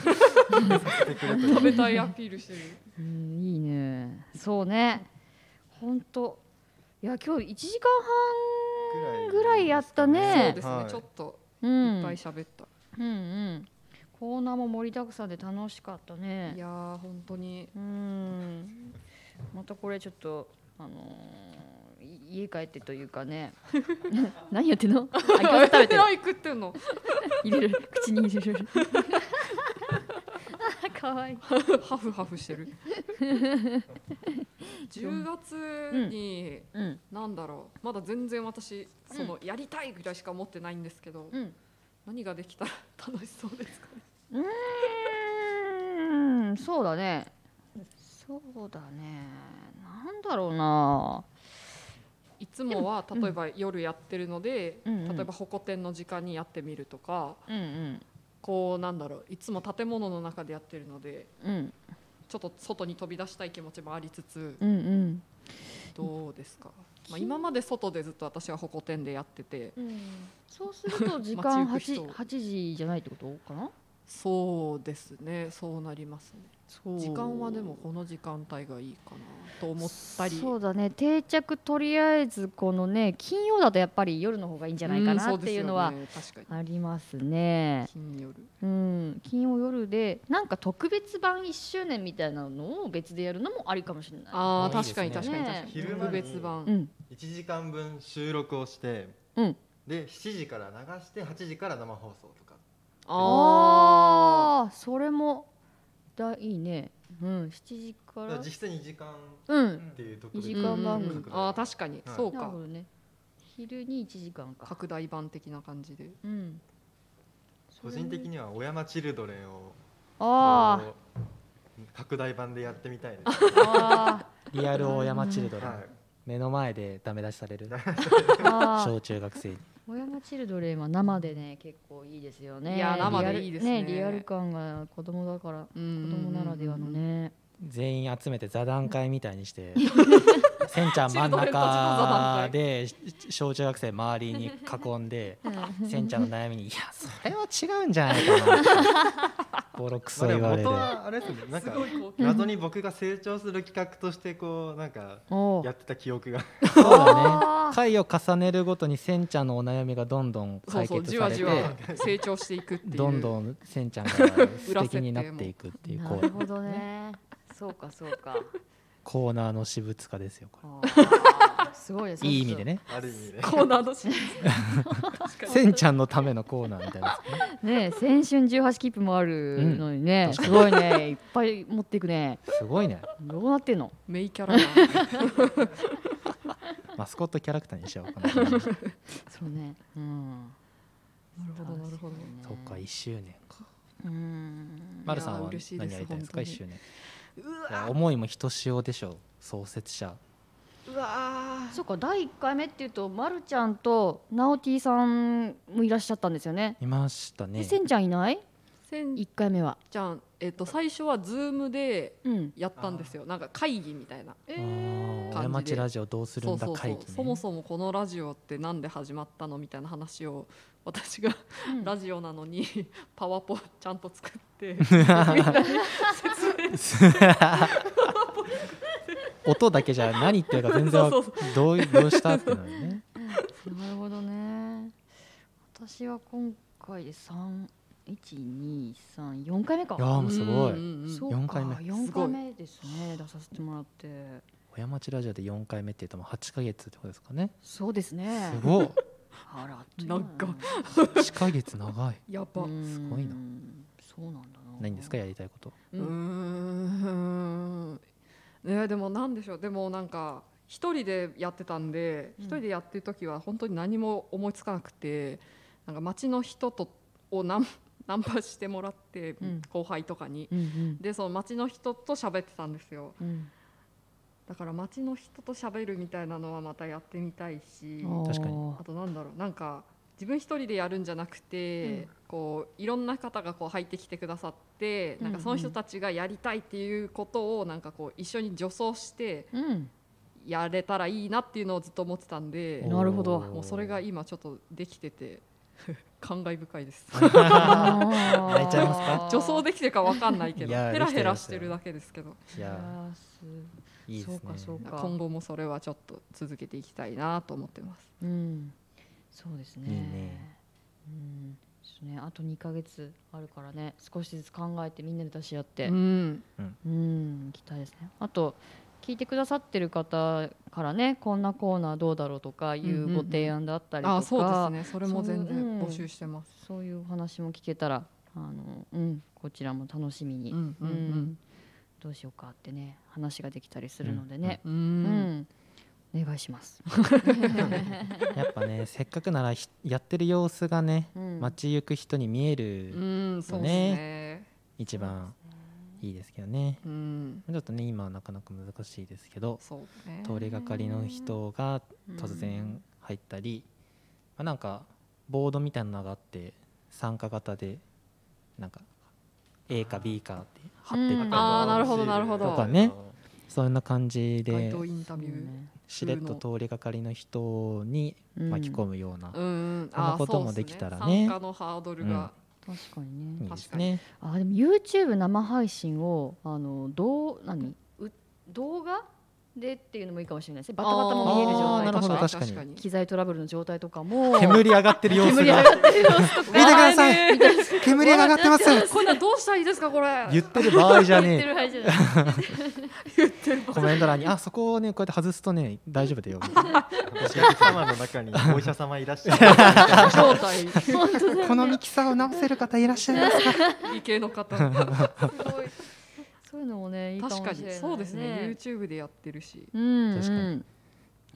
B: 食べたいアピールしてる。
A: うん、いいね。そうね。本当。いや、今日一時間半ぐらいやった
B: そう
A: ね
B: で。す
E: は
B: ね。
E: い
B: ちょっと
A: う
B: い
A: ん
B: っぱい
A: うん、
B: 喋った。
A: うん。コーナーも盛りだくさんで楽しかったね。
B: いやー本当に。
A: うーんまたこれちょっとあのーい家帰ってというかね 何やってんのあ餃子食べてる
B: 何食ってんの。
A: 入れる口に入れる あかわいい
B: ハフハフして る。10月に
A: うん
B: なんだろうまだ全然私そのやりたいぐらいしか思ってないんですけど、
A: うん
B: 何ができたら楽しそうですかね
A: うーんそうだねそうだねなんだろうな
B: いつもは例えば夜やってるので、
D: うんうん
B: 例えば「ほこてん」の時間にやってみるとか
D: うんうん
B: こうなんだろういつも建物の中でやってるので
D: うん
B: ちょっと外に飛び出したい気持ちもありつつ
D: うんうん
B: どうですか、まあ、今まで外でずっと私は「ほこてん」でやってて
A: そうすると時間
B: 街行く人
A: 8, 8時じゃないってことかな
B: そうですねそうなりますね
A: そう
B: 時間はでもこの時間帯がいいかなと思ったり
A: そうだね定着とりあえずこのね金曜だとやっぱり夜の方がいいんじゃないかなっていうのは
B: んそですよね確か
A: ありますね
B: に金夜
A: うん、金曜夜でなんか特別版1周年みたいなのを別でやるのもありかもしれない。
B: ああ
G: あいい
B: 確
G: です
B: かに
G: ね
B: 確かに確かに
A: ね
E: 昼間
B: 特
E: に
B: 別
A: う
B: 版、
A: ん、
E: 1時間分収録をして、
A: うん
E: で7時から流して8時から生放送とか
B: あ
A: ああそれもだいいね、うん、7時か
E: だから
A: ら
E: 実質2時間
A: うん
E: っていうとこ
A: うん
E: ろ
A: 二
B: ー
A: 時間番
B: うん
A: 組
B: うんうんあー確かに、
E: はい
B: そ
A: な
B: う
A: る
B: か
A: ほどね昼に1時間か、
B: 拡大版的な感じで
A: うん、
E: 個人的には小山チルドレンを
A: あー
E: こう拡大版でやってみたいで
A: あ
G: リアル大山チルド
E: す、
G: レン、
E: はい
G: 目の前でダメ出しされる
A: ーあー
G: 小中学生に
A: 小山チルドレンは生でね結構いいですよね
B: いやー生で
A: リアル
B: いいですね
A: リアル感が子供だから
B: 子
A: 子供ならではのね
G: 全員集めて座談会みたいにして せんちゃん真ん中で小中学生周りに囲んでせんちゃんの悩みに「いやそれは違うんじゃないかな」ボロクソ
E: まあ、でも
G: 言われ
E: 元
G: る
E: はあれですねなんか謎に僕が成長する企画としてこうなんか
A: お
E: やってた記憶が
G: そうだ
A: あ
G: ね回を重ねるごとにせんちゃんのお悩みがどんどん
B: そう
G: 解
B: そう
G: 決
B: じ
G: さ
B: わ
G: れ
B: じ
G: て
B: わ成長していくっていう
G: どん
B: ん
G: どんせんちゃんが素敵になっていくっていう
A: な
G: こ
A: る
G: う
A: ほどねそうかそうか
G: コーナーの私物化ですよこ
A: あー すごいです
G: れいい意味でね
E: ある意味で
B: コー ナーのシーン
G: せんちゃんのためのコーナーみたいな
A: ねえ青春18切符もあるのにね、
G: うん
A: すごいねいっぱい持っていくね
G: すごいね
A: どうなってんの
B: メイキャラが
G: マスコットキャラクターにしようかな
A: そ
G: そ
A: うねうんなる
B: ほどなるほど
G: っか1周年か
A: うん
G: 丸さんは
B: 嬉しいです
G: 何やりたいですか
B: 本
G: 1
B: 当に
G: 周年いや思いもひとしおでしょう創設者
A: そうか第1回目っていうと、ま、るちゃんとナオティさんもいらっしゃったんですよね
G: いました
A: で
G: ね
A: せんちゃんいない
B: せん
A: ?1 回目は
B: ちゃん、えっと最初はズームで
A: うん
B: やったんですよなんか会議みたいな
A: え
B: 感じ
G: あー
B: で
G: 親町ラジオどうする
B: そ
G: ん
B: う
G: だ
B: そうそ
G: 会
B: う
G: 議
B: そも
G: ね
B: そもこのラジオってなんで始まったのみたいな話を私が
A: うん
B: ラジオなのに パワポちゃんと作って
G: 音だけじゃ何言ってるか全然わ
B: そう
G: どうどうしたってなる ね
A: なるほどね私は今回で3123回目か
G: いやーもうす
B: う
G: ごい
B: んうんうん
A: そう
G: 四
A: か
G: 回目
A: 4
B: すご
A: 回
B: い
A: 目ですね出させてもらって
G: 親町ラジオで4回目って言うともう8ヶ月ってことですかね
A: そうですね
G: すごい
A: あらあっという間だ
B: なんか
G: 8ヶ月長い
B: やば
A: う
B: うん
G: すごいな
A: そうなんだな
G: 何ですかやりたいこと
B: ーん ねでもなんでしょうでもなんか一人でやってたんで
A: うん
B: 一人でやってる時は本当に何も思いつかなくてなんか街の人とをナン ナンパしてもらって
A: うん
B: 後輩とかに
A: うんうん
B: でその街の人と喋ってたんですよ
A: うん
B: だから街の人と喋るみたいなのはまたやってみたいし
G: 確かに
A: あ
B: あとなんだろうなんか自分一人でやるんじゃなくて、こういろんな方がこう入ってきてくださって、なんかその人たちがやりたいっていうことをなんかこう一緒に助走して
A: ーうん
B: やれたらいいなっていうのをずっと思ってたんで
A: なるほど
G: おー
B: もうそれが今ちょっとできてて 感慨深いです
A: 泣
G: 泣いちゃいますか
B: 助走できてるかわかんないけど
G: いや
B: ヘラヘラ
G: でき
B: してて
G: る
B: る
G: よ
B: だけですけど
G: いやーいいですね
A: そうかそうか
B: 今後もそれはちょっと続けていきたいなと思ってます
A: うん、そうですね。
G: いいね
A: うん、そうね。あと2ヶ月あるからね、少しずつ考えてみんなで出し合って、う、
B: うんん
A: 行きたいですね。あと聞いてくださってる方からね、こんなコーナーどうだろうとかい
B: んうんう
A: うんご提案だったりとか、
B: あそうですねそれも全
A: そういう
B: 然
A: うん
B: 募集してます
A: そういうお話も聞けたら、あの、うん、こちらも楽しみに、
B: うんうんうん
A: どうしようかってね、話ができたりするのでね、
B: う
A: うんん。お願いします。
G: やっぱねせっかくならひやってる様子がね
A: うん
G: 街行く人に見え
B: う
G: る
B: ん、そうですね。
G: 一番いいですけどね
B: うん、
G: ちょっとね今はなかなか難しいですけど
B: そうね
G: 通りがかりの人が突然入ったり、まあ、なんかボードみたいなのがあって参加型でなんか A か B かって貼って
D: う
G: っ
D: ん
G: て
B: あーなるほどなるほど
G: とかねそんな感
B: 街
G: じで
B: 頭インタビュー、
G: しれっと通りがかりの人に巻き込むような、
B: うんうん
G: そんな
B: ー
G: こと
B: そう
G: も
B: っす
G: できたらね
B: 参加のハードルが、
A: 確かに
G: い
A: ね
G: いですね
A: あでも YouTube 生配信をあのどう何う動画でっていうのもいいかもしれないですねバタバタも見える
G: あ
A: 状
G: ー
A: 態
G: なる
A: と
G: ほど
A: か
G: 確かに
A: 機材トラブルの状態とか も
G: 煙上がってる様子
A: 煙
G: が
A: 上がってる様子とか
G: 見てください煙上がってます
B: こんなんどうしたらいいですかこれ
G: 言ってる場合じゃ
A: 言って
G: ね
A: る配信じゃない
G: えコメント欄にあそこをねこうやって外すとね大丈夫だよみたいな
E: お客様の中にお医者様いらっしゃる
B: 正体
G: このミキサーを直せる方いらっしゃいますか
B: 理系の 方確
A: そういうのもねいいかもしれ
B: か
A: ない、
B: にそうですね YouTube でやってるし
A: うんうん
G: 確かに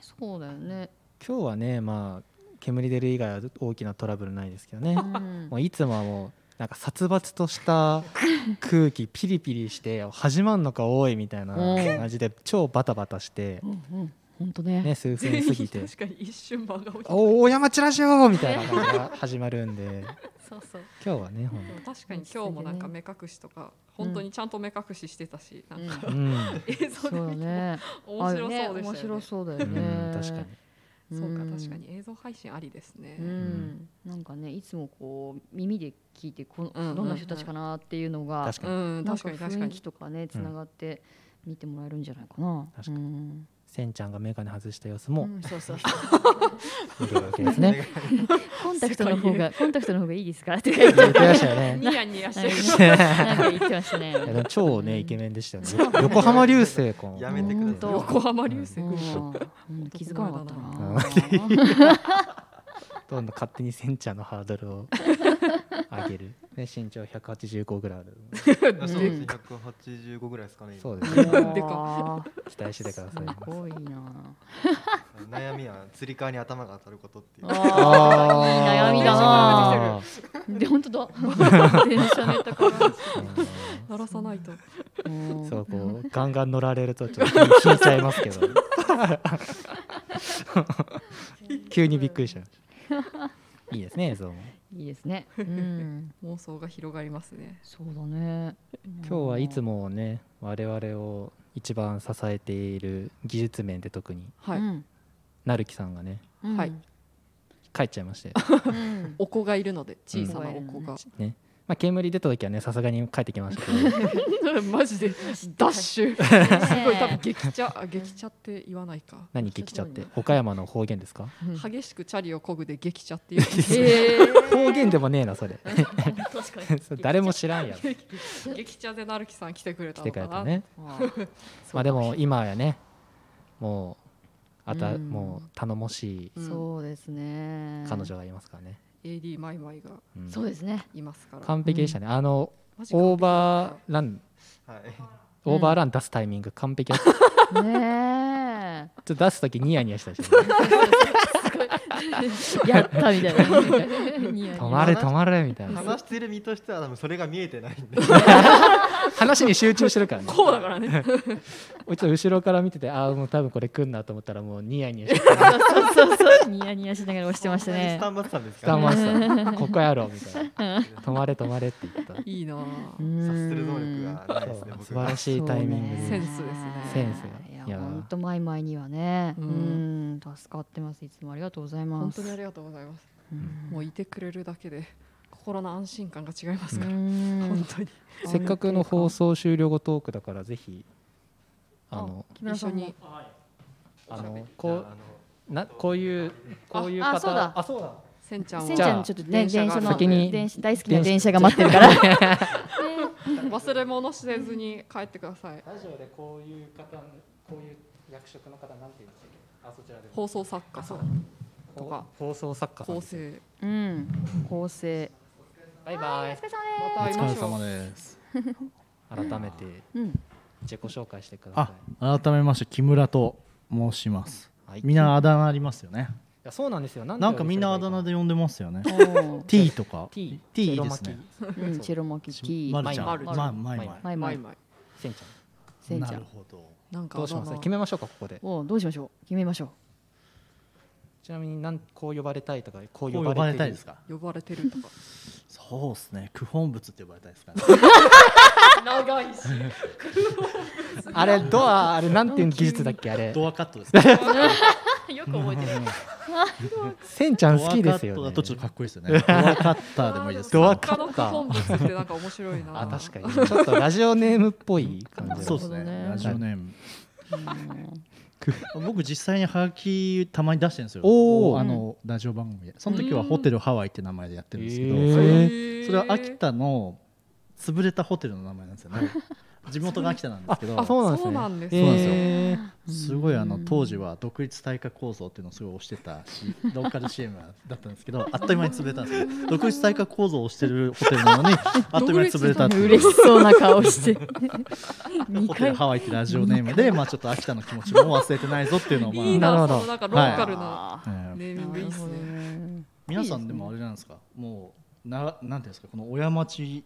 A: そうだよね、
G: 今日はねまあ煙出る以外は大きなトラブルないですけどね
A: うん
G: もういつもはもうなんか殺伐とした空気ピリピリして始まんのか多いみたいな
A: うん
G: 感じで超バタバタして
A: う、んうん本当ね
G: ね、数分過ぎて
B: 確かに一瞬真顔に
G: 「おお大山チラシオ!」みたいな感じが始まる んで
A: そうそう
G: 今日はねほん
B: 確かに今日もなんか目隠しとか本当にちゃんと目隠ししてたしなんか
G: とうん、
B: 映
A: そ
B: 像
A: うだ
B: で
A: ね
B: 面白そうで
A: あれね面白そうだよ
B: したよね
G: う
A: ね、
G: ん、確かに
B: そうか
A: ん
B: 確かに映像配信ありですね
A: うん
G: ん
A: なんかねいつもこう耳で聞いてこの、
B: うんうんうん
A: どんな人たちかなっていうのが
G: 確か
B: う
G: に
B: ん
A: なんか
B: 確かに確か
A: 雰囲
B: に
A: 気とかねつながって見てもらえるんじゃないかな。
G: 確かに
A: うん
G: せんちゃんが眼鏡外した様子も
A: うんそうそう
G: 見れるわけですね。
A: コンタクトの方がコンタクトの方がいいですかって書いて
G: 言ってましたよ ね。
B: ニヤニヤしてる
A: なんか言ってましたね
G: いや。でも超ねイケメンでしたよね。横浜流星君。
E: やめてください
A: 本
B: 横浜流星
A: うんう
B: 群
A: ん気づかなかったな。
G: 男どんどん勝手にセンチャーのハードル を上げる、ね、身長185ぐらいある
E: あ そうです185ぐらいですかね今
G: そうです
B: で
A: か。
G: 期待しててください
A: すごいな。
E: 悩みはつり革に頭が当たることっていう
A: あーいい悩みだな。で本当だ。 電車ネタから。
B: 鳴らさないと
A: うん
G: そうこうガンガン乗られるとちょっと引いちゃいますけど 急にびっくりしちゃういいですね映像も
A: いいですね。うん。
B: 妄想が広がりますね
A: そうだね。
G: 今日はいつもね我々を一番支えている技術面で特に
B: はい
A: うん
G: 成木さんがね
A: うん
B: はい
G: 帰っちゃいまして、
A: うん
B: お子がいるので小さなお子が、
G: ねまあ、煙出た時はねさすがに帰ってきましたけど
B: マジでダッシュすごい 多分激茶あ激茶って言わないか
G: 何聞きちゃって岡山の方言です か
A: うん
B: 激しくチャリを漕ぐで激茶っていう
A: え
G: 方言でもねえなそ れそれ誰も知らんやろ
B: 激茶でなるきさん来てくれた
G: 来て
B: の
G: く
B: か
G: れ
B: な、
G: たね
A: ー。
G: まあでも今やねもうあた
A: うん
G: もう頼もしい
B: うん
A: そうですね。
G: 彼女がいますからね、
B: AD マイマイが
G: うん
A: そうですね。
B: いますから
G: 完璧でしたね、あの
B: マジ完璧
G: オーバーラン
E: はい
G: オーバーラン出すタイミング完璧だった、ちょ
A: ね
G: っと出す時ニヤニヤしたし、ね、
A: え。やったみたいな。ニヤニ
G: 止
A: ヤ
G: まれ止まれみたいな
E: 話してる身としては多分それが見えてないんで
G: 話に集中してるからね
B: こうだから ね
G: うちの後ろから見ててああもう多分これ来んなと思ったらもうニヤニヤしてた
A: そうそうそう。ニヤニヤしながら押してました
E: ス
A: ね
E: タ。ンバってたんです
G: スタ
E: か
G: ン
E: ね
G: バッさんここやろみたいな止まれ止まれって言った
B: いいなあ
E: 察する能力がないですね
G: そう
E: 僕
G: 素晴ら
E: は
G: しいタイミング
A: そうね
G: で
B: センスですね
G: センスが
A: いや
G: いや
A: 本当マイマイにはね、
B: う
A: うんん、助かってます。いつもありがとうございま
B: 本
A: す。
B: 当にありがとうございます
A: うん
B: もういてくれるだけで心の安心感が違いますから、
A: うん
B: 本当に
G: せっかくの放送終了後トークだからぜひあの
A: 木村
B: 一
A: さ
B: 緒
A: んも
B: に
G: あの
E: じゃ
G: こ
E: ああの
G: うなこういうこういう方
A: あそうだ
G: そうだ
B: せんちゃんを
A: せんち
G: んじ
A: ゃん
G: ゃあ
A: ちょっとね電車の
G: 先に
A: 電車大好きな電車が待ってるから。
B: 忘れ物せずに帰ってください
G: ラジオでこういう方こういう役職の方なんて言うんでしたっけあそちらで
B: 放送作家さんとか
G: 放送作家さん
B: 構
G: です
A: う
B: 成
A: ん、構成。
G: バイバ
B: ま
G: イ
B: た会いましょう
I: です
G: 改めて
A: うん、
G: 自己紹介してくだ
I: あ
G: さい
I: 改めまして木村と申します
G: はい
I: みんなあだ名ありますよね
G: やそうなんですよなん
I: なんかみんなあだ名で呼んでますよね
A: おー
I: T とか
G: T
I: T
G: チェロ
I: で
G: マ
I: す
G: キ
I: ね
A: うんチェロ巻きキー
I: まるちゃ
G: ま
I: ん
G: る
I: ままいまい
A: マイマ
J: マ
A: イ
J: イマイ
G: せんちゃん
A: せん
I: な
A: ちゃ
I: る
A: ん
I: ほど
J: なんか
G: どうします決めましょうかここで
A: おうどうしましょう決めましょう
G: ちなみになんこう呼ばれたいとかこう
I: こ
G: 呼ばれ
I: う呼ばれた
G: た
I: い
G: い
I: ですか
J: 呼ばれてるとか
I: そうですね九本物って呼ばれたいですかね
J: 長いし
G: あれドアあれなんていう技術だっけあれ
I: ドアカットで すね
J: よく覚えてる
G: せんちゃん好きですよ
I: ドアカ
G: ね
I: ットだとちょっとかっこい いですよねドアカッターでもいいですけど
G: ドア
J: 他の古本物ってなんか面白いな
G: あ確かにちょっとラジオネームっぽい感じ
I: そうです
A: なるほど
I: ね
A: ね
I: ラジオネーム
A: うん
I: 僕実際にハガキたまに出してるんですよ
G: おー
I: あのラジオ番組でその時はホテルハワイって名前でやってるんですけど、
G: うん
I: それ
G: へ
I: は
J: に
I: それは秋田の潰れたホテルの名前なんです よね地元が秋田なんですけど
G: あそうなんですね
J: そうなんです
I: そうなんですよ
G: えー
I: すごいあの当時は独立対価構造っていうのをすごい推してたしローカル CM だったんですけどあっという間に潰れたんですよ独立対価構造を推してるホテルなのにあっという間に潰れたっていう
A: 嬉しそうな顔して二
I: ホテル
A: 回
I: ハワイってラジオネームで、まあ、ちょっと秋田の気持ちも忘れてないぞっていうのを、まあ
J: リーダーさん
G: なるほど
J: のなんかローカルな
A: あ
I: えー
J: ネーミ
A: ー
J: ングいいっす
A: なるほ
J: ね
A: どね
I: 皆さんでもあれなんですかもうななんていうんですかこの親町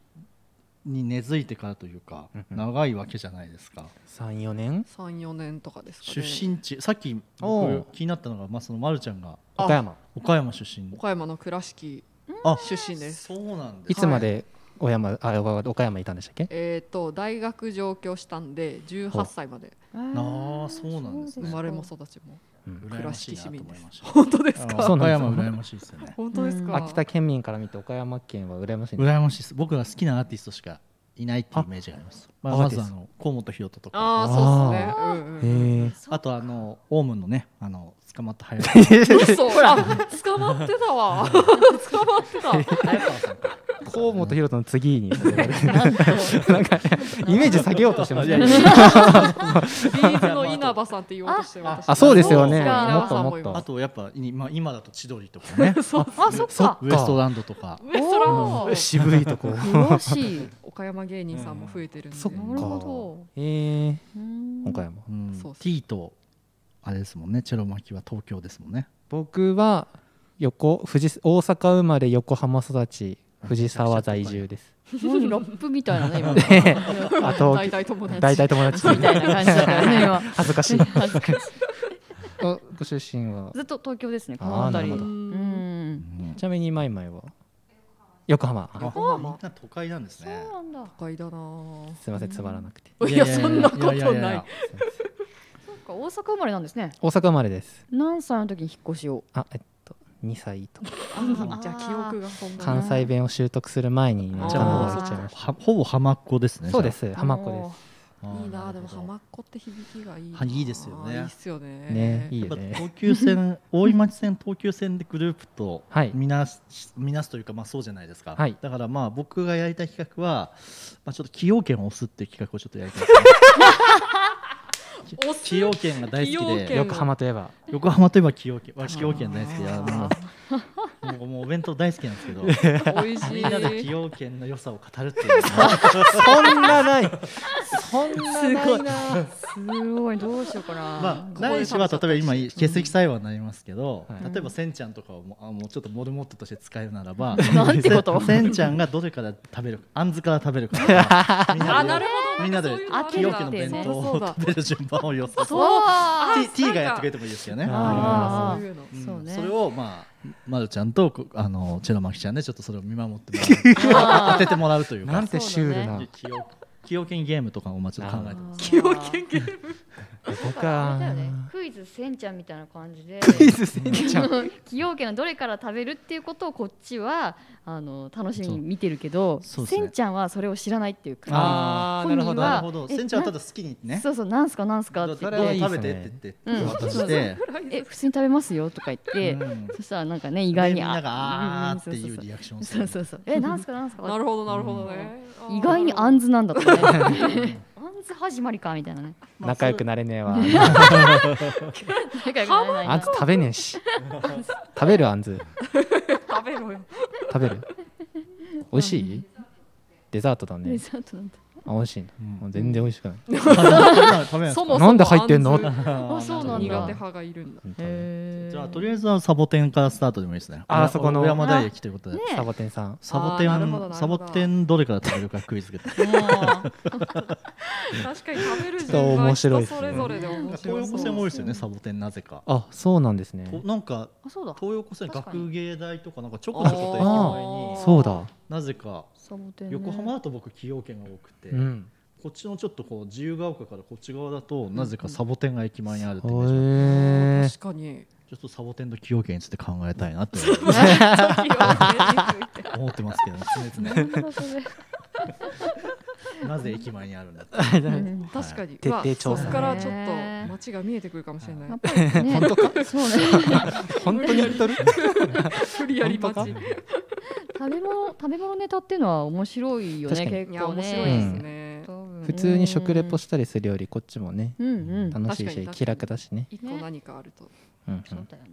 I: に根付いてからというか
G: うんうん
I: 長いわけじゃないですか
G: 34年
J: 三四年とかですか
I: 出
J: ね
I: 身地さっき
G: お
I: 僕
G: う
I: 気になったのが、まあ、そのまるちゃんが
J: あ
G: 岡山
I: 岡山出身
J: 岡山の倉敷
I: あ
J: 出身です
I: そうなんで
G: い
I: す
G: つまで小山あ岡山にいたんでしたっけ
J: えっと大学上京したんで十八歳まで
I: ああそうなんです
J: 生
I: ね
J: まれも育ちも
I: 羨ましいなと思い
J: 倉敷市民
I: ま
J: で
I: し
J: 本当です
I: たあ
J: か
G: そ
I: の
G: うなんで
I: 岡
G: す
I: 山
G: よ
I: 羨ましいですよね
J: 本当ですか
G: 秋田県民から見て岡山県は羨ましいんです
I: 羨ましいです僕が好きなアーティストしかいないっていうイメージがありますまあ、
G: ア
I: ま
G: ーティ
I: ずあ
G: スト
I: の河本大人とかあ
J: ああそうですねうんうん
G: へ
I: とあのオウムのねあの捕まった早 川
J: 嘘あ捕まってたわ捕まってた
I: 早川さんか
G: え河本大人の次になんかイメージ下げようとしてます
I: いやいや
G: ね
J: ビーズの稲葉さんって言おうとして私
G: あそうですよね
J: そうか
G: もっともっ
I: あ
G: と
I: とやっぱ今今だと千鳥と かね
A: あそっか
I: ウエストランドとか
J: ウエストランドも
G: 渋いとこ
A: 詳しい
J: 岡山芸人さんも増えてるんで、
G: そっか
A: なるほ
G: えー
A: うん
G: 岡山
I: うん
J: そうそう
I: T とあれですもんねチェロ巻きは東京ですもんね
G: 僕は横富士大阪生まれ横浜育ち藤沢在住です
A: 何ラップみたいなね今
G: あと
J: 大体友達
G: 大体友達
A: みたい な感じだったよね今
G: 恥ずかしいあご出身は
A: ずっと東京ですねこの
G: あーな
A: 辺
G: る
A: り
G: ほ
A: う
G: ど
A: ん
G: ちなみにマイマイは横浜あ
I: 横浜みんな都会なんですね
A: なんだ
J: 都会だなぁ
G: すいませんつまらなくて
J: いやそんなことない
I: ややや
A: そっか大阪生まれなんですね
G: 大阪生まれです
A: 何歳の時に引っ越しを
G: あえっと2歳とか
J: あじゃあ記憶がそんな
G: 関西弁を習得する前に
J: あー
G: ちゃんと忘れちゃいまし
I: はほぼ浜っ子ですね
G: たそうですす浜っ子です
J: いいなぁでも浜っ子って響きがいいなぁ
I: はいいいですよね
J: いいっすよね
G: ねいい
I: やっ
G: よ
I: ぱ
G: ね
I: 東急線大井町線東急線でグループと
G: はい
I: みなす,、みなすというかまあそうじゃないですか、
G: はい
I: だからまあ僕がやりたい企画は、まあ、ちょっと崎陽軒を押すっていう企画をちょっとやりたいですね
J: 押す
I: 崎陽軒が大好
J: 崎
I: き
J: 陽
I: で
J: 軒
G: 横浜といえば
I: 横浜といえば崎陽軒私崎陽軒大好きであのもうもうお弁当大好きなんですけど
J: 美味しい
I: みんなで崎陽軒の良さを語るっていうのが
G: そんなないそんなないな
A: すごいどうしようかな、
I: まあないしは例えば今欠席裁判になりますけど、
G: はい
I: 例えばせんちゃんとかをもうあもうちょっとモルモットとして使えるならば
A: なんて こと
I: せせんちゃんがどれから食べるかあんずから食べるかとかみんな
J: あ
I: で
J: なるほど
I: みんなで
J: そういうのあるんだ
I: 崎陽軒の弁当
J: そう
I: を
J: だ
I: 食べる順番を予想する
J: そうあ
I: T, T がやってくれてもいいですよね。
A: あ
J: そういうの
I: うん
A: そうね
I: それをまあまるちゃんとこあのチェロマキちゃんでちょっとそれを見守ってもらう当ててもらうとい う
G: な
I: か
G: んてシュールな
I: 崎陽崎陽軒ゲームとかをまあちょっと考えてます
A: 崎陽軒
G: 僕
A: あれだよ
G: は
A: ねクイズせんちゃんみたいな感じで
G: クイズせんちゃん
A: 崎陽軒のどれから食べるっていうことをこっちはあの楽しみに見てるけど、
I: そうそうです
A: せ
I: ね
A: んちゃんはそれを知らないっていうか
G: あー
A: 本
G: なる
A: 人
G: ほど
I: な
A: は
I: るほど。
A: え
I: センちゃんはただ好きにね。
A: そうそうなんすかなんすかって言
I: ど
A: っ
I: れを
A: て
I: 食べてって言って渡して、
A: え普通に食べますよとか言って、
I: うん
A: そしたらなんかね意
I: 意
A: 外
I: み
A: に
I: んながあ
A: うん
I: ーっていうリアクションをす
A: そ
I: る
A: う。そうそうえなんすかなんすか
J: なるほどなるほどね
A: 意外にあんずなんだとねあんず始まりかみたいなね
G: 仲良くなれねえわ
A: 仲良くなれないな
G: あんず食べねえし食べるあんず
J: 食べろよ
G: 食べる美味しいデザートだ
A: デ
G: ね
A: ザートなんだ
G: あ美味しいんだ、もう全然美味しくない、
I: 食べないんですか
B: そもそも
G: なんで入ってんの
B: あんずあそうなんだ苦手
G: 苦手
B: 派がいるんだ
I: じゃあとりあえずはサボテンからスタートでもいいですね
G: あーそこの
I: 小山台駅ということで、
G: サボテンさん
I: サボテ
B: あーなるほどな
I: ン
B: る
I: サ
B: ほど
I: ボテンどれから食べるかクイズが
B: 確かに食べる
G: ちょっと
B: 順番
G: 面白い
B: 人
G: ですね
B: それぞれで面白
I: 東
B: そう
I: 横線も多いですよねサボテンなぜか
G: あそうなんですね
I: となんか
A: あそうだ
I: 東横線
A: 確かに
I: 学芸大とかなんかちょこちょこと駅
G: あ
I: 前に
G: そうだ
I: なぜか
A: サボテンね
I: 横浜だと僕崎陽軒が多くて、
G: うん
I: こっちのちょっとこう自由が丘からこっち側だとなぜかサボテンが駅前にあるってイメージなんで
G: へえ
B: 確かに
I: ちょっとサボテンと崎陽軒について考えたいなって 思ってますけどね常々ね なぜ駅前にあるんだって
B: 確かに
G: 徹底
B: うわ
G: 調査
B: そこからちょっと街が見えてくるかもしれない
A: やっぱりね本当かそうね
G: 本当に言っとる
B: 無理やり街
G: 本
B: い
A: 食べ物食べ物ネタっていうのは面白いよね
G: 確か
A: 結
B: や
A: 構
B: 面
A: ね
B: 白いですね
G: 普通に食レポしたりするよりこっちもね
A: うんうん
G: 楽しい
B: 確かに確
G: し
B: かに
G: 気楽だしね、
B: 一個何かあると
G: うんうん
A: そうだよね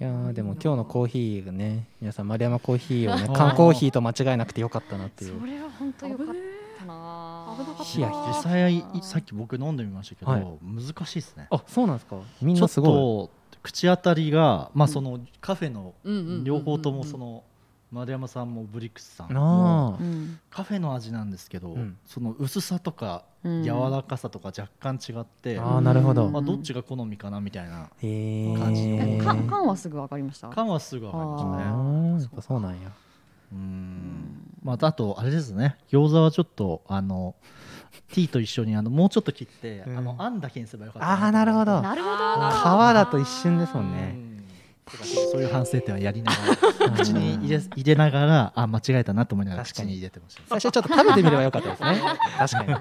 G: いやーでも今日のコーヒーがね皆さん丸山コーヒーをね缶コーヒーと間違えなくてよかったなっていう
A: それは本当よかった
B: 危なか
A: な
B: った
G: ヒヤヒ
I: 実際いさっき僕飲んでみましたけど、
G: はい
I: 難しいですね
G: あそうなんですかみん
I: ちょ
G: な
I: っ
G: すご
I: と口当たりが、まあ、そのカフェの
B: うんうんうんうん
I: 両方ともその丸山さんもブリックスさん
G: いな
I: も
A: う
G: あ
A: ん
I: カフェの味なんですけど、
G: うん
I: その薄さとか
A: うん
I: 柔らかさとか若干違って、
G: あーなるほど
I: まあ、どっちが好みかなみたいな
G: へえ
I: 感じ
A: え
I: の
A: か缶はすぐわかりました
I: 感はすぐ分かりましたね。
G: ああやっぱそうなんや
I: うんまあ、あとあれですね餃子はちょっとあのティーと一緒にあのもうちょっと切って、
G: うん
I: あのあんだけにすればよかった
G: ああなるほど
A: なるほど
G: 皮だと一瞬ですも
I: うん
G: ね
I: んとかそういう反省点はやりながら 口に入れ入れながらあ間違えたなと思いながら
G: 確か
I: 口
G: に
I: に入れてました
G: 最初ちょっと食べてみればよかったですね 確かに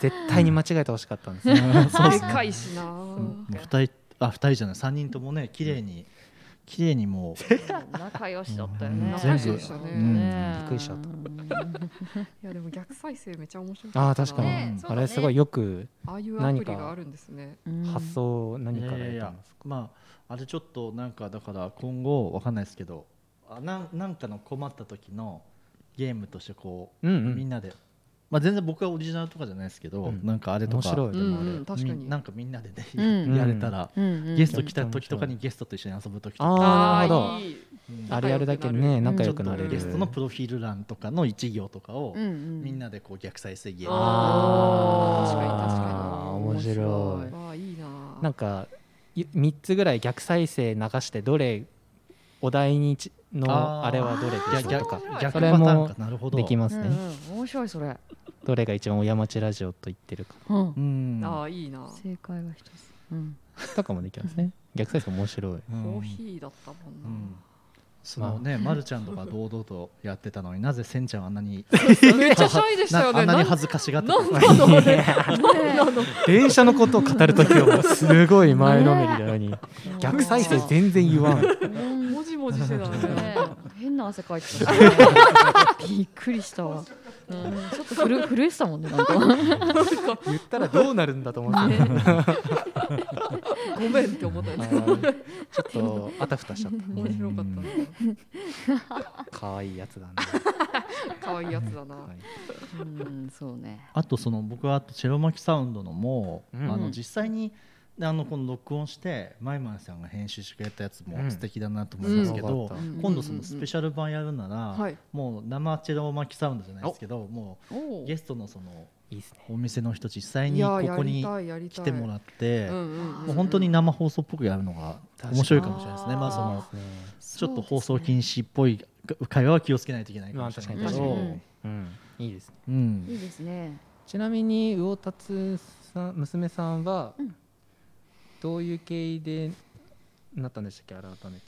G: 絶対に間違えてほしかったんですね
B: でかいしな
I: うん二人あ二人じゃない三人ともね綺麗に綺麗にも
A: 仲良しだったよ
I: うん
A: ね
B: 全部仲良しだね
A: ね
G: びっくりしちゃった
B: いやでも逆再生めちゃ面白い
G: ああ確かに、
I: ね
G: あれすごいよく
B: ああいうアプリがあるんですね
A: うん
G: 発想を
I: う
G: 何
I: い
G: か
I: や
G: ら
I: いやい
G: 得た
I: や
G: んですか、
I: まああれちょっとなんかだから今後わかんないですけどあなんなんかの困った時のゲームとしてこう、
G: うんうん
I: みんなで、まあ、全然僕はオリジナルとかじゃないですけど、
G: うん
I: なんかあれとか
G: 面白い
B: うん
G: でもあれ、
B: うん確かに
I: みなんかみんなでね、
A: うん
I: やれたら、
A: うんうん
I: ゲスト来た時とかにゲストと一緒に遊ぶ時とか、
G: ああなるほ
B: あ
G: ど
B: ーいい
I: うん
G: あれやるだけね
A: 仲
G: 仲
A: 良
G: 良
A: く
G: く
I: ちょ
G: な
I: っ
G: れ
I: と
G: る
I: ゲストのプロフィール欄とかの一行とかを、
A: うんうん
I: みんなでこう逆再生ゲーム
B: あー確かに確かに
G: あー面白
B: わあいいなあ
G: いなんか3つぐらい逆再生流してどれお題にちの
I: あー
G: あれはどれでしたとかそ
I: 逆パタ
G: れ
I: ーン
G: も
I: かなるほど
G: できます
A: うん
G: ね、
A: うん面白いそれ
G: どれが一番小山町ラジオと言ってるか
A: うん
I: うん
B: ああいいな
A: 正解が一つうん
G: とかもできますね逆再生面白い
I: うん
B: コーヒーだったもんな、
I: うんそのね、まるちゃんとか堂々とやってたのになぜせんちゃんはあんなに
B: めっちゃシャイでしたよ
I: なあ
B: ね。
I: んなに
B: な
I: 恥ずかしがってた
B: なんなのあれなんなの
G: 電車のことを語るときはすごい前のめりなのに逆再生全然言わん
B: もじもじしてたね。
A: ね変な汗かいてたねびっくりしたわうんちょっと震震えてたもんねなんか
G: 言ったらどうなるんだと思って
B: ごめんって思ったよね。
G: ちょっとあたふたしちゃっ
B: 面白かった
G: 可愛いやつだね
B: たな。可愛いやつだな。
G: はい
A: うんそうね
I: あとその僕はあとチェロマキサウンドのも、
G: うん
I: あの実際にあのこの録音してマイマイさんが編集してくれたやつ
G: う
I: も
G: ん
I: 素敵だなと思いますけ
G: うんよ
I: ど
G: かった
I: 今度そのスペシャル版やるな
B: は
I: ら
B: い。
I: もう生チェロマキサウンドじゃないですけども
A: お
I: う
A: お
I: ゲストのその
G: いいですね
I: お店の人実際
B: い
I: に
B: や
I: こ
B: や
I: こ
B: り
I: に
B: たいやりたい。
I: 来ても
B: っ
I: らって
B: てうんうんうん
I: もう本当に生放送っぽくやるのが面白いかもしれないですね。
B: うん
I: まあその
G: ね
I: ちょっと放送禁止っぽい会話は気をつけないといけないか
G: まあ
I: もしれ
G: 確か
I: ない
G: に確
I: け
G: か
I: ど、
G: に
I: う
A: うん
G: うんいいですね
I: ん
A: いいですね
G: ちなみに魚達さん娘さんは
A: うん
G: どういう経緯でなったんでしたっけ改めて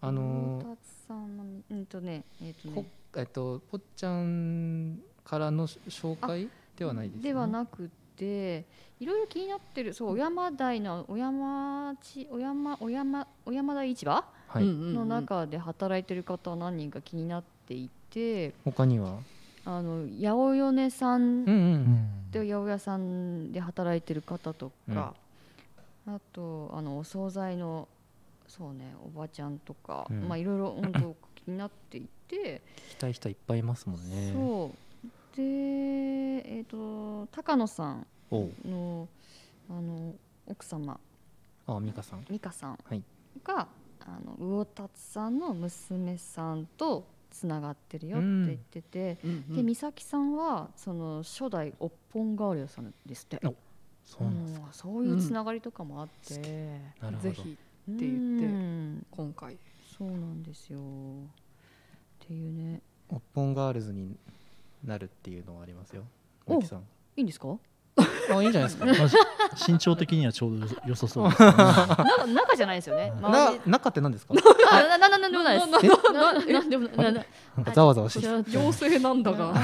G: あの
A: 大達さんのうんとねえっと
G: こ
A: ね
G: えっとぽっちゃんからの紹介ではないですよね
A: ではなくていろいろ気になってるそう小山台の小山ち小山小山小山台市場
G: はい
A: の
B: の
A: 中で働いてる方は何人か気になっていて、
G: 他には
A: あの八百米さん
G: うんうん
A: で八百屋さんで働いてる方とか、あとあのお惣菜のそうねおばちゃんとか、
G: うん
A: まあいろいろ本当気になっていて
G: 来たい人いっぱいいますもんね。
A: そうでえっ、と高野さん
G: おう
A: のあの奥様
G: あ、美香さん。
A: 美香さん
G: はい。
A: があの魚達さんの娘さんとつながってるよっ
G: う
A: て
G: ん
A: 言ってて、
G: うんうん
A: で美咲さんはその初代おっぽんガールさんですって
G: そうなんです
A: かそういうつながりとかもあって、
G: なるほど
A: ぜ
G: ぜ
A: ひ
G: ひ
A: って言って
B: 今回
A: そうなんですよっていうね
G: オッポンガールズになるっていうのはありますよ。
A: お
G: マキさん。
A: いいんですか
G: あ、いいんじゃないですか。
I: まあし身長的にはちょうどよ良さそうですね。
A: 中中じゃないですよね
G: な
A: 周り、
G: 中って何ですか。
A: あななななんでもないです
G: え
A: なななんでもなな
G: なんかざわざわしてきた。
B: 妖精なんだが。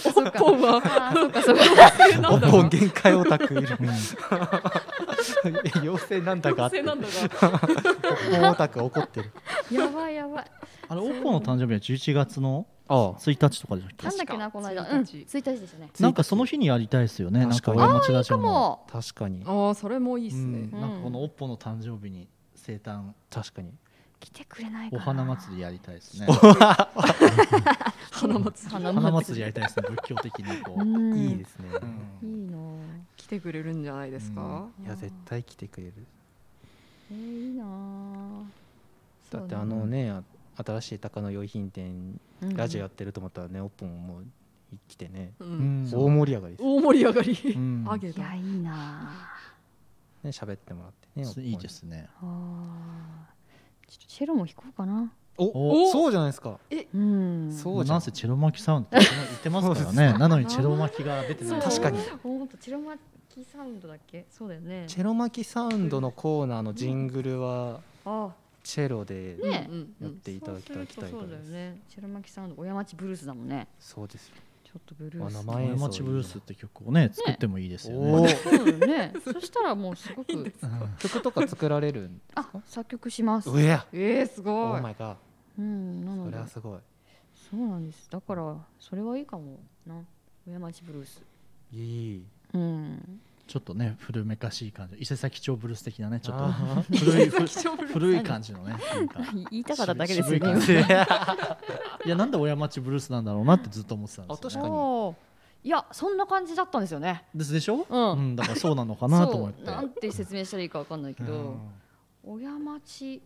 A: そっか
B: ポンは
A: あーそっかそっか
B: 妖 精なんだが
G: オポン限界オタ クいる。 妖精なんだか。
B: 妖精なんだ
G: が。オポンオタク怒ってる。
A: やばいやばい
I: あれ、オッポの誕生日は11月の1日とかじゃなくて
A: なんだっけなこの間うん1日でしたね
I: なんかその日にやりたいですよね。なんか
A: に
I: 親町ラジオの。
G: 確かに。
B: ああそれもいいっすね、
I: なんかこのオッポの誕生日に生誕。
G: 確かに。
A: 来てくれない
I: お
A: か
I: 花祭りやりたいですね。
B: 花祭り
I: 花祭りやりたいですね。仏教的にこ
A: うん
I: う。
A: いいです
G: ね
I: うん
A: いいな
B: 来てくれるんじゃないですか、
G: いや絶対来てくれる。
A: えーいいな
G: だってあのね、あ新しい鷹の用品店
A: うん
G: ラジオやってると思ったらね、オッポンも来てね、
B: うん
G: 大盛り上がりです。
B: 大盛り上がり、
G: うん
B: あげ
A: いやいいな
G: ね喋ってもらってね。いいです
I: ね。
A: あーちょっとチェロも弾こうかな
G: お、
A: お
G: そうじゃないですか。
B: え、
A: うん
G: そうじゃ。
I: なんせチェロ巻きサウンドって言ってますからね。なのにチェロ巻きが出てない。
G: 確かに。
A: ほんとチェロマキサウンドだっけそうだよね
G: チェロ巻きサウンドのコーナーのジングルは
A: あ
G: チェロで
A: ね
G: やっていただきたい
A: そうするとそうだよ
G: です。
A: ねチェロマキサウンド親町ブルースだもんね
G: そうですよ。
A: ちょっとブルース
G: あ
I: 前
G: 演奏
I: 町ブルースって曲をね作ってもいいですよ
G: お
I: ね。
G: ー
A: そうだよねそしたらもうすごく
G: 曲とか作られる。
A: あ作曲します
G: うえ。
A: えーすごい
G: オーマイガー。
A: うんな
G: そ
A: の
G: れ
A: で
G: はすごい。
A: そうなんですだからそれはいいかもな親町ブルース
G: いい。
A: うん。
I: ちょっとね古めかしい感じ伊勢崎町ブルース的なねちょ
G: あ
I: っと
G: ー
I: 古い
G: 伊勢崎町ブルース
I: 古い感じのねなんか
A: 言いたかっただけですよね
I: 渋い渋い感じいやなんで親町ブルースなんだろうなってずっと思ってたんですよ、ね、
A: おーいやそんな感じだったんですよね
I: ですでしょ、
A: うん
I: うん、だからそうなのかなと思って
A: そうなんて説明したらいいかわかんないけど親町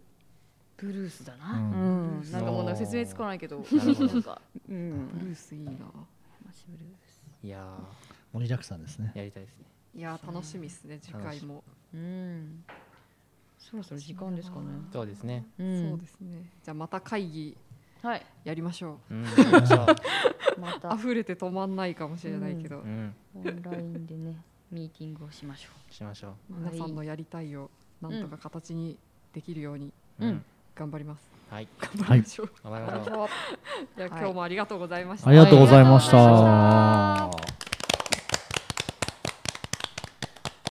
A: ブルースだな、
I: うん
A: うん
I: ブルース
A: なんかもうなんか説明つかないけど
I: なるほ ど
A: なんか、うん、
B: ブルースいいな
A: マジブルー
G: いや
I: 盛りだくさんですね
G: やりたいですね
B: いやー楽しみっすね次回も
A: スうんそろそろ時間ですかね
G: そうです ね。
A: うん
B: そうですねじゃあまた会議
A: はい
B: やりましょう、
G: うんやりましょ
A: また
B: 溢れて止まんないかもしれないけど、
G: うん
A: オンラインでねミーティングをしましょ
G: しましょう。
A: う
B: 皆さんの
A: はい
B: やりたいをなんとか形にできるように、
G: うん
B: 頑張ります
G: はい。
B: 頑張りましょう、
G: 頑張りましょう。
B: じゃあ今日もありがとうございました、
I: ありがとうございました、
B: ありがとうございました